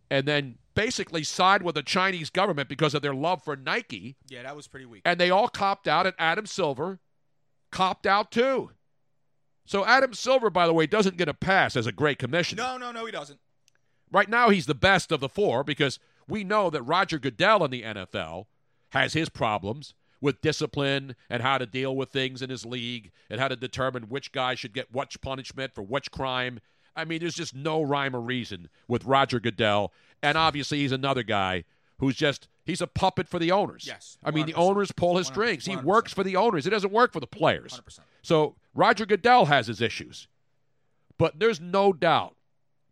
S1: and then basically side with the Chinese government because of their love for Nike.
S7: Yeah, that was pretty weak.
S1: And they all copped out, and Adam Silver copped out too. So Adam Silver, by the way, doesn't get a pass as a great commissioner.
S7: No, no, no, he doesn't.
S1: Right now, he's the best of the four because we know that Roger Goodell in the NFL has his problems with discipline and how to deal with things in his league and how to determine which guy should get what punishment for which crime. I mean, there's just no rhyme or reason with Roger Goodell. And obviously, he's another guy who's just he's a puppet for the owners.
S7: Yes,
S1: I mean the
S7: 100%.
S1: owners pull his strings. He
S7: 100%.
S1: works for the owners. He doesn't work for the players.
S7: 100%.
S1: So Roger Goodell has his issues, but there's no doubt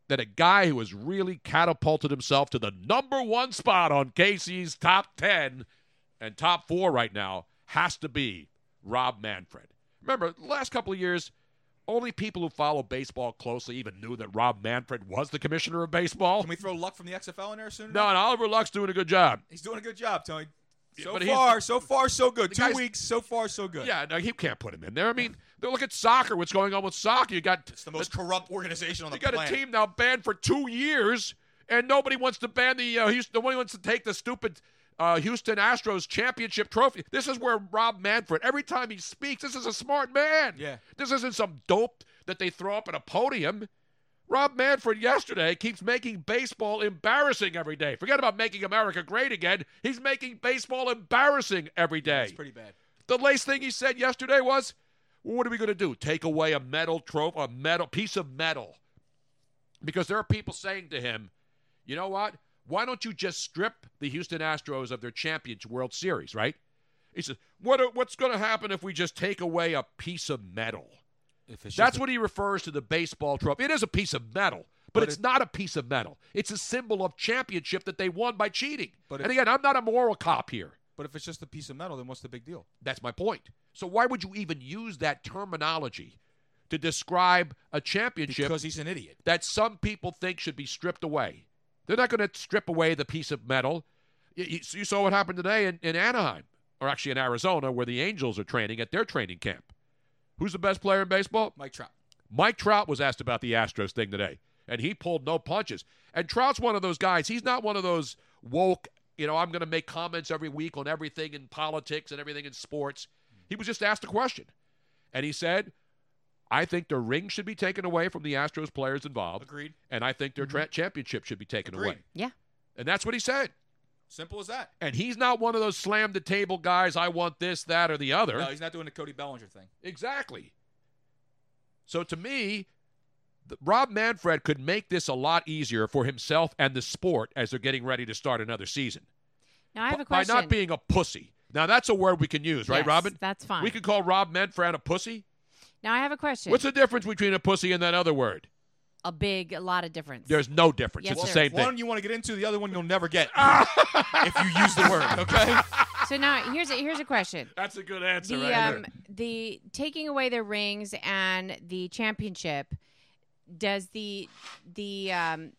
S1: that a guy who has really catapulted himself to the number one spot on Casey's top ten and top four right now has to be Rob Manfred. Remember, the last couple of years, only people who follow baseball closely even knew that Rob Manfred was the commissioner of baseball.
S7: Can we throw Luck from the XFL in there soon?
S1: no,
S7: enough?
S1: and Oliver Luck's doing a good job.
S7: He's doing a good job, Tony. So
S1: but he's-
S7: far, so far, so good. Two
S1: guy's-
S7: weeks, so far, so good.
S1: Yeah, no, he can't put him in there. I mean, look at soccer. What's going on with soccer? You got
S7: It's the most corrupt organization on the
S1: you got
S7: planet.
S1: a team now banned for two years, and nobody wants to ban the uh, Houston. Nobody wants to take the stupid uh, Houston Astros championship trophy. This is where Rob Manfred. Every time he speaks, this is a smart man.
S7: Yeah.
S1: this isn't some dope that they throw up at a podium. Rob Manfred yesterday keeps making baseball embarrassing every day. Forget about making America great again. He's making baseball embarrassing every day.
S7: It's pretty bad.
S1: The last thing he said yesterday was, "What are we going to do? Take away a metal trophy, a metal piece of metal?" Because there are people saying to him, "You know what? Why don't you just strip the Houston Astros of their Champions World Series?" Right? He says, "What? are- What's going to happen if we just take away a piece of metal?"
S7: If it's
S1: That's what he refers to the baseball trophy. It is a piece of metal, but,
S7: But
S1: it's
S7: it-
S1: not a piece of metal. It's a symbol of championship that they won by cheating.
S7: But
S1: and
S7: it-
S1: again, I'm not a moral cop here.
S7: but if it's just a piece of metal, then what's the big deal?
S1: That's my point. So why would you even use that terminology to describe a championship
S7: Because he's an idiot.
S1: that some people think should be stripped away? They're not going to strip away the piece of metal. Y- y- so You saw what happened today in, in Anaheim, or actually in Arizona, where the Angels are training at their training camp. Who's the best player in baseball?
S7: Mike Trout.
S1: Mike Trout was asked about the Astros thing today, and he pulled no punches. And Trout's one of those guys. He's not one of those woke, you know, I'm going to make comments every week on everything in politics and everything in sports. He was just asked a question, and he said, I think the ring should be taken away from the Astros players involved,
S7: Agreed.
S1: and I think their tra- championship should be taken away.
S7: Agreed.
S2: Yeah.
S1: And that's what he said.
S7: Simple as that.
S1: And he's not one of those slam the table guys, I want this, that, or the other.
S7: No, he's not doing the Cody Bellinger thing.
S1: Exactly. So to me, th- Rob Manfred could make this a lot easier for himself and the sport as they're getting ready to start another season.
S2: Now I have
S1: B-
S2: a question.
S1: By not being a pussy. Now that's a word we can use, right,
S2: Yes,
S1: Robin?
S2: That's fine.
S1: We could call Rob Manfred a pussy.
S2: now I have a question.
S1: What's the difference between a pussy and that other word?
S2: a big, a lot of difference.
S1: There's no difference.
S2: Yes,
S1: it's the
S2: there is.
S1: same thing.
S7: One you want to get into, the other one you'll never [LAUGHS] get if you use the
S1: [LAUGHS]
S7: word. Okay.
S2: so now here's a, here's a question.
S1: That's a good answer,
S2: the
S1: right
S2: um, the taking away the rings and the championship does the the um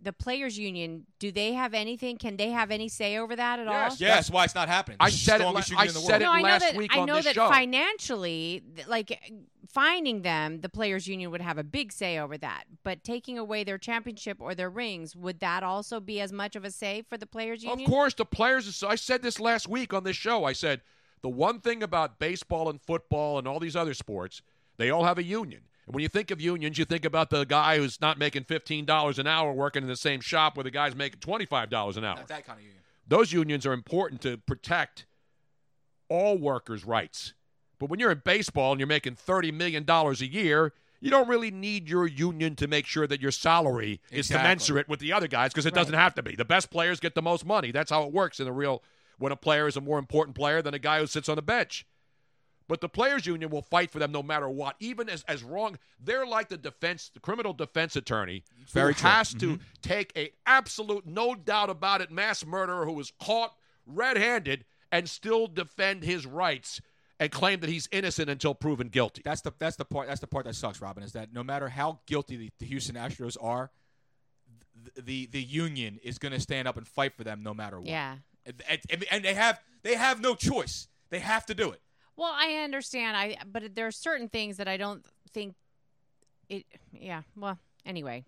S2: the players union do they have anything can they have any say over that at
S1: Yes.
S2: all
S7: Yeah, that's why it's not happening.
S1: I
S7: It's the
S1: said it
S7: strongest
S1: la- I
S7: union in the
S1: said
S7: world.
S1: it
S2: no, I know
S1: last
S2: that
S1: week
S2: I
S1: on
S2: know
S1: this
S2: that
S1: show.
S2: financially, th- like finding them, the players' union would have a big say over that. But taking away their championship or their rings, would that also be as much of a say for the players' union?
S1: Of course, the players. is- I said this last week on this show. I said the one thing about baseball and football and all these other sports, they all have a union. And when you think of unions, you think about the guy who's not making fifteen dollars an hour working in the same shop where the guy's making twenty-five dollars an hour.
S7: Not that kind of union.
S1: Those unions are important to protect all workers' rights. But when you're in baseball and you're making thirty million dollars a year. You don't really need your union to make sure that your salary is
S7: Exactly.
S1: commensurate with the other guys because it doesn't have to be. The best players get the most money. That's how it works in the real when a player is a more important player than a guy who sits on the bench. But the players union will fight for them no matter what, even as, as wrong. They're like the defense, the criminal defense attorney
S7: Very
S1: who
S7: true. Mm-hmm.
S1: has to take a absolute, no doubt about it, mass murderer who was caught red-handed and still defend his rights and claim that he's innocent until proven guilty.
S7: That's the that's the part that's the part that sucks, Robin. Is that no matter how guilty the, the Houston Astros are, the the, the union is going to stand up and fight for them no matter what.
S2: Yeah.
S7: and, and, and they have they have no choice. They have to do it.
S2: Well, I understand. I but there are certain things that I don't think it. Yeah. Well, anyway,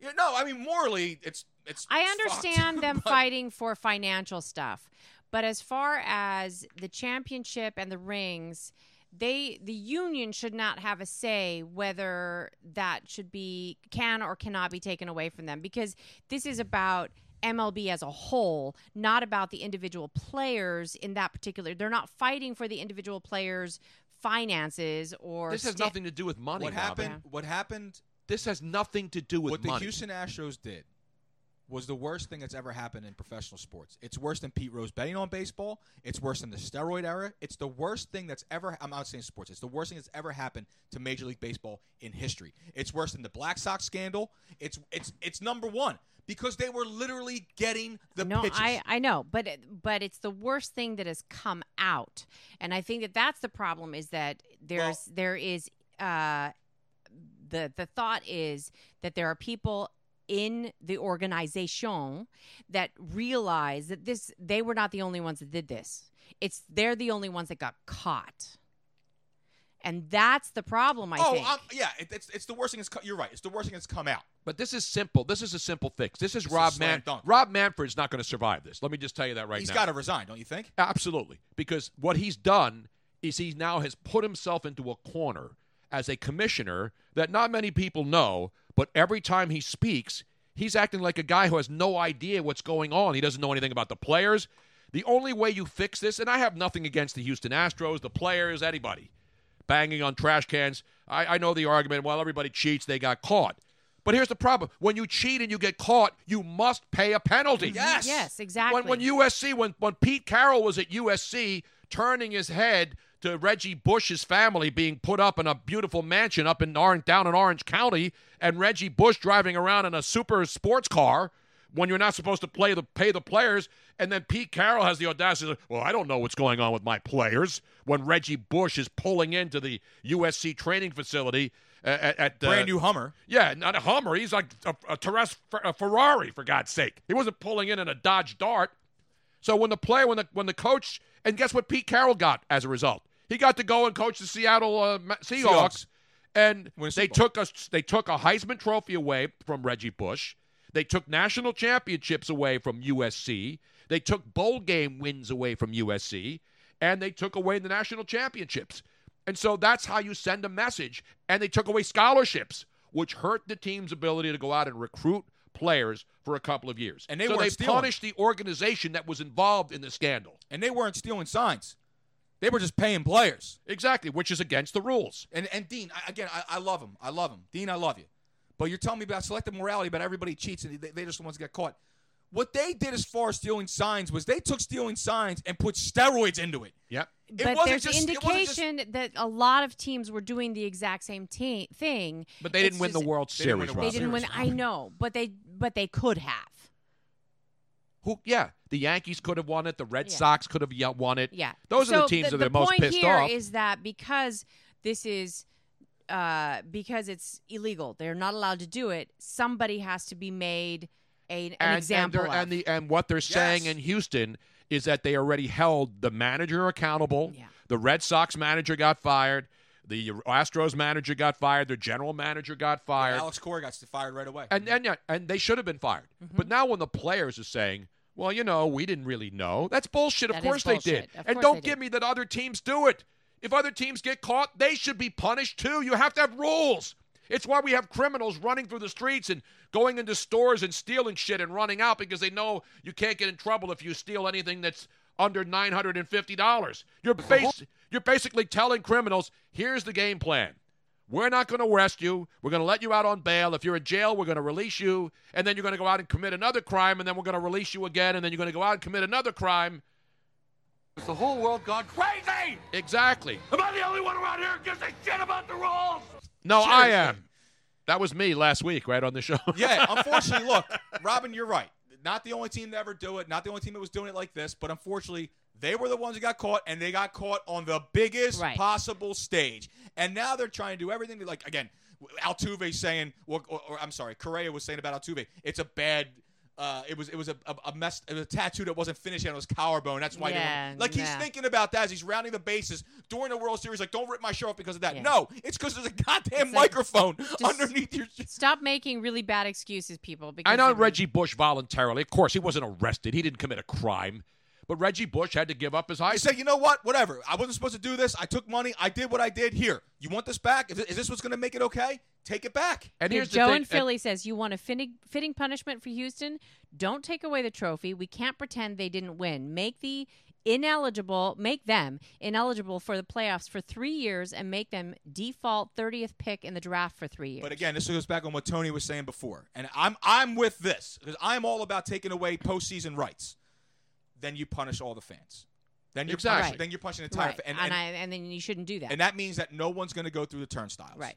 S7: You know, I mean, morally, it's it's.
S2: I
S7: it's fucked,
S2: understand them
S7: but-
S2: fighting for financial stuff, but as far as the championship and the rings, they the union should not have a say whether that should be can or cannot be taken away from them because this is about MLB as a whole, not about the individual players in that particular. They're not fighting for the individual players' finances or
S1: this has
S2: sta-
S1: nothing to do with money.
S7: What
S1: Robin.
S7: happened? What happened?
S1: This has nothing to do with
S7: what the
S1: money.
S7: Houston Astros did was the worst thing that's ever happened in professional sports. It's worse than Pete Rose betting on baseball. It's worse than the steroid era. It's the worst thing that's ever. I'm not saying sports. It's the worst thing that's ever happened to Major League Baseball in history. It's worse than the Black Sox scandal. It's it's it's number one because they were literally getting the
S2: no,
S7: pitches.
S2: I, I know, but it- but it's the worst thing that has come out, and I think that that's the problem is that there's there is uh, the the thought is that there are people in the organization that realize that this they were not the only ones that did this. It's they're the only ones that got caught, and that's the problem. I
S7: oh,
S2: think.
S7: I'm- yeah, it, it's it's the worst thing that's. co- You're right. It's the worst thing that's come out.
S1: But this is simple. This is a simple fix. This is
S7: This is
S1: Rob
S7: a slam
S1: Man.
S7: dunk.
S1: Rob Manfred's not going to survive this. Let me just tell you that right
S7: He's
S1: now.
S7: got to resign, don't you think?
S1: Absolutely. Because what he's done is he now has put himself into a corner as a commissioner that not many people know, but every time he speaks, he's acting like a guy who has no idea what's going on. He doesn't know anything about the players. The only way you fix this, and I have nothing against the Houston Astros, the players, anybody banging on trash cans. I, I know the argument, well, everybody cheats, they got caught. But here's the problem when you cheat and you get caught, you must pay a penalty.
S7: Yes.
S2: yes, exactly.
S1: When, when USC, when, when Pete Carroll was at USC, turning his head to Reggie Bush's family being put up in a beautiful mansion up in Orange, down in Orange County, and Reggie Bush driving around in a super sports car when you're not supposed to play the pay the players, and then Pete Carroll has the audacity. To, well, I don't know what's going on with my players when Reggie Bush is pulling into the USC training facility at, at uh,
S7: Brand new Hummer.
S1: yeah, not a Hummer. He's like a, a, Teres, a Ferrari, for God's sake. He wasn't pulling in in a Dodge Dart. So when the player, when the when the coach, and guess what? Pete Carroll got as a result. He got to go and coach the Seattle uh, Ma- Seahawks,
S7: Seahawks.
S1: and
S7: Win a
S1: they
S7: Super Bowl.
S1: took us. They took a Heisman Trophy away from Reggie Bush. They took national championships away from USC. They took bowl game wins away from USC, and they took away the national championships. And so that's how you send a message. And they took away scholarships, which hurt the team's ability to go out and recruit players for a couple of years.
S7: And they
S1: so
S7: weren't
S1: they
S7: stealing.
S1: punished the organization that was involved in the scandal.
S7: and they weren't stealing signs. They were just paying players.
S1: Exactly, which is against the rules.
S7: And and Dean, I, again, I, I love him. I love him. Dean, I love you. But you're telling me about selective morality, about everybody cheats and they, they just the ones that get caught. What they did as far as stealing signs was they took stealing signs and put steroids into it.
S1: Yep.
S7: It
S2: but
S7: wasn't
S2: there's
S7: just- it wasn't just-
S2: indication that a lot of teams were doing the exact same te- thing.
S1: But they
S2: It's
S1: didn't win
S2: just-
S1: the World
S7: They didn't win
S1: Series,
S7: the
S2: They
S1: Rob.
S7: World
S2: didn't win. I
S7: Series.
S2: know, but they but they could have.
S1: Who, yeah, the Yankees could have won it. The Red
S2: Yeah.
S1: Sox could have y- won it.
S2: Yeah,
S1: Those are
S2: So
S1: the teams that are
S2: the
S1: most
S2: point
S1: pissed
S2: here
S1: off.
S2: Is that because this is uh, because it's illegal? They're not allowed to do it. Somebody has to be made a, an
S1: and,
S2: example.
S1: And, they're-
S2: of.
S1: and the and what they're saying
S7: Yes.
S1: in Houston is that they already held the manager accountable.
S2: Yeah.
S1: The Red Sox manager got fired. The Astros manager got fired. Their general manager got fired.
S7: Alex Cora got fired right away.
S1: and and yeah, and they should have been fired.
S2: Mm-hmm.
S1: But now when the players are saying, "Well, you know, we didn't really know," that's bullshit. Of
S2: That is
S1: course they did.
S2: bullshit. Of
S1: and
S2: course
S1: don't
S2: they did.
S1: give me that other teams do it. If other teams get caught, they should be punished too. You have to have rules. It's why we have criminals running through the streets and going into stores and stealing shit and running out because they know you can't get in trouble if you steal anything that's under nine hundred and fifty dollars. You're bas- you're basically telling criminals, here's the game plan. We're not going to arrest you. We're going to let you out on bail. If you're in jail, we're going to release you. And then you're going to go out and commit another crime. And then we're going to release you again. And then you're going to go out and commit another crime.
S8: The whole world gone crazy!
S1: Exactly.
S8: Am I the only one around here who gives a shit about the rules?
S1: No, I
S7: Seriously.
S1: am. That was me last week, right on the show. [LAUGHS]
S7: yeah, unfortunately, look, Robin, you're right. Not the only team to ever do it. Not the only team that was doing it like this. But unfortunately, they were the ones who got caught, and they got caught on the biggest
S2: Right.
S7: possible stage. And now they're trying to do everything. To, like again, Altuve saying, well, or, or I'm sorry, Correa was saying about Altuve, it's a bad. Uh, it was it was a, a, a mess it was a tattoo that wasn't finished on his collarbone. That's why he didn't
S2: Yeah,
S7: want- like he's
S2: yeah.
S7: thinking about that as he's rounding the bases during the World Series. Like don't rip my shirt off because of that.
S2: Yeah.
S7: No, it's because there's a goddamn
S2: It's like,
S7: microphone
S1: [LAUGHS]
S7: underneath your.
S2: Stop making really bad excuses, people. Because
S1: I know
S2: it really-
S1: Reggie Bush voluntarily. Of course, he wasn't arrested. He didn't commit a crime. But Reggie Bush had to give up his high
S7: I said, you know what? Whatever. I wasn't supposed to do this. I took money. I did what I did. Here, you want this back? Is, is this what's going to make it okay? Take it back.
S1: And
S2: Big
S1: here's
S2: Joe
S1: the thing, uh,
S2: in Philly says, "You want a fitting, fitting punishment for Houston? Don't take away the trophy. We can't pretend they didn't win. Make the ineligible, make them ineligible for the playoffs for three years, and make them default 30th pick in the draft for three years."
S7: But again, this goes back on what Tony was saying before, and I'm I'm with this because I'm all about taking away postseason rights. Then you punish all the fans. Then you're
S1: Exactly.
S7: punishing, then you're punishing the entire
S2: right.
S7: and,
S2: and,
S7: and,
S2: I, and then you shouldn't do that.
S7: and that means that no one's going to go through the turnstiles.
S2: right.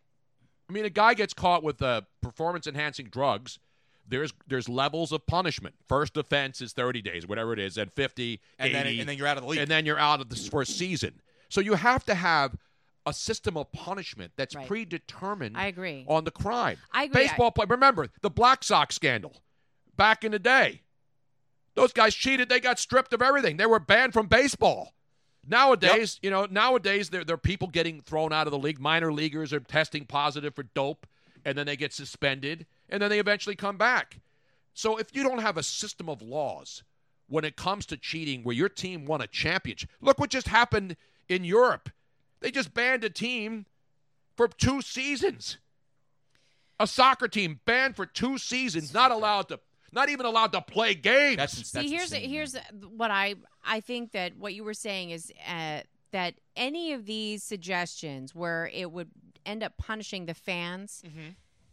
S1: I mean, a guy gets caught with uh, performance-enhancing drugs. There's there's levels of punishment. First offense is 30 days, whatever it is, and 50,
S7: And then-
S1: 80,
S7: and then you're out of the league.
S1: and then you're out of this for a season. So you have to have a system of punishment that's
S2: Right.
S1: predetermined.
S2: I agree.
S1: on the crime.
S2: I agree.
S1: Baseball play. Remember the Black Sox scandal back in the day. Those guys cheated. They got stripped of everything. They were banned from baseball. Nowadays, you know, nowadays there, there are people getting thrown out of the league. Minor leaguers are testing positive for dope, and then they get suspended, and then they eventually come back. So if you don't have a system of laws when it comes to cheating where your team won a championship, look what just happened in Europe. They just banned a team for two seasons. A soccer team banned for two seasons, not allowed to, not even allowed to play games.
S7: That's, that's
S2: See, here's
S7: insane, man.
S2: here's what I I think that what you were saying is uh, that any of these suggestions where it would end up punishing the fans.
S7: Mm-hmm.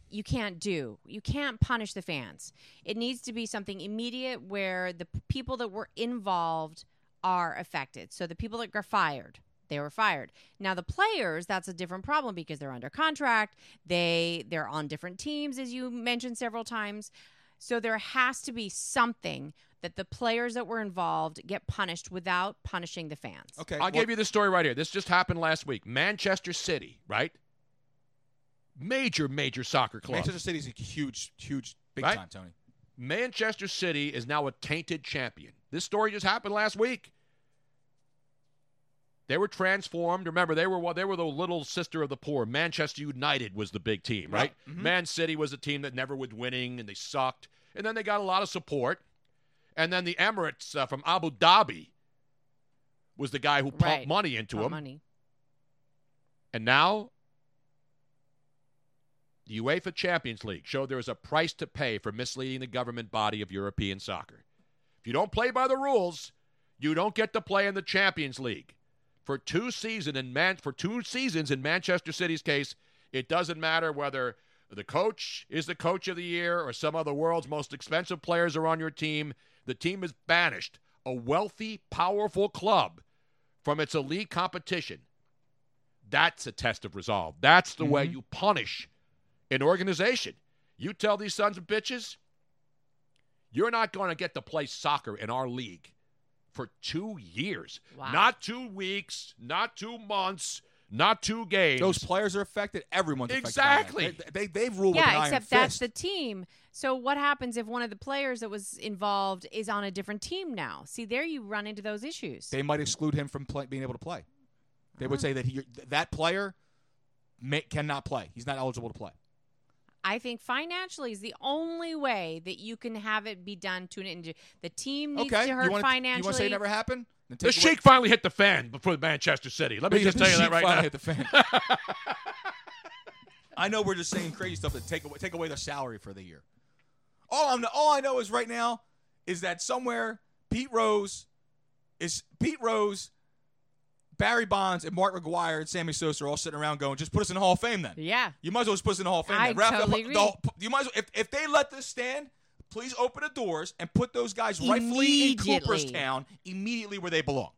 S2: You can't do. You can't punish the fans. It needs to be something immediate where the p- people that were involved are affected. So the people that got fired, they were fired. Now the players, that's a different problem because they're under contract. They they're on different teams, as you mentioned several times. So there has to be something that the players that were involved get punished without punishing the fans.
S7: okay.
S1: I'll give you this story right here. This just happened last week. Manchester City, right? Major, major soccer club.
S7: Manchester City's a huge, huge, big
S1: Right?
S7: time, Tony.
S1: Manchester City is now a tainted champion. This story just happened last week. They were transformed. Remember, they were what they were the little sister of the poor. Manchester United was the big team, right?
S2: Mm-hmm.
S1: Man City was a team that never was winning and they sucked. And then they got a lot of support. And then the Emirates uh, from Abu Dhabi was the guy who pumped
S2: Right.
S1: money into
S2: Not
S1: him.
S2: money.
S1: And now, the UEFA Champions League showed there is a price to pay for misleading the government body of European soccer. If you don't play by the rules, you don't get to play in the Champions League. For two season in Man- for two seasons in Manchester City's case, it doesn't matter whether the coach is the coach of the year or some of the world's most expensive players are on your team. The team is banished, a wealthy, powerful club from its elite competition. That's a test of resolve. That's the way you punish an organization. You tell these sons of bitches, you're not going to get to play soccer in our league for two years.
S2: Wow.
S1: Not two weeks, not two months, not two games.
S7: Those players are affected. Everyone's affected. by
S1: Exactly.
S7: that. They, they, have ruled with
S2: Yeah,
S7: an
S2: except
S7: iron
S2: that's the
S7: fist.
S2: team. So what happens if one of the players that was involved is on a different team now? See, there you run into those issues.
S7: They might exclude him from play, being able to play. They
S2: Uh-huh.
S7: would say that he, that player may, cannot play. He's not eligible to play.
S2: I think financially is the only way that you can have it be done to an individual. The team needs
S7: Okay.
S2: to hurt
S7: you want
S2: financially.
S7: You want to say it never happened? Then
S1: the
S7: take away-
S1: sheik finally hit the fan before Manchester City. Let me
S7: Yeah,
S1: just
S7: the
S1: tell you that
S7: sheik
S1: right
S7: finally
S1: now.
S7: hit the fan.
S1: [LAUGHS]
S7: I know we're just saying crazy stuff that take away take away their salary for the year. All I'm all I know is right now is that somewhere Pete Rose is Pete Rose, Barry Bonds, and Mark McGuire and Sammy Sosa are all sitting around going, just put us in the Hall of Fame then.
S2: Yeah.
S7: You might as well just put us in the Hall of Fame.
S2: I
S7: then. Wrap it up-
S2: totally agree.
S7: the whole- you might as well, if, if they let this stand, please open the doors and put those guys rightfully in
S2: Immediately.
S7: Cooperstown immediately where they belong.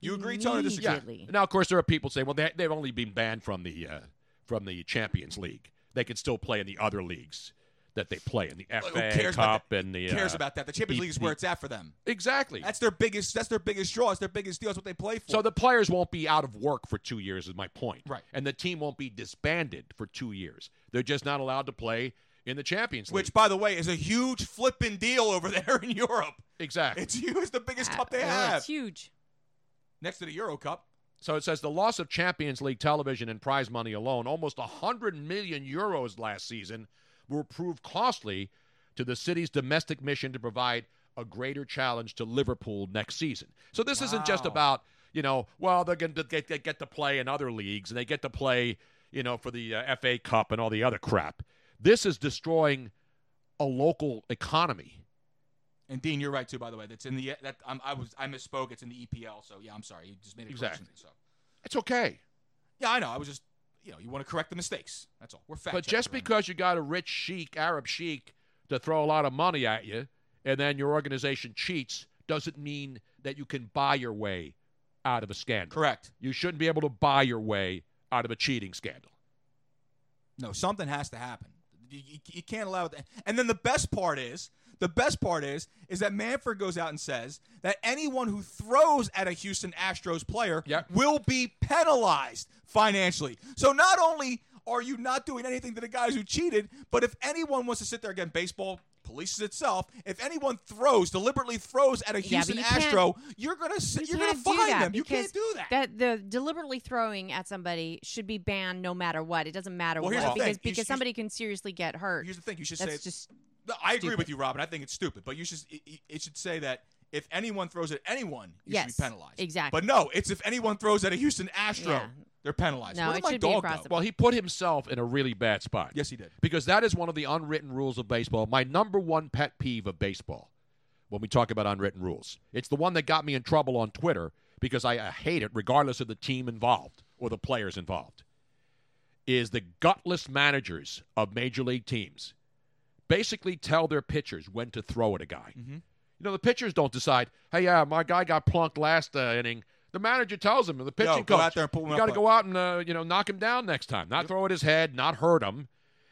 S7: You agree, Tony? or Disagree?
S1: Yeah.
S2: Immediately.
S1: Now, of course, there are people saying, well, they, they've only been banned from the uh, from the Champions League. They can still play in the other leagues that they play in the FA
S7: Who cares about
S1: Cup
S7: that?
S1: and the
S7: Who cares
S1: uh,
S7: about that? The Champions
S1: the-
S7: League is where
S1: the-
S7: it's at for them.
S1: exactly.
S7: That's their biggest. That's their biggest draw. It's their biggest deal. It's what they play for.
S1: so the players won't be out of work for two years. Is my point.
S7: Right.
S1: And the team won't be disbanded for two years. They're just not allowed to play in the Champions League.
S7: which, by the way, is a huge flipping deal over [LAUGHS] there in Europe.
S1: exactly.
S7: It's huge. It's the biggest cup they
S2: Uh, Yeah,
S7: have
S2: It's huge.
S7: next to the Euro Cup.
S1: So it says the loss of Champions League television and prize money alone, almost 100 million euros last season, will prove costly to the city's domestic mission to provide a greater challenge to Liverpool next season. So this isn't just
S7: Wow.
S1: about, you know, well, they're going to get, get, get to play in other leagues and they get to play, you know, for the uh, FA Cup and all the other crap. This is destroying a local economy.
S7: And Dean, you're right too. By the way, that's in the that I'm, I was I misspoke. It's in the EPL. So yeah, I'm sorry. You just made a correction.
S1: Exactly.
S7: So
S1: It's okay.
S7: yeah, I know. I was just you know you want to correct the mistakes. That's all. We're fact.
S1: But just
S7: checkers around
S1: because you got a rich sheik, Arab sheik, to throw a lot of money at you, and then your organization cheats, doesn't mean that you can buy your way out of a
S7: here.
S1: scandal.
S7: correct.
S1: You shouldn't be able to buy your way out of a cheating scandal.
S7: No, something has to happen. You, you- you can't allow it. To, and then the best part is, the best part is, is that Manfred goes out and says that anyone who throws at a Houston Astros player
S1: Yep.
S7: will be penalized financially. So not only are you not doing anything to the guys who cheated, but if anyone wants to sit there again, baseball polices itself. If anyone throws deliberately throws at a
S2: Yeah, but
S7: Houston
S2: you can't-
S7: Astro, you're gonna
S2: You
S7: sit- you're gonna
S2: can't do
S7: find
S2: that
S7: them. You
S2: because
S7: can't do that.
S2: the deliberately throwing at somebody should be banned no matter what. It doesn't matter
S7: Well, here's
S2: what
S7: the thing.
S2: because
S7: You- you-
S2: because somebody can seriously get hurt.
S7: Here's the thing: you should say
S2: That's just
S7: No, I agree
S2: Stupid.
S7: with you, Robin. I think it's stupid, but you should it- it, it should say that if anyone throws at anyone, you
S2: Yes,
S7: should be penalized.
S2: exactly.
S7: But no, it's if anyone throws at a Houston Astro,
S2: Yeah.
S7: they're penalized.
S2: No,
S7: Where
S2: it
S7: did my
S2: should be
S7: dog
S2: across
S7: go?
S2: the
S1: Well, he put himself in a really bad spot.
S7: yes, he did.
S1: Because that is one of the unwritten rules of baseball. My number one pet peeve of baseball when we talk about unwritten rules. It's the one that got me in trouble on Twitter because I uh, hate it, regardless of the team involved or the players involved. Is the gutless managers of major league teams basically tell their pitchers when to throw at a guy.
S7: Mm-hmm.
S1: You know, the pitchers don't decide, hey, yeah, my guy got plunked last uh, inning. The manager tells him, and the pitching coach,
S7: go out there and pull him
S1: you
S7: up
S1: got to
S7: on-
S1: go out and uh, you know knock him down next time, not throw at his head, not hurt him.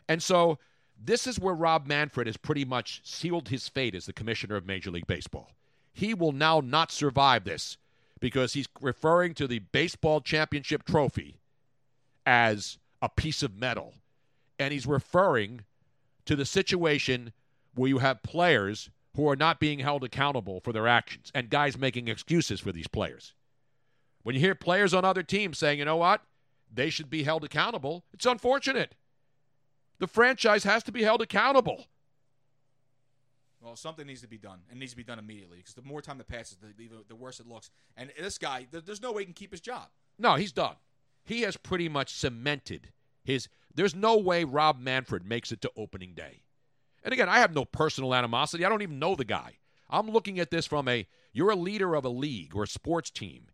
S1: And so this is where Rob Manfred has pretty much sealed his fate as the commissioner of Major League Baseball. He will now not survive this because he's referring to the baseball championship trophy as a piece of metal. And he's referring to the situation where you have players who are not being held accountable for their actions and guys making excuses for these players. When you hear players on other teams saying, you know what, they should be held accountable, it's unfortunate. The franchise has to be held accountable.
S7: Well, something needs to be done. It needs to be done immediately because the more time that passes, the, the, the worse it looks. And this guy, there, there's no way he can keep his job.
S1: No, he's done. He has pretty much cemented his. There's no way Rob Manfred makes it to opening day. And again, I have no personal animosity. I don't even know the guy. I'm looking at this from a you're a leader of a league or a sports team,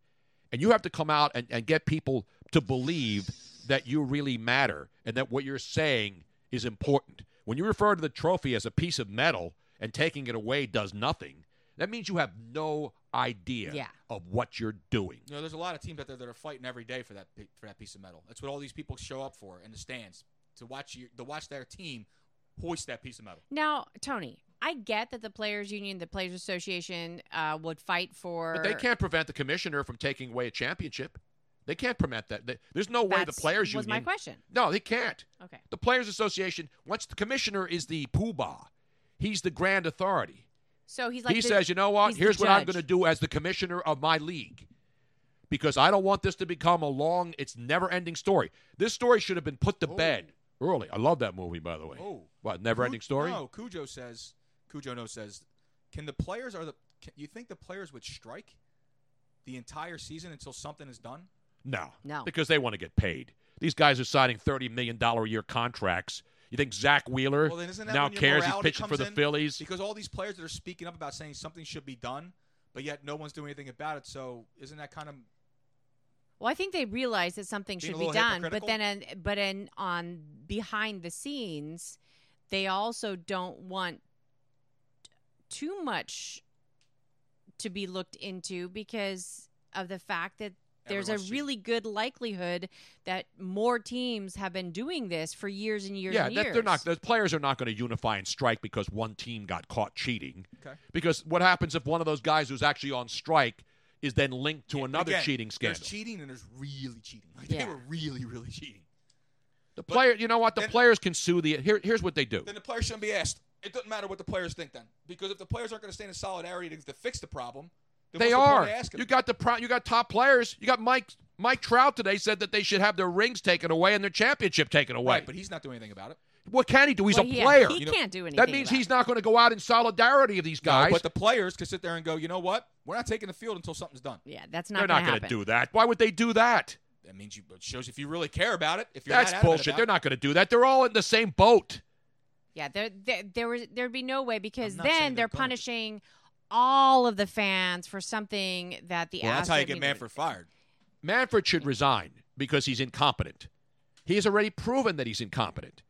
S1: and you have to come out and, and get people to believe that you really matter and that what you're saying is important. When you refer to the trophy as a piece of metal and taking it away does nothing, that means you have no idea
S2: Yeah.
S1: of what you're doing.
S7: You know, there's a lot of teams out there that are fighting every day for that pi- for that piece of metal. That's what all these people show up for in the stands to watch you, to watch their team hoist that piece of metal.
S2: now, Tony. I get that the players' union, the players' association, uh, would fight for.
S1: But they can't prevent the commissioner from taking away a championship. They can't prevent that. They- There's no way the
S2: That's-
S1: players
S2: was
S1: union.
S2: my question.
S1: No, they can't.
S2: Okay.
S1: The players association. Once the commissioner is the poobah, he's the grand authority.
S2: So he's like.
S1: he
S2: the-
S1: says, you know what?
S2: he's the
S1: Here's what I'm
S2: judge.
S1: going to do as the commissioner of my league, because I don't want this to become a long, it's never-ending story. This story should have been put to bed early. I love that movie, by the way.
S7: Oh.
S1: what never-ending
S7: Cu-
S1: story?
S7: No, Cujo says. Cujo no says. Can the players are the? Can, you think the players would strike the entire season until something is done?
S1: No.
S2: No.
S1: Because they want to get paid. These guys are signing thirty million dollar a year contracts. You think Zach Wheeler
S7: Well, then isn't that
S1: now
S7: when your
S1: cares he's
S7: morality
S1: pitching for
S7: comes
S1: the
S7: in?
S1: Phillies?
S7: Because all these players that are speaking up about saying something should be done, but yet no one's doing anything about it. So isn't that kind of?
S2: Well, I think they realize that something
S7: Being
S2: should
S7: a
S2: be
S7: little
S2: done, but
S7: hypocritical?
S2: then, uh, but in on behind the scenes, they also don't want too much to be looked into because of the fact that there's a
S7: Everyone's cheating.
S2: really good likelihood that more teams have been doing this for years and years.
S1: yeah,
S2: and
S1: that-
S2: years.
S1: they're not. The players are not going to unify and strike because one team got caught cheating.
S7: Okay.
S1: Because what happens if one of those guys who's actually on strike is then linked to
S7: Yeah, but
S1: another
S7: again,
S1: cheating scandal?
S7: There's cheating and there's really cheating. Like
S2: Yeah.
S7: they were really, really cheating.
S1: the player, you know what? The
S7: then-
S1: players can sue the. Here, here's what they do.
S7: Then the players shouldn't be asked. It doesn't matter what the players think then, because if the players aren't going to stand in solidarity to, to fix the problem, then
S1: They
S7: what's the
S1: are.
S7: Point of asking
S1: You
S7: them?
S1: got the pro- you got top players. You got Mike Mike Trout today said that they should have their rings taken away and their championship taken away.
S7: right, but he's not doing anything about it.
S1: What can he do? He's
S2: Well,
S1: a
S2: yeah,
S1: player.
S2: he You know- can't do anything
S1: That means
S2: about
S1: he's
S2: it.
S1: not going to go out in solidarity of these guys.
S7: No, but the players could sit there and go, you know what? We're not taking the field until something's done.
S2: Yeah, that's not.
S1: They're
S2: gonna
S1: not going to
S2: happen.
S1: do that. Why would they do that?
S7: That means you it shows if you really care about it. If you're
S1: That's
S7: not adamant
S1: bullshit.
S7: about
S1: They're not going to do that. They're all in the same boat.
S2: Yeah, there, there, there was there'd be no way because
S7: I'm not saying
S2: then
S7: they're
S2: they're
S7: going to.
S2: punishing all of the fans for something that the.
S7: Well, that's how you
S2: athlete
S7: get
S2: knew.
S7: Manfred fired.
S1: Manfred should resign because he's incompetent. He has already proven that he's incompetent.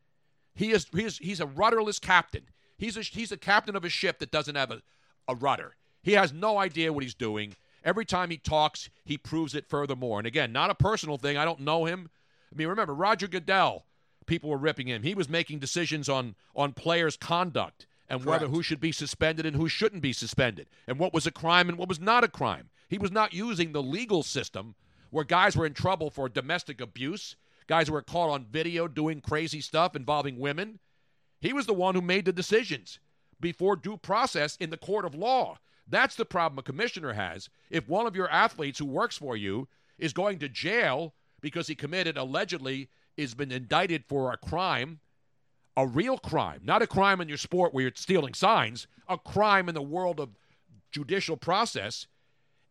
S1: He is, he is he's a rudderless captain. He's a, he's a captain of a ship that doesn't have a, a rudder. He has no idea what he's doing. Every time he talks, he proves it furthermore. And again, not a personal thing. I don't know him. I mean, remember Roger Goodell, people were ripping him. He was making decisions on on players' conduct and whether
S7: Correct.
S1: who should be suspended and who shouldn't be suspended, and what was a crime and what was not a crime. He was not using the legal system where guys were in trouble for domestic abuse, guys who were caught on video doing crazy stuff involving women. He was the one who made the decisions before due process in the court of law. That's the problem a commissioner has. If one of your athletes who works for you is going to jail because he committed allegedly has been indicted for a crime, a real crime, not a crime in your sport where you're stealing signs, a crime in the world of judicial process,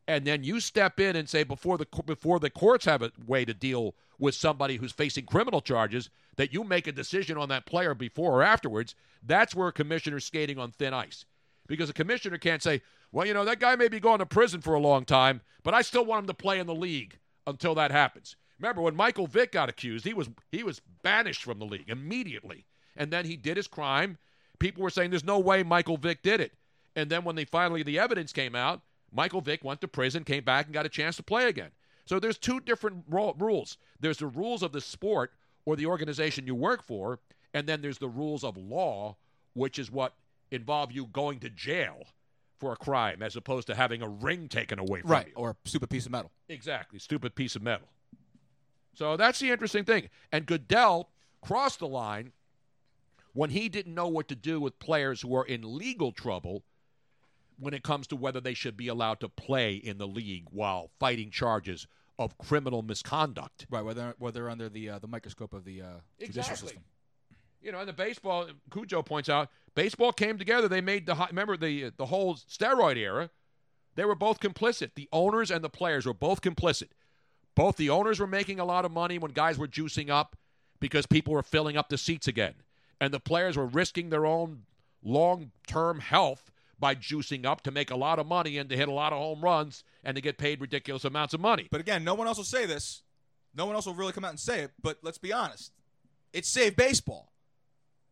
S1: and then you step in and say before the before the courts have a way to deal with somebody who's facing criminal charges that you make a decision on that player before or afterwards that's where a commissioner's skating on thin ice because a commissioner can't say well you know that guy may be going to prison for a long time but I still want him to play in the league until that happens remember when Michael Vick got accused he was he was banished from the league immediately and then he did his crime people were saying there's no way Michael Vick did it and then when they finally the evidence came out, Michael Vick went to prison, came back, and got a chance to play again. So there's two different ro- rules. There's the rules of the sport or the organization you work for, and then there's the rules of law, which is what involve you going to jail for a crime as opposed to having a ring taken away from
S7: Right.
S1: you.
S7: Or a stupid piece of metal.
S1: Exactly. Stupid piece of metal. So that's the interesting thing. And Goodell crossed the line when he didn't know what to do with players who are in legal trouble when it comes to whether they should be allowed to play in the league while fighting charges of criminal misconduct.
S7: Right. Whether whether under the uh, the microscope of the uh, judicial
S1: Exactly.
S7: system.
S1: You know, and the baseball, Cujo points out, baseball came together. They made the, hi- remember the, the whole steroid era? They were both complicit. The owners and the players were both complicit. Both the owners were making a lot of money when guys were juicing up because people were filling up the seats again. And the players were risking their own long term health by juicing up to make a lot of money and to hit a lot of home runs and to get paid ridiculous amounts of money.
S7: But again, no one else will say this. No one else will really come out and say it. But let's be honest, it saved baseball.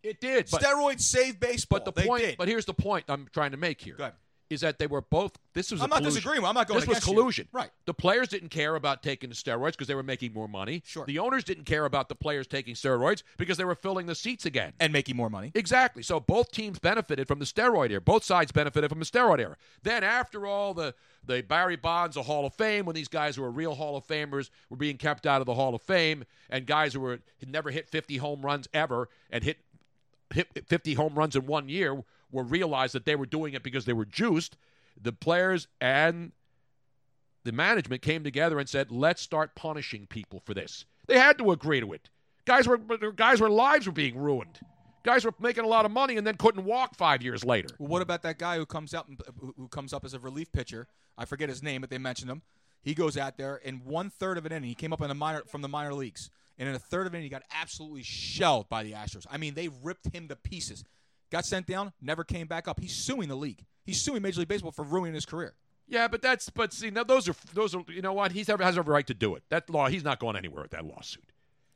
S1: It did. But,
S7: Steroids saved baseball.
S1: but the
S7: They
S1: point
S7: did.
S1: but here's the point I'm trying to make here.
S7: Go ahead.
S1: Is that they were both this was a
S7: I'm not
S1: collusion.
S7: disagreeing. I'm not going.
S1: this was
S7: against you.
S1: collusion.
S7: Right.
S1: The players didn't care about taking the steroids because they were making more money.
S7: Sure.
S1: The owners didn't care about the players taking steroids because they were filling the seats again.
S7: And making more money.
S1: Exactly. So both teams benefited from the steroid era. Both sides benefited from the steroid era. Then after all the the Barry Bonds, the Hall of Fame, when these guys who were real Hall of Famers were being kept out of the Hall of Fame, and guys who were had never hit 50 home runs ever and hit hit 50 home runs in one year were realized that they were doing it because they were juiced. The players and the management came together and said, "Let's start punishing people for this." They had to agree to it. Guys were guys were lives were being ruined. Guys were making a lot of money and then couldn't walk five years later.
S7: Well, what about that guy who comes out and, who- who comes up as a relief pitcher? I forget his name, but they mentioned him. He goes out there in one third of an inning. He came up in the minor from the minor leagues, and in a third of an inning, he got absolutely shelled by the Astros. I mean, they ripped him to pieces. Got sent down, never came back up. He's suing the league. He's suing Major League Baseball for ruining his career.
S1: Yeah, but that's but see now those are those are you know what he's ever has every right to do it. That law he's not going anywhere with that lawsuit.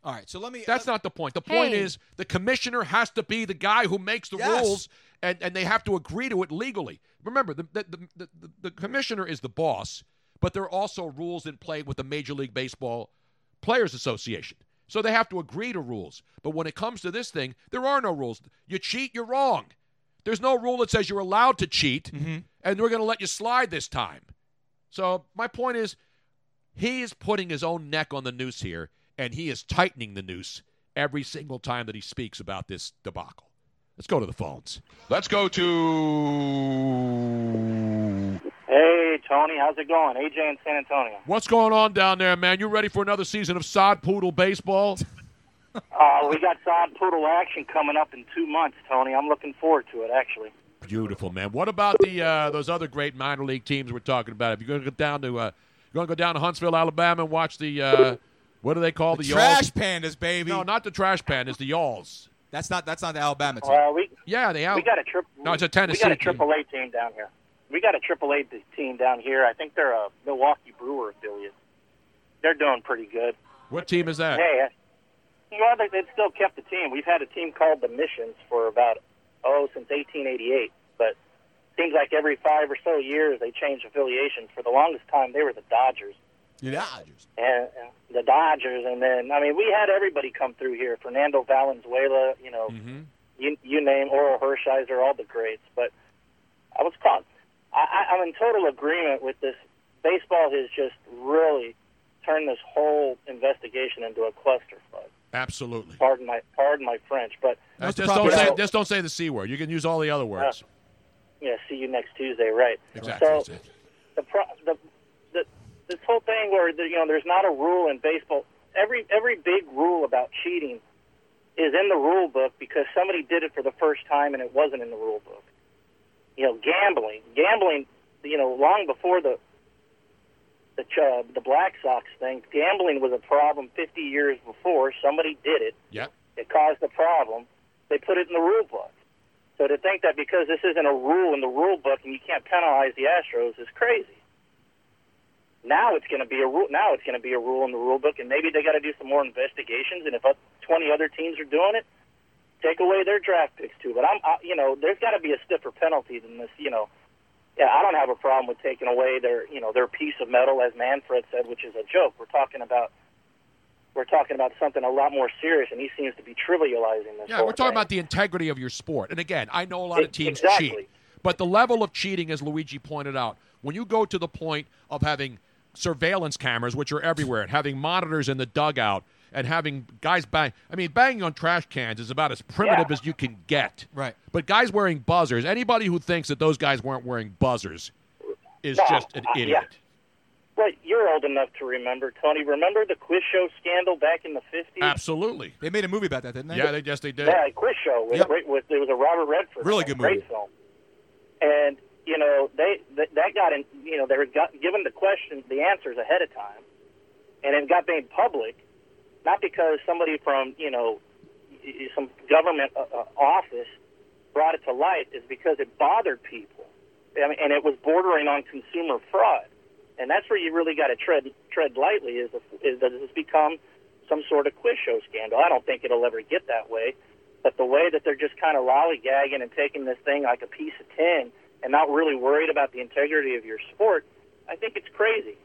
S7: All right, so let me. uh,
S1: That's
S7: let-
S1: not the point. The point
S2: Hey.
S1: is the commissioner has to be the guy who makes the
S7: Yes.
S1: rules, and, and they have to agree to it legally. Remember, the, the, the, the, the commissioner is the boss, but there are also rules in play with the Major League Baseball Players Association. So they have to agree to rules. But when it comes to this thing, there are no rules. You cheat, you're wrong. There's no rule that says you're allowed to cheat, and we're going to let you slide this time. So my point is, he is putting his own neck on the noose here, and he is tightening the noose every single time that he speaks about this debacle. Let's go to the phones.
S8: Let's go to.
S10: Hey, Tony, how's it going? AJ in
S1: [LAUGHS]
S10: San Antonio.
S1: What's going on down there, man? You ready for another season of sod poodle baseball?
S10: Uh, we got sod poodle action coming up in two months, Tony. I'm looking forward to it, actually.
S1: Beautiful, man. What about the uh, those other great minor league teams we're talking about? If you're going to go down to uh, you're going to go down to Huntsville, Alabama, and watch the uh, What do they call the,
S7: The
S1: y'all?
S7: trash pandas, baby.
S1: No, not the trash pandas. The y'alls.
S7: That's not that's not the Alabama team.
S10: Well, we
S1: yeah, they out.
S10: we got a trip.
S1: No, it's a Tennessee
S10: We got a
S1: team.
S10: Triple A team down here. We got a Triple A team down here. I think they're a Milwaukee Brewer affiliate. They're doing pretty good.
S1: What team is that?
S10: Hey, you know they, they've still kept the team. We've had a team called the Missions for about oh since 1888, but seems like every five or so years they change affiliation. For the longest time, they were the Dodgers.
S7: The Dodgers.
S10: and and the Dodgers, and then I mean, we had everybody come through here. Fernando Valenzuela, you know,
S1: Mm-hmm.
S10: you, you name Oral Hershiser, all the greats. But I was caught. I, I, I'm in total agreement with this. Baseball has just really turned this whole investigation into a clusterfuck.
S1: Absolutely.
S10: Pardon my pardon my French, but
S1: Just don't, say, just don't say the c word. You can use all the other words.
S10: Ah. yeah, see you next Tuesday, right?
S1: Exactly,
S10: So
S1: that's it.
S10: the pro- the, the this whole thing where the, you know there's not a rule in baseball. Every every big rule about cheating is in the rule book because somebody did it for the first time and it wasn't in the rule book. You know, gambling, gambling. You know, long before the the uh, the Black Sox thing, gambling was a problem 50 years before somebody did it.
S1: Yep.
S10: It caused a problem. They put it in the rule book. So to think that because this isn't a rule in the rule book and you can't penalize the Astros is crazy. Now it's going to be a rule. Now it's going to be a rule in the rule book, and maybe they got to do some more investigations. And if up 20 other teams are doing it, take away their draft picks too. But I'm, I, you know, there's got to be a stiffer penalty than this. You know, yeah, I don't have a problem with taking away their, you know, their piece of metal, as Manfred said, which is a joke. We're talking about, we're talking about something a lot more serious, and he seems to be trivializing this.
S1: Yeah,
S10: whole
S1: we're talking
S10: thing.
S1: about the integrity of your sport. And again, I know a lot of
S10: Ex-
S1: teams
S10: exactly.
S1: cheat, but the level of cheating, as Luigi pointed out, when you go to the point of having surveillance cameras, which are everywhere, and having monitors in the dugout, and having guys bang. I mean, banging on trash cans is about as primitive as you can get. Right. But guys wearing buzzers, anybody who thinks that those guys weren't wearing buzzers is
S10: No,
S1: just an
S10: uh, yeah.
S1: idiot.
S10: Right, you're old enough to remember, Tony. Remember the quiz show scandal back in the fifties?
S1: Absolutely.
S7: They made a movie about that, didn't they?
S1: Yeah, they just they did.
S10: Yeah, quiz show with, with, with it was a Robert Redford.
S7: Really
S10: film,
S7: good movie.
S10: Great film. And you know they th- that got in. You know they were got, given the questions, the answers ahead of time, and it got made public, not because somebody from you know y- y- some government uh, uh, office brought it to light, is because it bothered people, I mean, and it was bordering on consumer fraud. And that's where you really got to tread tread lightly. Is, if, is does this become some sort of quiz show scandal? I don't think it'll ever get that way. But the way that they're just kind of lollygagging and taking this thing like a piece of tin and not really worried about the integrity of your sport, I think it's crazy.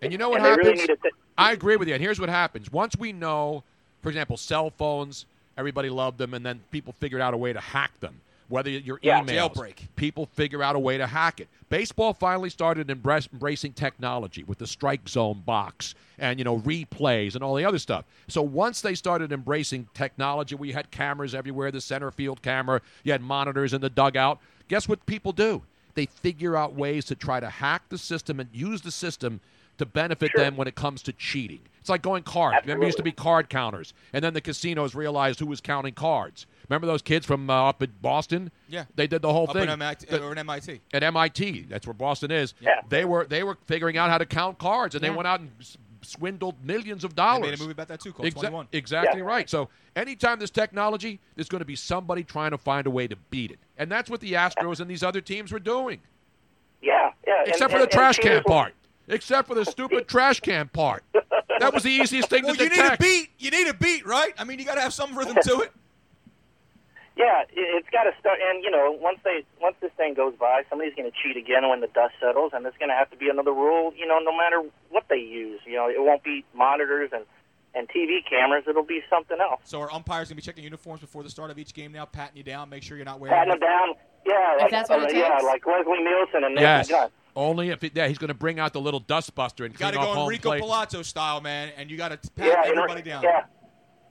S1: And you know what
S10: And they really
S1: happens?
S10: need to th-
S1: I agree with you. And here's what happens. Once we know, for example, cell phones, everybody loved them, and then people figured out a way to hack them. Whether your
S7: Yeah.
S1: emails,
S7: Jailbreak.
S1: people figure out a way to hack it. Baseball finally started embrace, embracing technology with the strike zone box and you know replays and all the other stuff. So once they started embracing technology, we had cameras everywhere, the center field camera, you had monitors in the dugout. Guess what people do? They figure out ways to try to hack the system and use the system to benefit them when it comes to cheating. It's like going cards. Remember, it used to be card counters, and then the casinos realized who was counting cards. Remember those kids from uh, up in Boston?
S7: Yeah.
S1: they did the whole
S7: Up
S1: thing
S7: in MIT,
S1: The-
S7: uh, or in MIT.
S1: at MIT. That's where Boston is.
S7: Yeah.
S1: They were they were figuring out how to count cards, and they went out and s- swindled millions of dollars.
S7: They made a movie about that too, called
S1: Exa-
S7: 21.
S1: Exactly
S7: Yeah.
S1: right. So anytime there's technology, there's going to be somebody trying to find a way to beat it, and that's what the Astros and these other teams were doing.
S10: Yeah, yeah. and-
S1: Except for the
S10: and- and
S1: trash
S10: cheaters
S1: can
S10: were- [LAUGHS]
S1: part. Except for the stupid trash can part. That was the easiest thing
S7: Well,
S1: to
S7: you
S1: detect.
S7: need a beat. You need a beat, right? I mean, you got to have some rhythm to it.
S10: [LAUGHS] Yeah, it- it's got to start. And you know, once they once this thing goes by, somebody's going to cheat again when the dust settles, and there's going to have to be another rule. You know, no matter what they use, you know, it won't be monitors and and TV cameras. It'll be something else.
S7: [LAUGHS] So our umpires gonna be checking uniforms before the start of each game now, patting you down, make sure you're not wearing.
S10: Patting them down. Yeah,
S7: If
S10: like, uh,
S7: that's what it
S10: yeah,
S7: takes.
S10: like Leslie Nielsen and Nathan
S1: Yes.
S10: Gunn.
S1: Only if it, yeah, he's going to bring out the little dustbuster and
S7: You
S1: clean
S7: got to
S1: off
S7: go in
S1: home
S7: Rico
S1: plate.
S7: Palazzo style, man, and you got to pat
S10: Yeah,
S7: everybody
S10: Enri-
S7: down.
S10: yeah,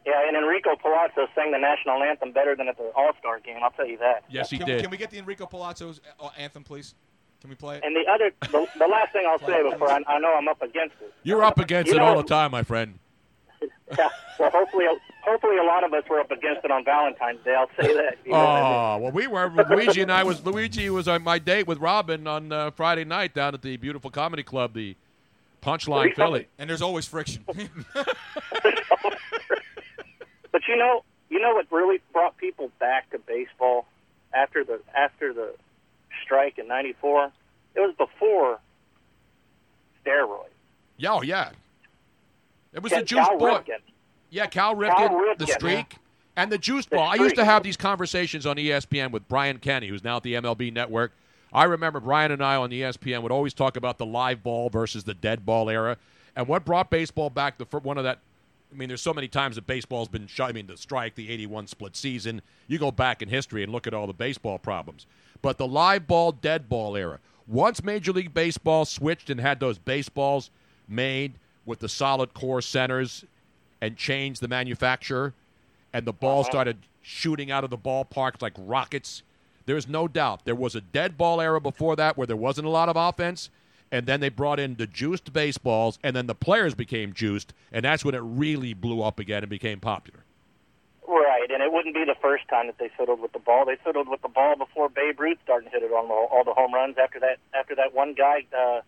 S10: yeah. And Enrico Palazzo sang the national anthem better than at the All Star game. I'll tell you that.
S7: can, Can we get the Enrico Palazzo's uh, anthem, please? Can we play it?
S10: And the other, the, the last thing I'll say before I, I know I'm up against it.
S1: You're up against it
S10: You know-
S1: all the time, my friend.
S10: Yeah, well, hopefully, hopefully a lot of us were up against it on Valentine's Day. I'll say that. You know what I mean?
S1: Oh well, we were Luigi and I was Luigi was on my date with Robin on uh, Friday night down at the beautiful comedy club, the Punchline Philly.
S7: And there's always friction.
S10: But you know, you know what really brought people back to baseball after the after the strike in '94. It was before steroids.
S1: [LAUGHS] Yeah, oh, yeah. It was
S10: Yeah,
S1: the juice
S10: Cal
S1: ball.
S10: Ripken.
S1: Yeah, Cal Ripken,
S10: Ripken,
S1: the
S10: yeah.
S1: streak, and the juice ball. I used to have these conversations on E ESPN with Brian Kenny, who's now at the MLB Network. I remember Brian and I on E ESPN would always talk about the live ball versus the dead ball era, and what brought baseball back. The fir- one of that. I mean, there's so many times that baseball's been shut. I mean, the strike, the '81 split season. You go back in history and look at all the baseball problems. But the live ball, dead ball era. Once Major League Baseball switched and had those baseballs made with the solid core centers and changed the manufacturer, and the ball started uh, shooting out of the ballpark like rockets. There's no doubt there was a dead ball era before that where there wasn't a lot of offense, and then they brought in the juiced baseballs, and then the players became juiced, and that's when it really blew up again and became popular.
S10: Right, and it wouldn't be the first time that they fiddled with the ball. They fiddled with the ball before Babe Ruth started hitting on the, all the home runs. After that, after that one guy, uh,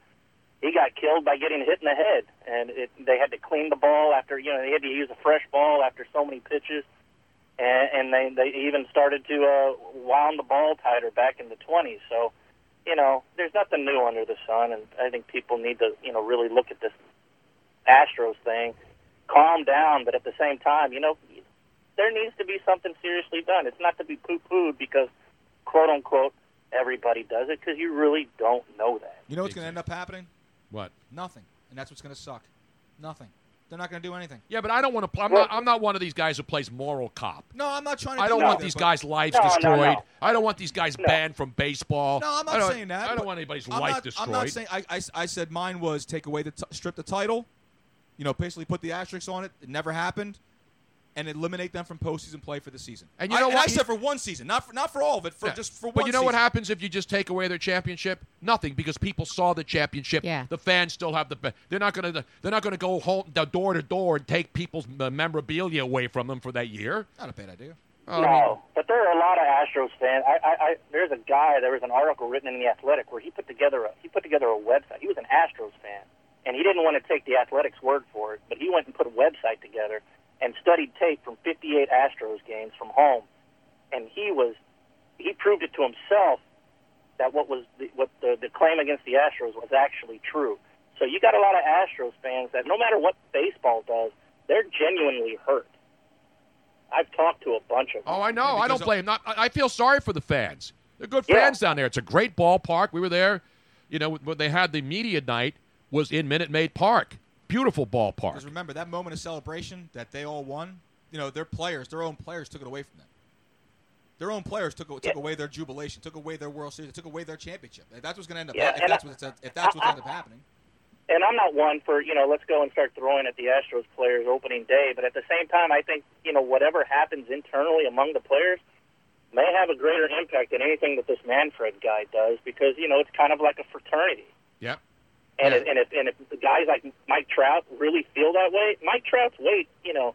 S10: he got killed by getting hit in the head, and it, they had to clean the ball after you know they had to use a fresh ball after so many pitches, and, and they they even started to uh, wound the ball tighter back in the 20s. So, you know, there's nothing new under the sun, and I think people need to you know really look at this Astros thing, calm down, but at the same time, you know there needs to be something seriously done. It's not to be poo pooed because, quote unquote, everybody does it because you really don't know that.
S7: You know what's going to end up happening?
S1: What?
S7: Nothing. And that's what's going to suck. Nothing. They're not going to do anything.
S1: Yeah, but I don't want to. Pl- I'm, not, I'm not one of these guys who plays moral cop.
S7: No, I'm not trying to.
S1: I don't
S7: do
S1: want
S7: that,
S1: these
S7: but-
S1: guys' lives
S7: No, no,
S1: destroyed.
S7: no.
S1: I don't want these guys banned from baseball.
S7: No, I'm
S1: Oh, I
S7: not
S1: don't-
S7: saying that.
S1: I
S7: but
S1: don't want anybody's
S7: I'm
S1: life
S7: not-
S1: destroyed.
S7: I'm not saying. I, I s- I said mine was take away the t- strip the title. You know, basically put the asterisk on it. It never happened, and eliminate them from postseason play for the season.
S1: And you
S7: I,
S1: know what?
S7: I said for one season, not for, not for all of it, for
S1: Yeah.
S7: just for
S1: But
S7: one.
S1: you know what
S7: season.
S1: happens if you just take away their championship? Nothing, because people saw the championship. Yeah. The fans still have the. ba- They're not gonna. They're not gonna go home the door to door and take people's uh, memorabilia away from them for that year.
S7: Not a bad idea.
S1: Oh,
S10: no,
S1: I mean-
S10: but there are a lot of Astros fans. I, I, I, there's a guy. There was an article written in the Athletic where he put together a he put together a website. He was an Astros fan, and he didn't want to take the Athletics' word for it, but he went and put a website together and studied tape from 58 Astros games from home, and he was he proved it to himself that what was the, what the, the claim against the Astros was actually true. So you got a lot of Astros fans that no matter what baseball does, they're genuinely hurt. I've talked to a bunch of them.
S1: Oh, I know. I don't blame. Not. I I feel sorry for the fans. They're good
S10: Yeah.
S1: fans down there. It's a great ballpark. We were there. You know, when they had the media night was in Minute Maid Park. Beautiful ballpark.
S7: Because remember that moment of celebration that they all won. You know, their players, their own players, took it away from them. Their own players took took away their jubilation, took away their World Series, took away their championship. That's what's going to end up.
S10: Yeah,
S7: if
S10: and
S7: that's
S10: I-
S7: what's if that's what's ended up happening.
S10: and I'm not one for you know let's go and start throwing at the Astros players opening day, but at the same time, I think you know whatever happens internally among the players may have a greater impact than anything that this Manfred guy does because you know it's kind of like a fraternity.
S1: Yep.
S10: And, if, and if and if the guys like Mike Trout really feel that way, Mike Trout's weight, you know,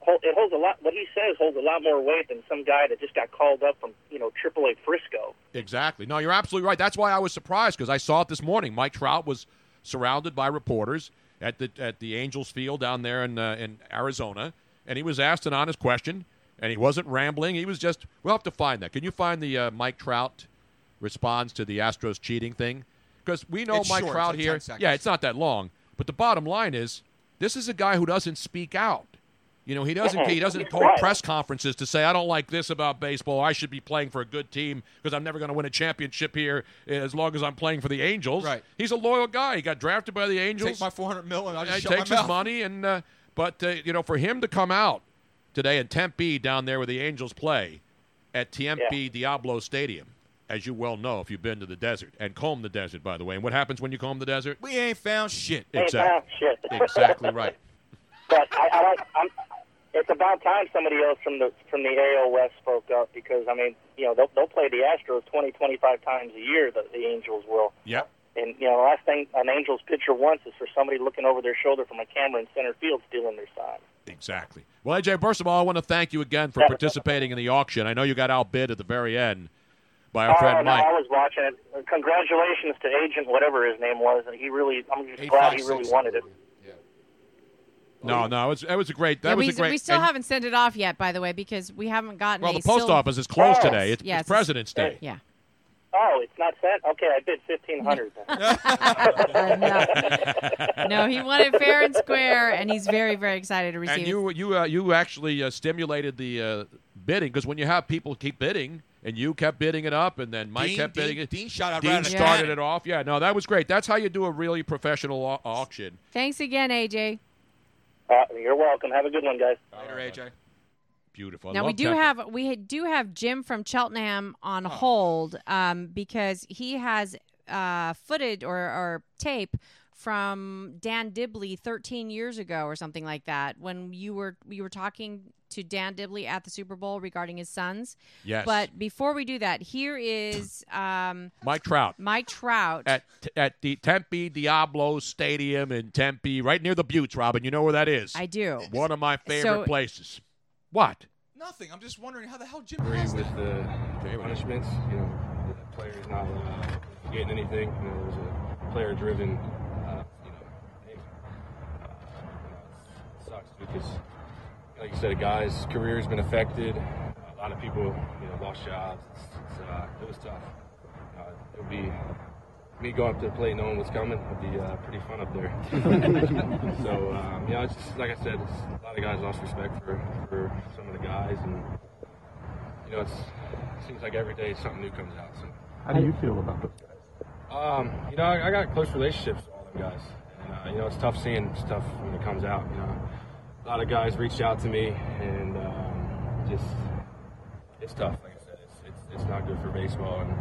S10: hold, it holds a lot. What he says holds a lot more weight than some guy that just got called up from you know AAA Frisco.
S1: Exactly. No, you're absolutely right. That's why I was surprised because I saw it this morning. Mike Trout was surrounded by reporters at the at the Angels Field down there in uh, in Arizona, and he was asked an honest question, and he wasn't rambling. He was just. We'll have to find that. Can you find the uh, Mike Trout response to the Astros cheating thing? Because we know
S7: It's
S1: Mike
S7: short. It's
S1: Trout
S7: like 10
S1: here.
S7: seconds.
S1: Yeah, it's not that long. But the bottom line is, this is a guy who doesn't speak out. You know, he doesn't
S7: Mhm.
S1: he doesn't hold
S7: Right.
S1: press conferences to say I don't like this about baseball. I should be playing for a good team because I'm never going to win a championship here as long as I'm playing for the Angels. Right. He's a loyal guy. He got drafted by the Angels.
S7: Take my 400 mil and I'll just
S1: And he
S7: shut my
S1: takes
S7: mouth.
S1: his money and uh, but uh, you know for him to come out today in Tempe down there where the Angels play at Tempe Diablo Stadium, as you well know if you've been to the desert and comb the desert by the way. And what happens when you comb the desert?
S7: We ain't found shit.
S10: Ain't found
S1: Exactly.
S10: shit.
S1: exactly right.
S10: But I, I don't. I'm, it's about time somebody else from the from the AL West spoke up because I mean, you know, they'll, they'll play the Astros 20, 25 times a year. The, the Angels will,
S1: Yep.
S10: and you know, the last thing an Angels pitcher wants is for somebody looking over their shoulder from a camera in center field stealing their sign.
S1: Exactly. Well, AJ, first of all, I want to thank you again for participating in the auction. I know you got outbid at the very end, by our friend
S10: Oh, no,
S1: Mike.
S10: I was watching it. Congratulations to Agent whatever his name was. He really, I'm just glad he really
S1: 856.
S10: wanted it.
S1: No, no, it was, it was a great. That
S2: yeah,
S1: was
S2: we,
S1: a great.
S2: we still
S1: and-
S2: haven't sent it off yet, by the way, because we haven't gotten.
S1: Well,
S2: a
S1: the post
S2: sil-
S1: office is closed today. It's-
S2: Yes.
S1: it's President's Day. [LAUGHS]
S2: Yeah. [LAUGHS]
S10: Oh, it's not sent. Okay, I bid fifteen hundred.
S2: No, he won it fair and square, and he's very, very excited to receive.
S1: and
S2: it.
S1: you you uh, you actually uh, stimulated the uh, bidding because when you have people keep bidding and you kept bidding it up and then Mike
S7: Dean-
S1: kept bidding
S7: Dean-
S1: it.
S7: Dean shot out
S1: Dean
S7: right out of the
S1: started
S7: cannon.
S1: it off. Yeah, no, that was great. That's how you do a really professional au- auction.
S2: Thanks again, AJ.
S10: Uh, you're welcome. Have a good one, guys.
S7: Later, AJ.
S1: Beautiful. I
S2: now we
S1: love Oh.
S2: do
S1: Temple.
S2: have we ha- do have Jim from Cheltenham on hold um, because he has uh, footage or, or tape from Dan Dibley 13 years ago or something like that when you were you were talking to Dan Dibley at the Super Bowl regarding his sons.
S1: Yes.
S2: But before we do that, here is um,
S1: Mike Trout
S2: Mike Trout.
S1: at at the Tempe Diablo Stadium in Tempe, right near the Buttes. Robin, you know where that is.
S2: I do.
S1: One of my favorite
S2: So-
S1: places. What?
S7: Nothing. I'm just wondering how the hell Jim has that.
S11: the punishments. You know, the players not uh, getting anything. You know, it was a player-driven. Uh, you know, thing. Uh, you know, it sucks because, like you said, a guy's career has been affected. A lot of people, you know, lost jobs. It's, it's, uh, it was tough. Uh, it would be me going up to the plate, knowing what's coming, would be uh, pretty fun up there. [LAUGHS] so, um, you know, it's just, like I said, it's, a lot of guys lost respect for, for some of the guys, and you know, it's, it seems like every day something new comes out. So.
S12: How do you feel about those guys?
S11: Um, you know, I, I got close relationships with all them guys, and uh, you know, it's tough seeing stuff when it comes out. You know, a lot of guys reached out to me, and um, just it's tough. Like I said, it's, it's, it's not good for baseball, and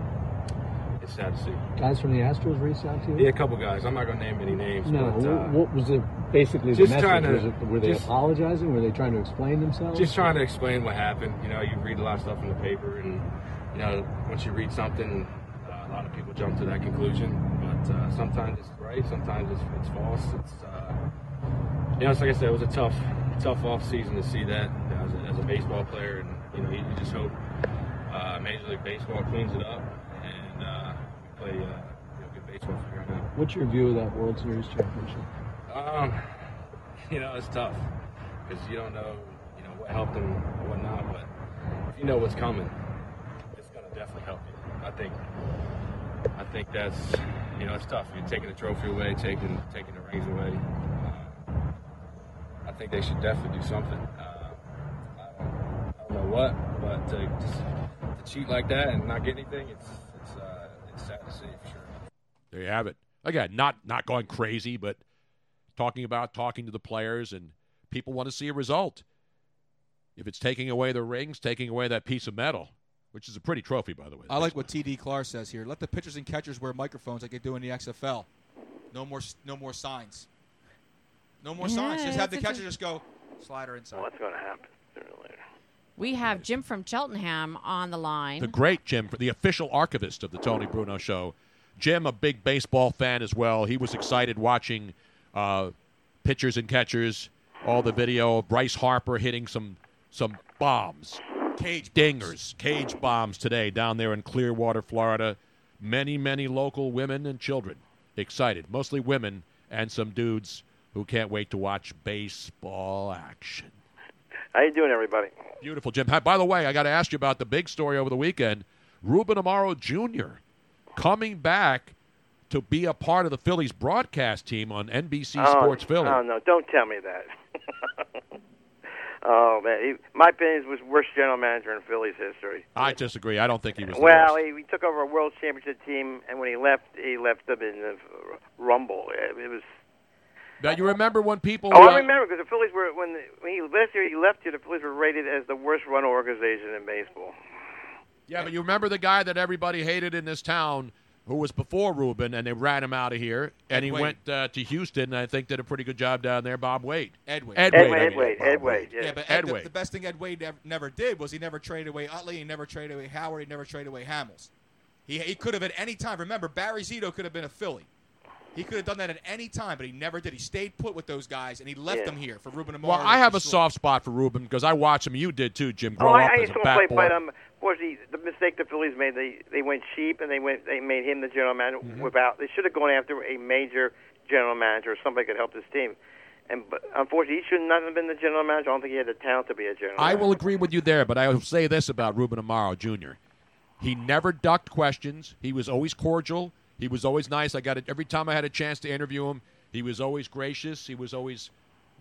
S11: it's sad to see.
S12: Guys from the Astros reached out to you?
S11: Yeah, a couple guys. I'm not gonna name any names.
S12: No,
S11: but, uh,
S12: wh- what was the basically the
S11: just
S12: message?
S11: trying to-
S12: was it, were they
S11: just-
S12: apologizing? Were they trying to explain themselves?
S11: Just trying to explain what happened. You know, you read a lot of stuff in the paper, and you know, once you read something, uh, a lot of people jump to that conclusion. But uh, sometimes it's right, sometimes it's, it's false. It's uh, you know, it's like I said, it was a tough, tough off season to see that you know, as, a, as a baseball player, and you know, you, you just hope uh, Major League Baseball cleans it up and uh, we play uh, you know, good baseball from here on out.
S12: What's your view of that World Series championship?
S11: Um, [LAUGHS] you know, it's tough because you don't know, you know, what helped them and what not. But if you know what's coming, it's gonna definitely help you. I think. I think that's, you know, it's tough. You're taking the trophy away, taking taking the rings away. Uh, I think they should definitely do something. Uh, I, don't, I don't know what, but to, just to cheat like that and not get anything, it's it's uh, it's sad to see for sure.
S1: There you have it. Again, not not going crazy, but talking about talking to the players and people want to see a result. If it's taking away the rings, taking away that piece of metal, which is a pretty trophy, by the way.
S7: I like what TD Clark says here. Let the pitchers and catchers wear microphones like they do in the XFL. No more, s- no more signs. No more
S2: Yeah,
S7: signs. Just have the
S2: that's
S7: catcher just go slider inside. What's
S11: going to happen?
S2: we have Jim from Cheltenham on the line.
S1: The great Jim, the official archivist of the Tony Bruno Show. Jim, a big baseball fan as well. He was excited watching uh, pitchers and catchers, all the video of Bryce Harper hitting some some bombs,
S7: cage
S1: dingers, cage bombs today down there in Clearwater, Florida. Many, many local women and children excited, mostly women and some dudes who can't wait to watch baseball action.
S13: How you doing, everybody?
S1: Beautiful, Jim. Hi- By the way, I got to ask you about the big story over the weekend. Ruben Amaro Jr. coming back to be a part of the Phillies broadcast team on NBC
S13: oh,
S1: Sports Philly.
S13: Oh no! Don't tell me that. [LAUGHS] oh man, he, Mike Baines was worst general manager in Phillies history.
S1: I disagree. I don't think he was. the
S13: Well,
S1: worst.
S13: he, he took over a World Championship team, and when he left, he left them in the rumble. It, it was.
S1: now you remember when people?
S13: Oh, I
S1: uh,
S13: remember because the Phillies were when, the, when he left here. He left here. The Phillies were rated as the worst run organization in baseball.
S1: yeah, but you remember the guy that everybody hated in this town, who was before Ruben, and they ran him out of here, and he
S13: Wade.
S1: went uh, to Houston, and I think did a pretty good job down there. Bob Wade.
S7: Ed Wade.
S1: Ed Wade. I mean, Bob
S7: Yeah, but
S1: Ed
S7: Ed, the,
S1: Wade.
S7: the best thing Ed Wade ever, never did was he never traded away Utley, he never traded away Howard, he never traded away Hamels. He, he could have at any time. Remember, Barry Zito could have been a Philly. He could have done that at any time, but he never did. He stayed put with those guys, and he left them here for Ruben Amaro.
S1: Well, I have a soft spot for Ruben because I watch him. You did too, Jim. Grow
S13: oh,
S1: up
S13: I, I
S1: as
S13: used
S1: a
S13: to
S1: bat
S13: play,
S1: boy.
S13: but um, was the, the mistake the Phillies made? They they went cheap and they went they made him the general manager
S1: Mm-hmm.
S13: without. They should have gone after a major general manager or somebody could help this team. And but unfortunately, he should not have been the general manager. I don't think he had the talent to be a general.
S1: I will agree with you there, but I will say this about Ruben Amaro Jr. He never ducked questions. He was always cordial. He was always nice. I got it every time I had a chance to interview him. He was always gracious. He was always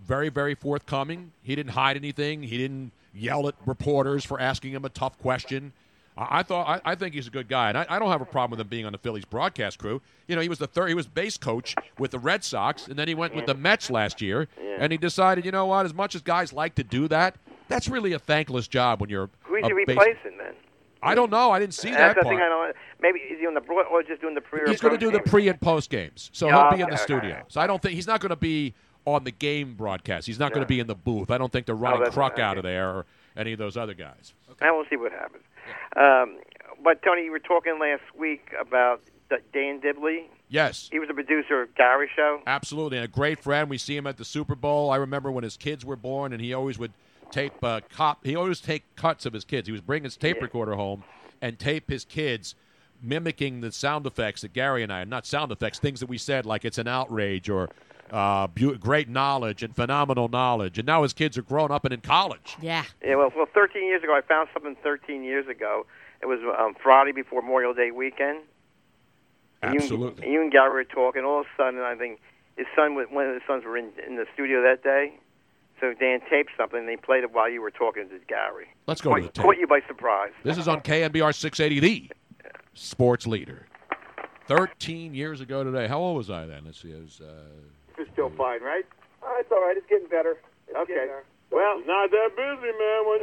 S1: very, very forthcoming. He didn't hide anything. He didn't yell at reporters for asking him a tough question. I, I thought I, I think he's a good guy, and I, I don't have a problem with him being on the Phillies broadcast crew. You know, he was the third. He was base coach with the Red Sox, and then he went with the Mets last year. And he decided, you know what? As much as guys like to do that, that's really a thankless job when you're.
S13: Who's
S1: a
S13: he
S1: base-
S13: replacing then?
S1: I don't know. I didn't see
S13: That's
S1: that
S13: the
S1: part.
S13: thing I don't. Maybe is he on the broad or just doing the pre? or
S1: He's going to
S13: post
S1: do the
S13: game?
S1: pre and post games, so
S13: Yeah,
S1: he'll be in the
S13: okay,
S1: studio. So I don't think he's not going to be on the game broadcast. He's not going to be in the booth. I don't think they're running
S13: Oh, that's-
S1: Kruk out of there or any of those other guys.
S13: And we'll see what happens. Um, but Tony, you were talking last week about D- Dan Dibley.
S1: Yes.
S13: He was a producer of Gary Show.
S1: Absolutely, and a great friend. We see him at the Super Bowl. I remember when his kids were born, and he always would tape uh, cop. He always take cuts of his kids. He was bringing his tape recorder home and tape his kids mimicking the sound effects that Gary and I, not sound effects, things that we said like it's an outrage or uh, beau- great knowledge and phenomenal knowledge. And now his kids are grown up and in college.
S2: Yeah.
S13: Yeah, well, well, 13 years ago, I found something 13 years ago. It was um, Friday before Memorial Day weekend. And
S1: Absolutely.
S13: You, and you and Gary were talking. All of a sudden, I think his son, was- one of his sons, were in, in the studio that day. So Dan taped something, and he played it while you were talking to Gary.
S1: Let's go to the tape.
S13: Caught you by surprise.
S1: This is on KNBR 680, the sports leader. 13 years ago today. How old was I then? Let's see. It was. Uh,
S14: You're still fine, right?
S15: Oh, it's all right. It's getting better. It's okay. Getting there.
S14: Well, not that busy, man. When
S15: [LAUGHS]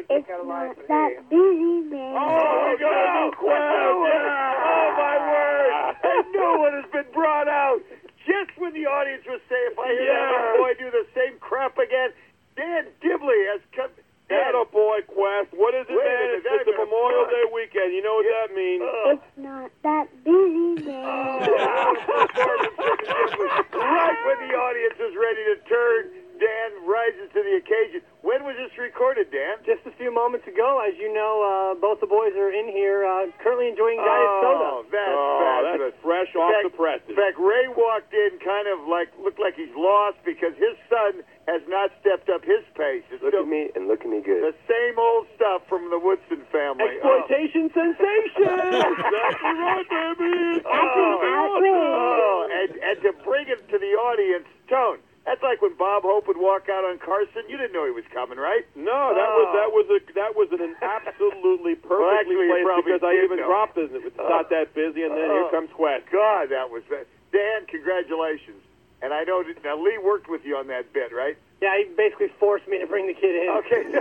S14: you
S15: That busy man.
S14: Oh, God! I knew it! Oh, my word! I knew it has been brought out. Just when the audience was saying, if I hear that boy do the same crap again, Dan Dibley has come. Dan, a boy, Quest. What is it, man? It's, it's a Memorial Day weekend. You know what that means.
S15: It's not that busy
S1: [LAUGHS]
S15: man.
S14: right when the audience is ready to turn, Dan rises to the occasion. When was this recorded, Dan?
S16: Just a few moments ago, as you know, uh, both the boys are in here uh, currently enjoying diet
S14: Oh,
S16: soda.
S14: that's, fabulous.
S16: fresh
S14: In fact- In fact, Ray walked in kind of like looked like he's lost because his son has not stepped up his pace. It's
S16: Look
S14: still
S16: at me and look at me good.
S14: the same old stuff from the Woodson family. Oh.
S16: Exploitation sensation.
S14: [LAUGHS] exactly right, baby. Oh, and, and to bring it to the audience, Tone. That's like when Bob Hope would walk out on Carson. You didn't know he was coming, right? Oh.
S17: No, that was that was a, that was an absolutely perfectly
S14: Well, actually, you
S17: placed
S14: probably
S17: because I
S14: did
S17: even
S14: know.
S17: dropped it. It's not that busy, and then
S14: Oh,
S17: here comes Quest.
S14: God, that was Dan. Congratulations. And I know that, now Lee worked with you on that bit, right?
S16: yeah, he basically forced me to bring the kid in.
S14: Okay, [LAUGHS]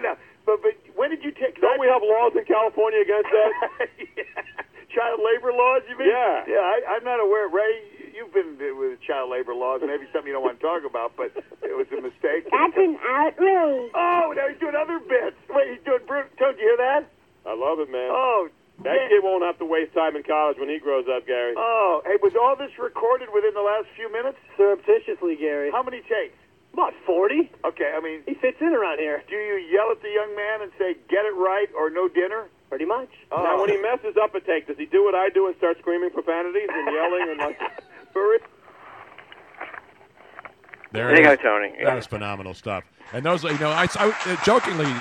S14: no, but but when did you take?
S17: Don't we have laws in California against
S14: [LAUGHS]
S17: that?
S14: Child labor laws, you mean?
S17: Yeah.
S14: Yeah, I, I'm not aware. Ray, you've been with child labor laws, maybe something you don't want to talk about, but it was a
S13: [LAUGHS]
S14: mistake.
S15: That's an outrage.
S14: Oh, now he's doing other bits. Wait, he's doing brute. Don't you hear that?
S17: I love it, man.
S14: Oh,
S17: that
S14: man.
S17: kid won't have to waste time in college when he grows up, Gary.
S14: Oh, hey, was all this recorded within the last few minutes?
S16: Surreptitiously, Gary.
S14: How many takes?
S16: About 40.
S14: Okay, I mean,
S16: He fits in around here.
S14: do you yell at the young man and say, get it right or no dinner?
S16: Pretty much.
S14: Oh.
S17: Now, when he messes up a take, does he do what I do and start screaming profanities and yelling and like?
S1: There,
S17: There
S1: it
S17: you
S1: is.
S17: go, Tony.
S1: That was phenomenal stuff. And those, you know, I, I- uh, jokingly,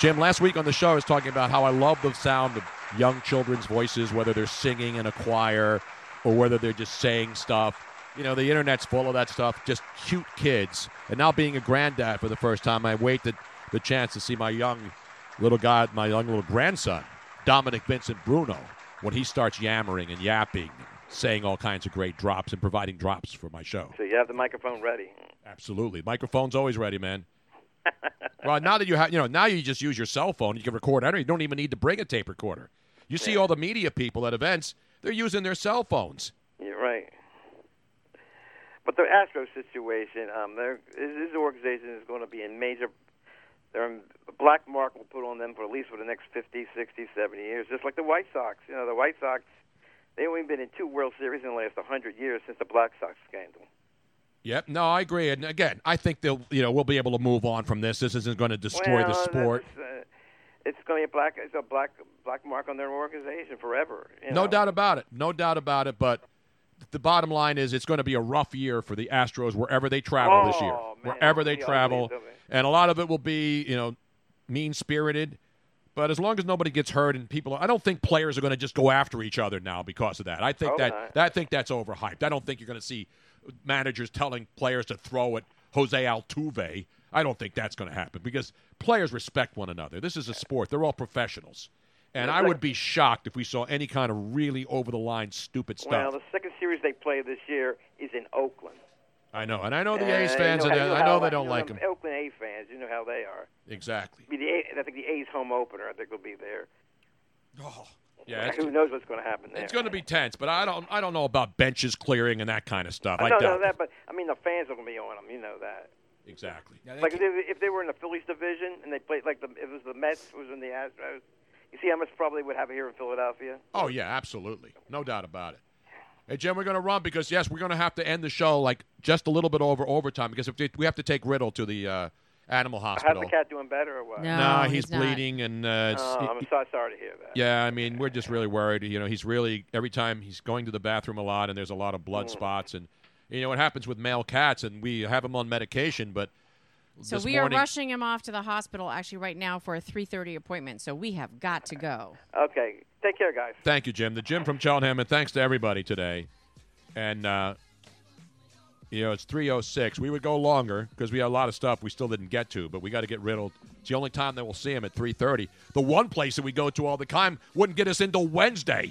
S1: Jim, last week on the show, I was talking about how I love the sound of young children's voices, whether they're singing in a choir or whether they're just saying stuff. You know, the internet's full of that stuff, just cute kids. And now being a granddad for the first time, I wait the, the chance to see my young little guy, my young little grandson, Dominic Vincent Bruno, when he starts yammering and yapping, saying all kinds of great drops and providing drops for my show.
S13: So you have the microphone ready.
S1: Absolutely. Microphone's always ready, man. [LAUGHS] well, now that you have, you know, now you just use your cell phone. You can record. I don't. You don't even need to bring a tape recorder. You see all the media people at events. They're using their cell phones.
S13: You're right. But the Astros situation, um, they're- this this organization is going to be in major. They're in, a black mark will put on them for at least for the next 50, 60, 70 years, just like the White Sox. You know, the White Sox They've only been in two World Series in the last 100 years since the Black Sox scandal.
S1: Yep. No, I agree. And again, I think they'll, you know, we'll be able to move on from this. This isn't going to destroy
S13: Well,
S1: the
S13: that's-
S1: sport.
S13: uh, it's going to be a black, it's a black, black mark on their organization forever. you
S1: No
S13: know.
S1: doubt about it. No doubt about it. But the bottom line is, it's going to be a rough year for the Astros wherever they travel this year.
S13: Oh, man,
S1: wherever
S13: it'll
S1: they
S13: be
S1: travel,
S13: ugly, it'll be-
S1: and a lot of it will be, you know, mean spirited. But as long as nobody gets hurt and people, I don't think players are going to just go after each other now because of that. I think
S13: Oh,
S1: that,
S13: no.
S1: that I think that's overhyped. I don't think you're going to see managers telling players to throw at Jose Altuve. I don't think that's going to happen because players respect one another. This is a sport; they're all professionals, and I would be shocked if we saw any kind of really over the line stupid stuff.
S13: Well, the second series they play this year is in Oakland.
S1: I know, and I know the
S13: And
S1: A's
S13: you
S1: fans,
S13: know
S1: and
S13: how- you
S1: I know
S13: how-
S1: they don't
S13: you
S1: like
S13: them
S1: him
S13: Oakland A's fans, you know how they are.
S1: exactly.
S13: I mean, the A's, I think the A's home opener, I think, will be there.
S1: Yeah, it's,
S13: Who knows what's going to happen there?
S1: it's going to be tense, but I don't, I don't know about benches clearing and that kind of stuff. I
S13: don't
S1: doubt
S13: know that, but I mean, the fans are going to be on them. You know that.
S1: exactly.
S13: like if they, if they were in the Phillies division and they played like the if it was the Mets, it was in the Astros. You see how much probably would have here in Philadelphia.
S1: Oh yeah, absolutely, no doubt about it. Hey Jim, we're going to run because yes, we're going to have to end the show like just a little bit over overtime because if they, we have to take Riddle to the uh, animal
S13: How's
S1: hospital.
S13: the cat doing better or what?
S1: Nah, he's, bleeding and uh, it's,
S13: Oh,
S1: he-
S13: I'm so sorry to hear that.
S1: Yeah, I mean, we're just really worried. You know, he's really every time he's going to the bathroom a lot, and there's a lot of blood
S13: Mm.
S1: spots, and you know it happens with male cats, and we have him on medication, but
S2: So
S1: this
S2: we
S1: morning,
S2: are rushing him off to the hospital actually right now for a 3:30 appointment. So we have got to go.
S13: Okay, take care, guys.
S1: Thank you, Jim. The Jim from Cheltenham, and thanks to everybody today. And uh, you know, it's three oh six. We would go longer because we had a lot of stuff we still didn't get to, but we got to get riddled. It's the only time that we'll see him at three thirty. The one place that we go to all the time wouldn't get us into Wednesday.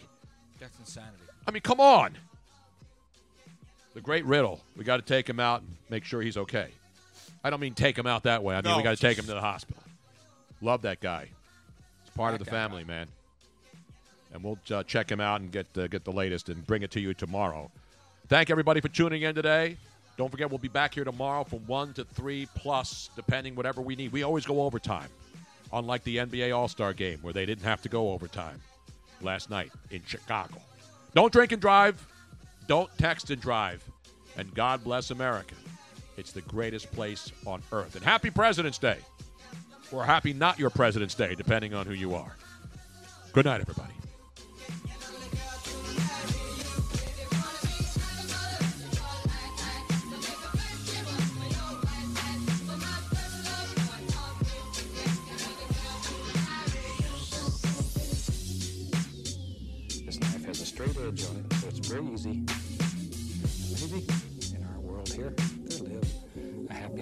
S7: That's insanity.
S1: I mean, come on. The great riddle. We got to take him out and make sure he's okay. I don't mean take him out that way. I mean,
S7: No,
S1: we got to take him
S7: just-
S1: to the hospital. Love that guy. He's part
S7: Like
S1: of the
S7: that
S1: family, man. And we'll uh, check him out and get uh, get the latest and bring it to you tomorrow. Thank everybody for tuning in today. Don't forget, we'll be back here tomorrow from 1 to 3 plus, depending whatever we need. We always go overtime, unlike the NBA All Star game where they didn't have to go overtime last night in Chicago. Don't drink and drive. Don't text and drive. And God bless America. It's the greatest place on earth. And happy President's Day. Or happy not your President's Day, depending on who you are. Good night, everybody.
S18: This knife has a straight edge on it, so it's very easy. And maybe in our world here, there live a happy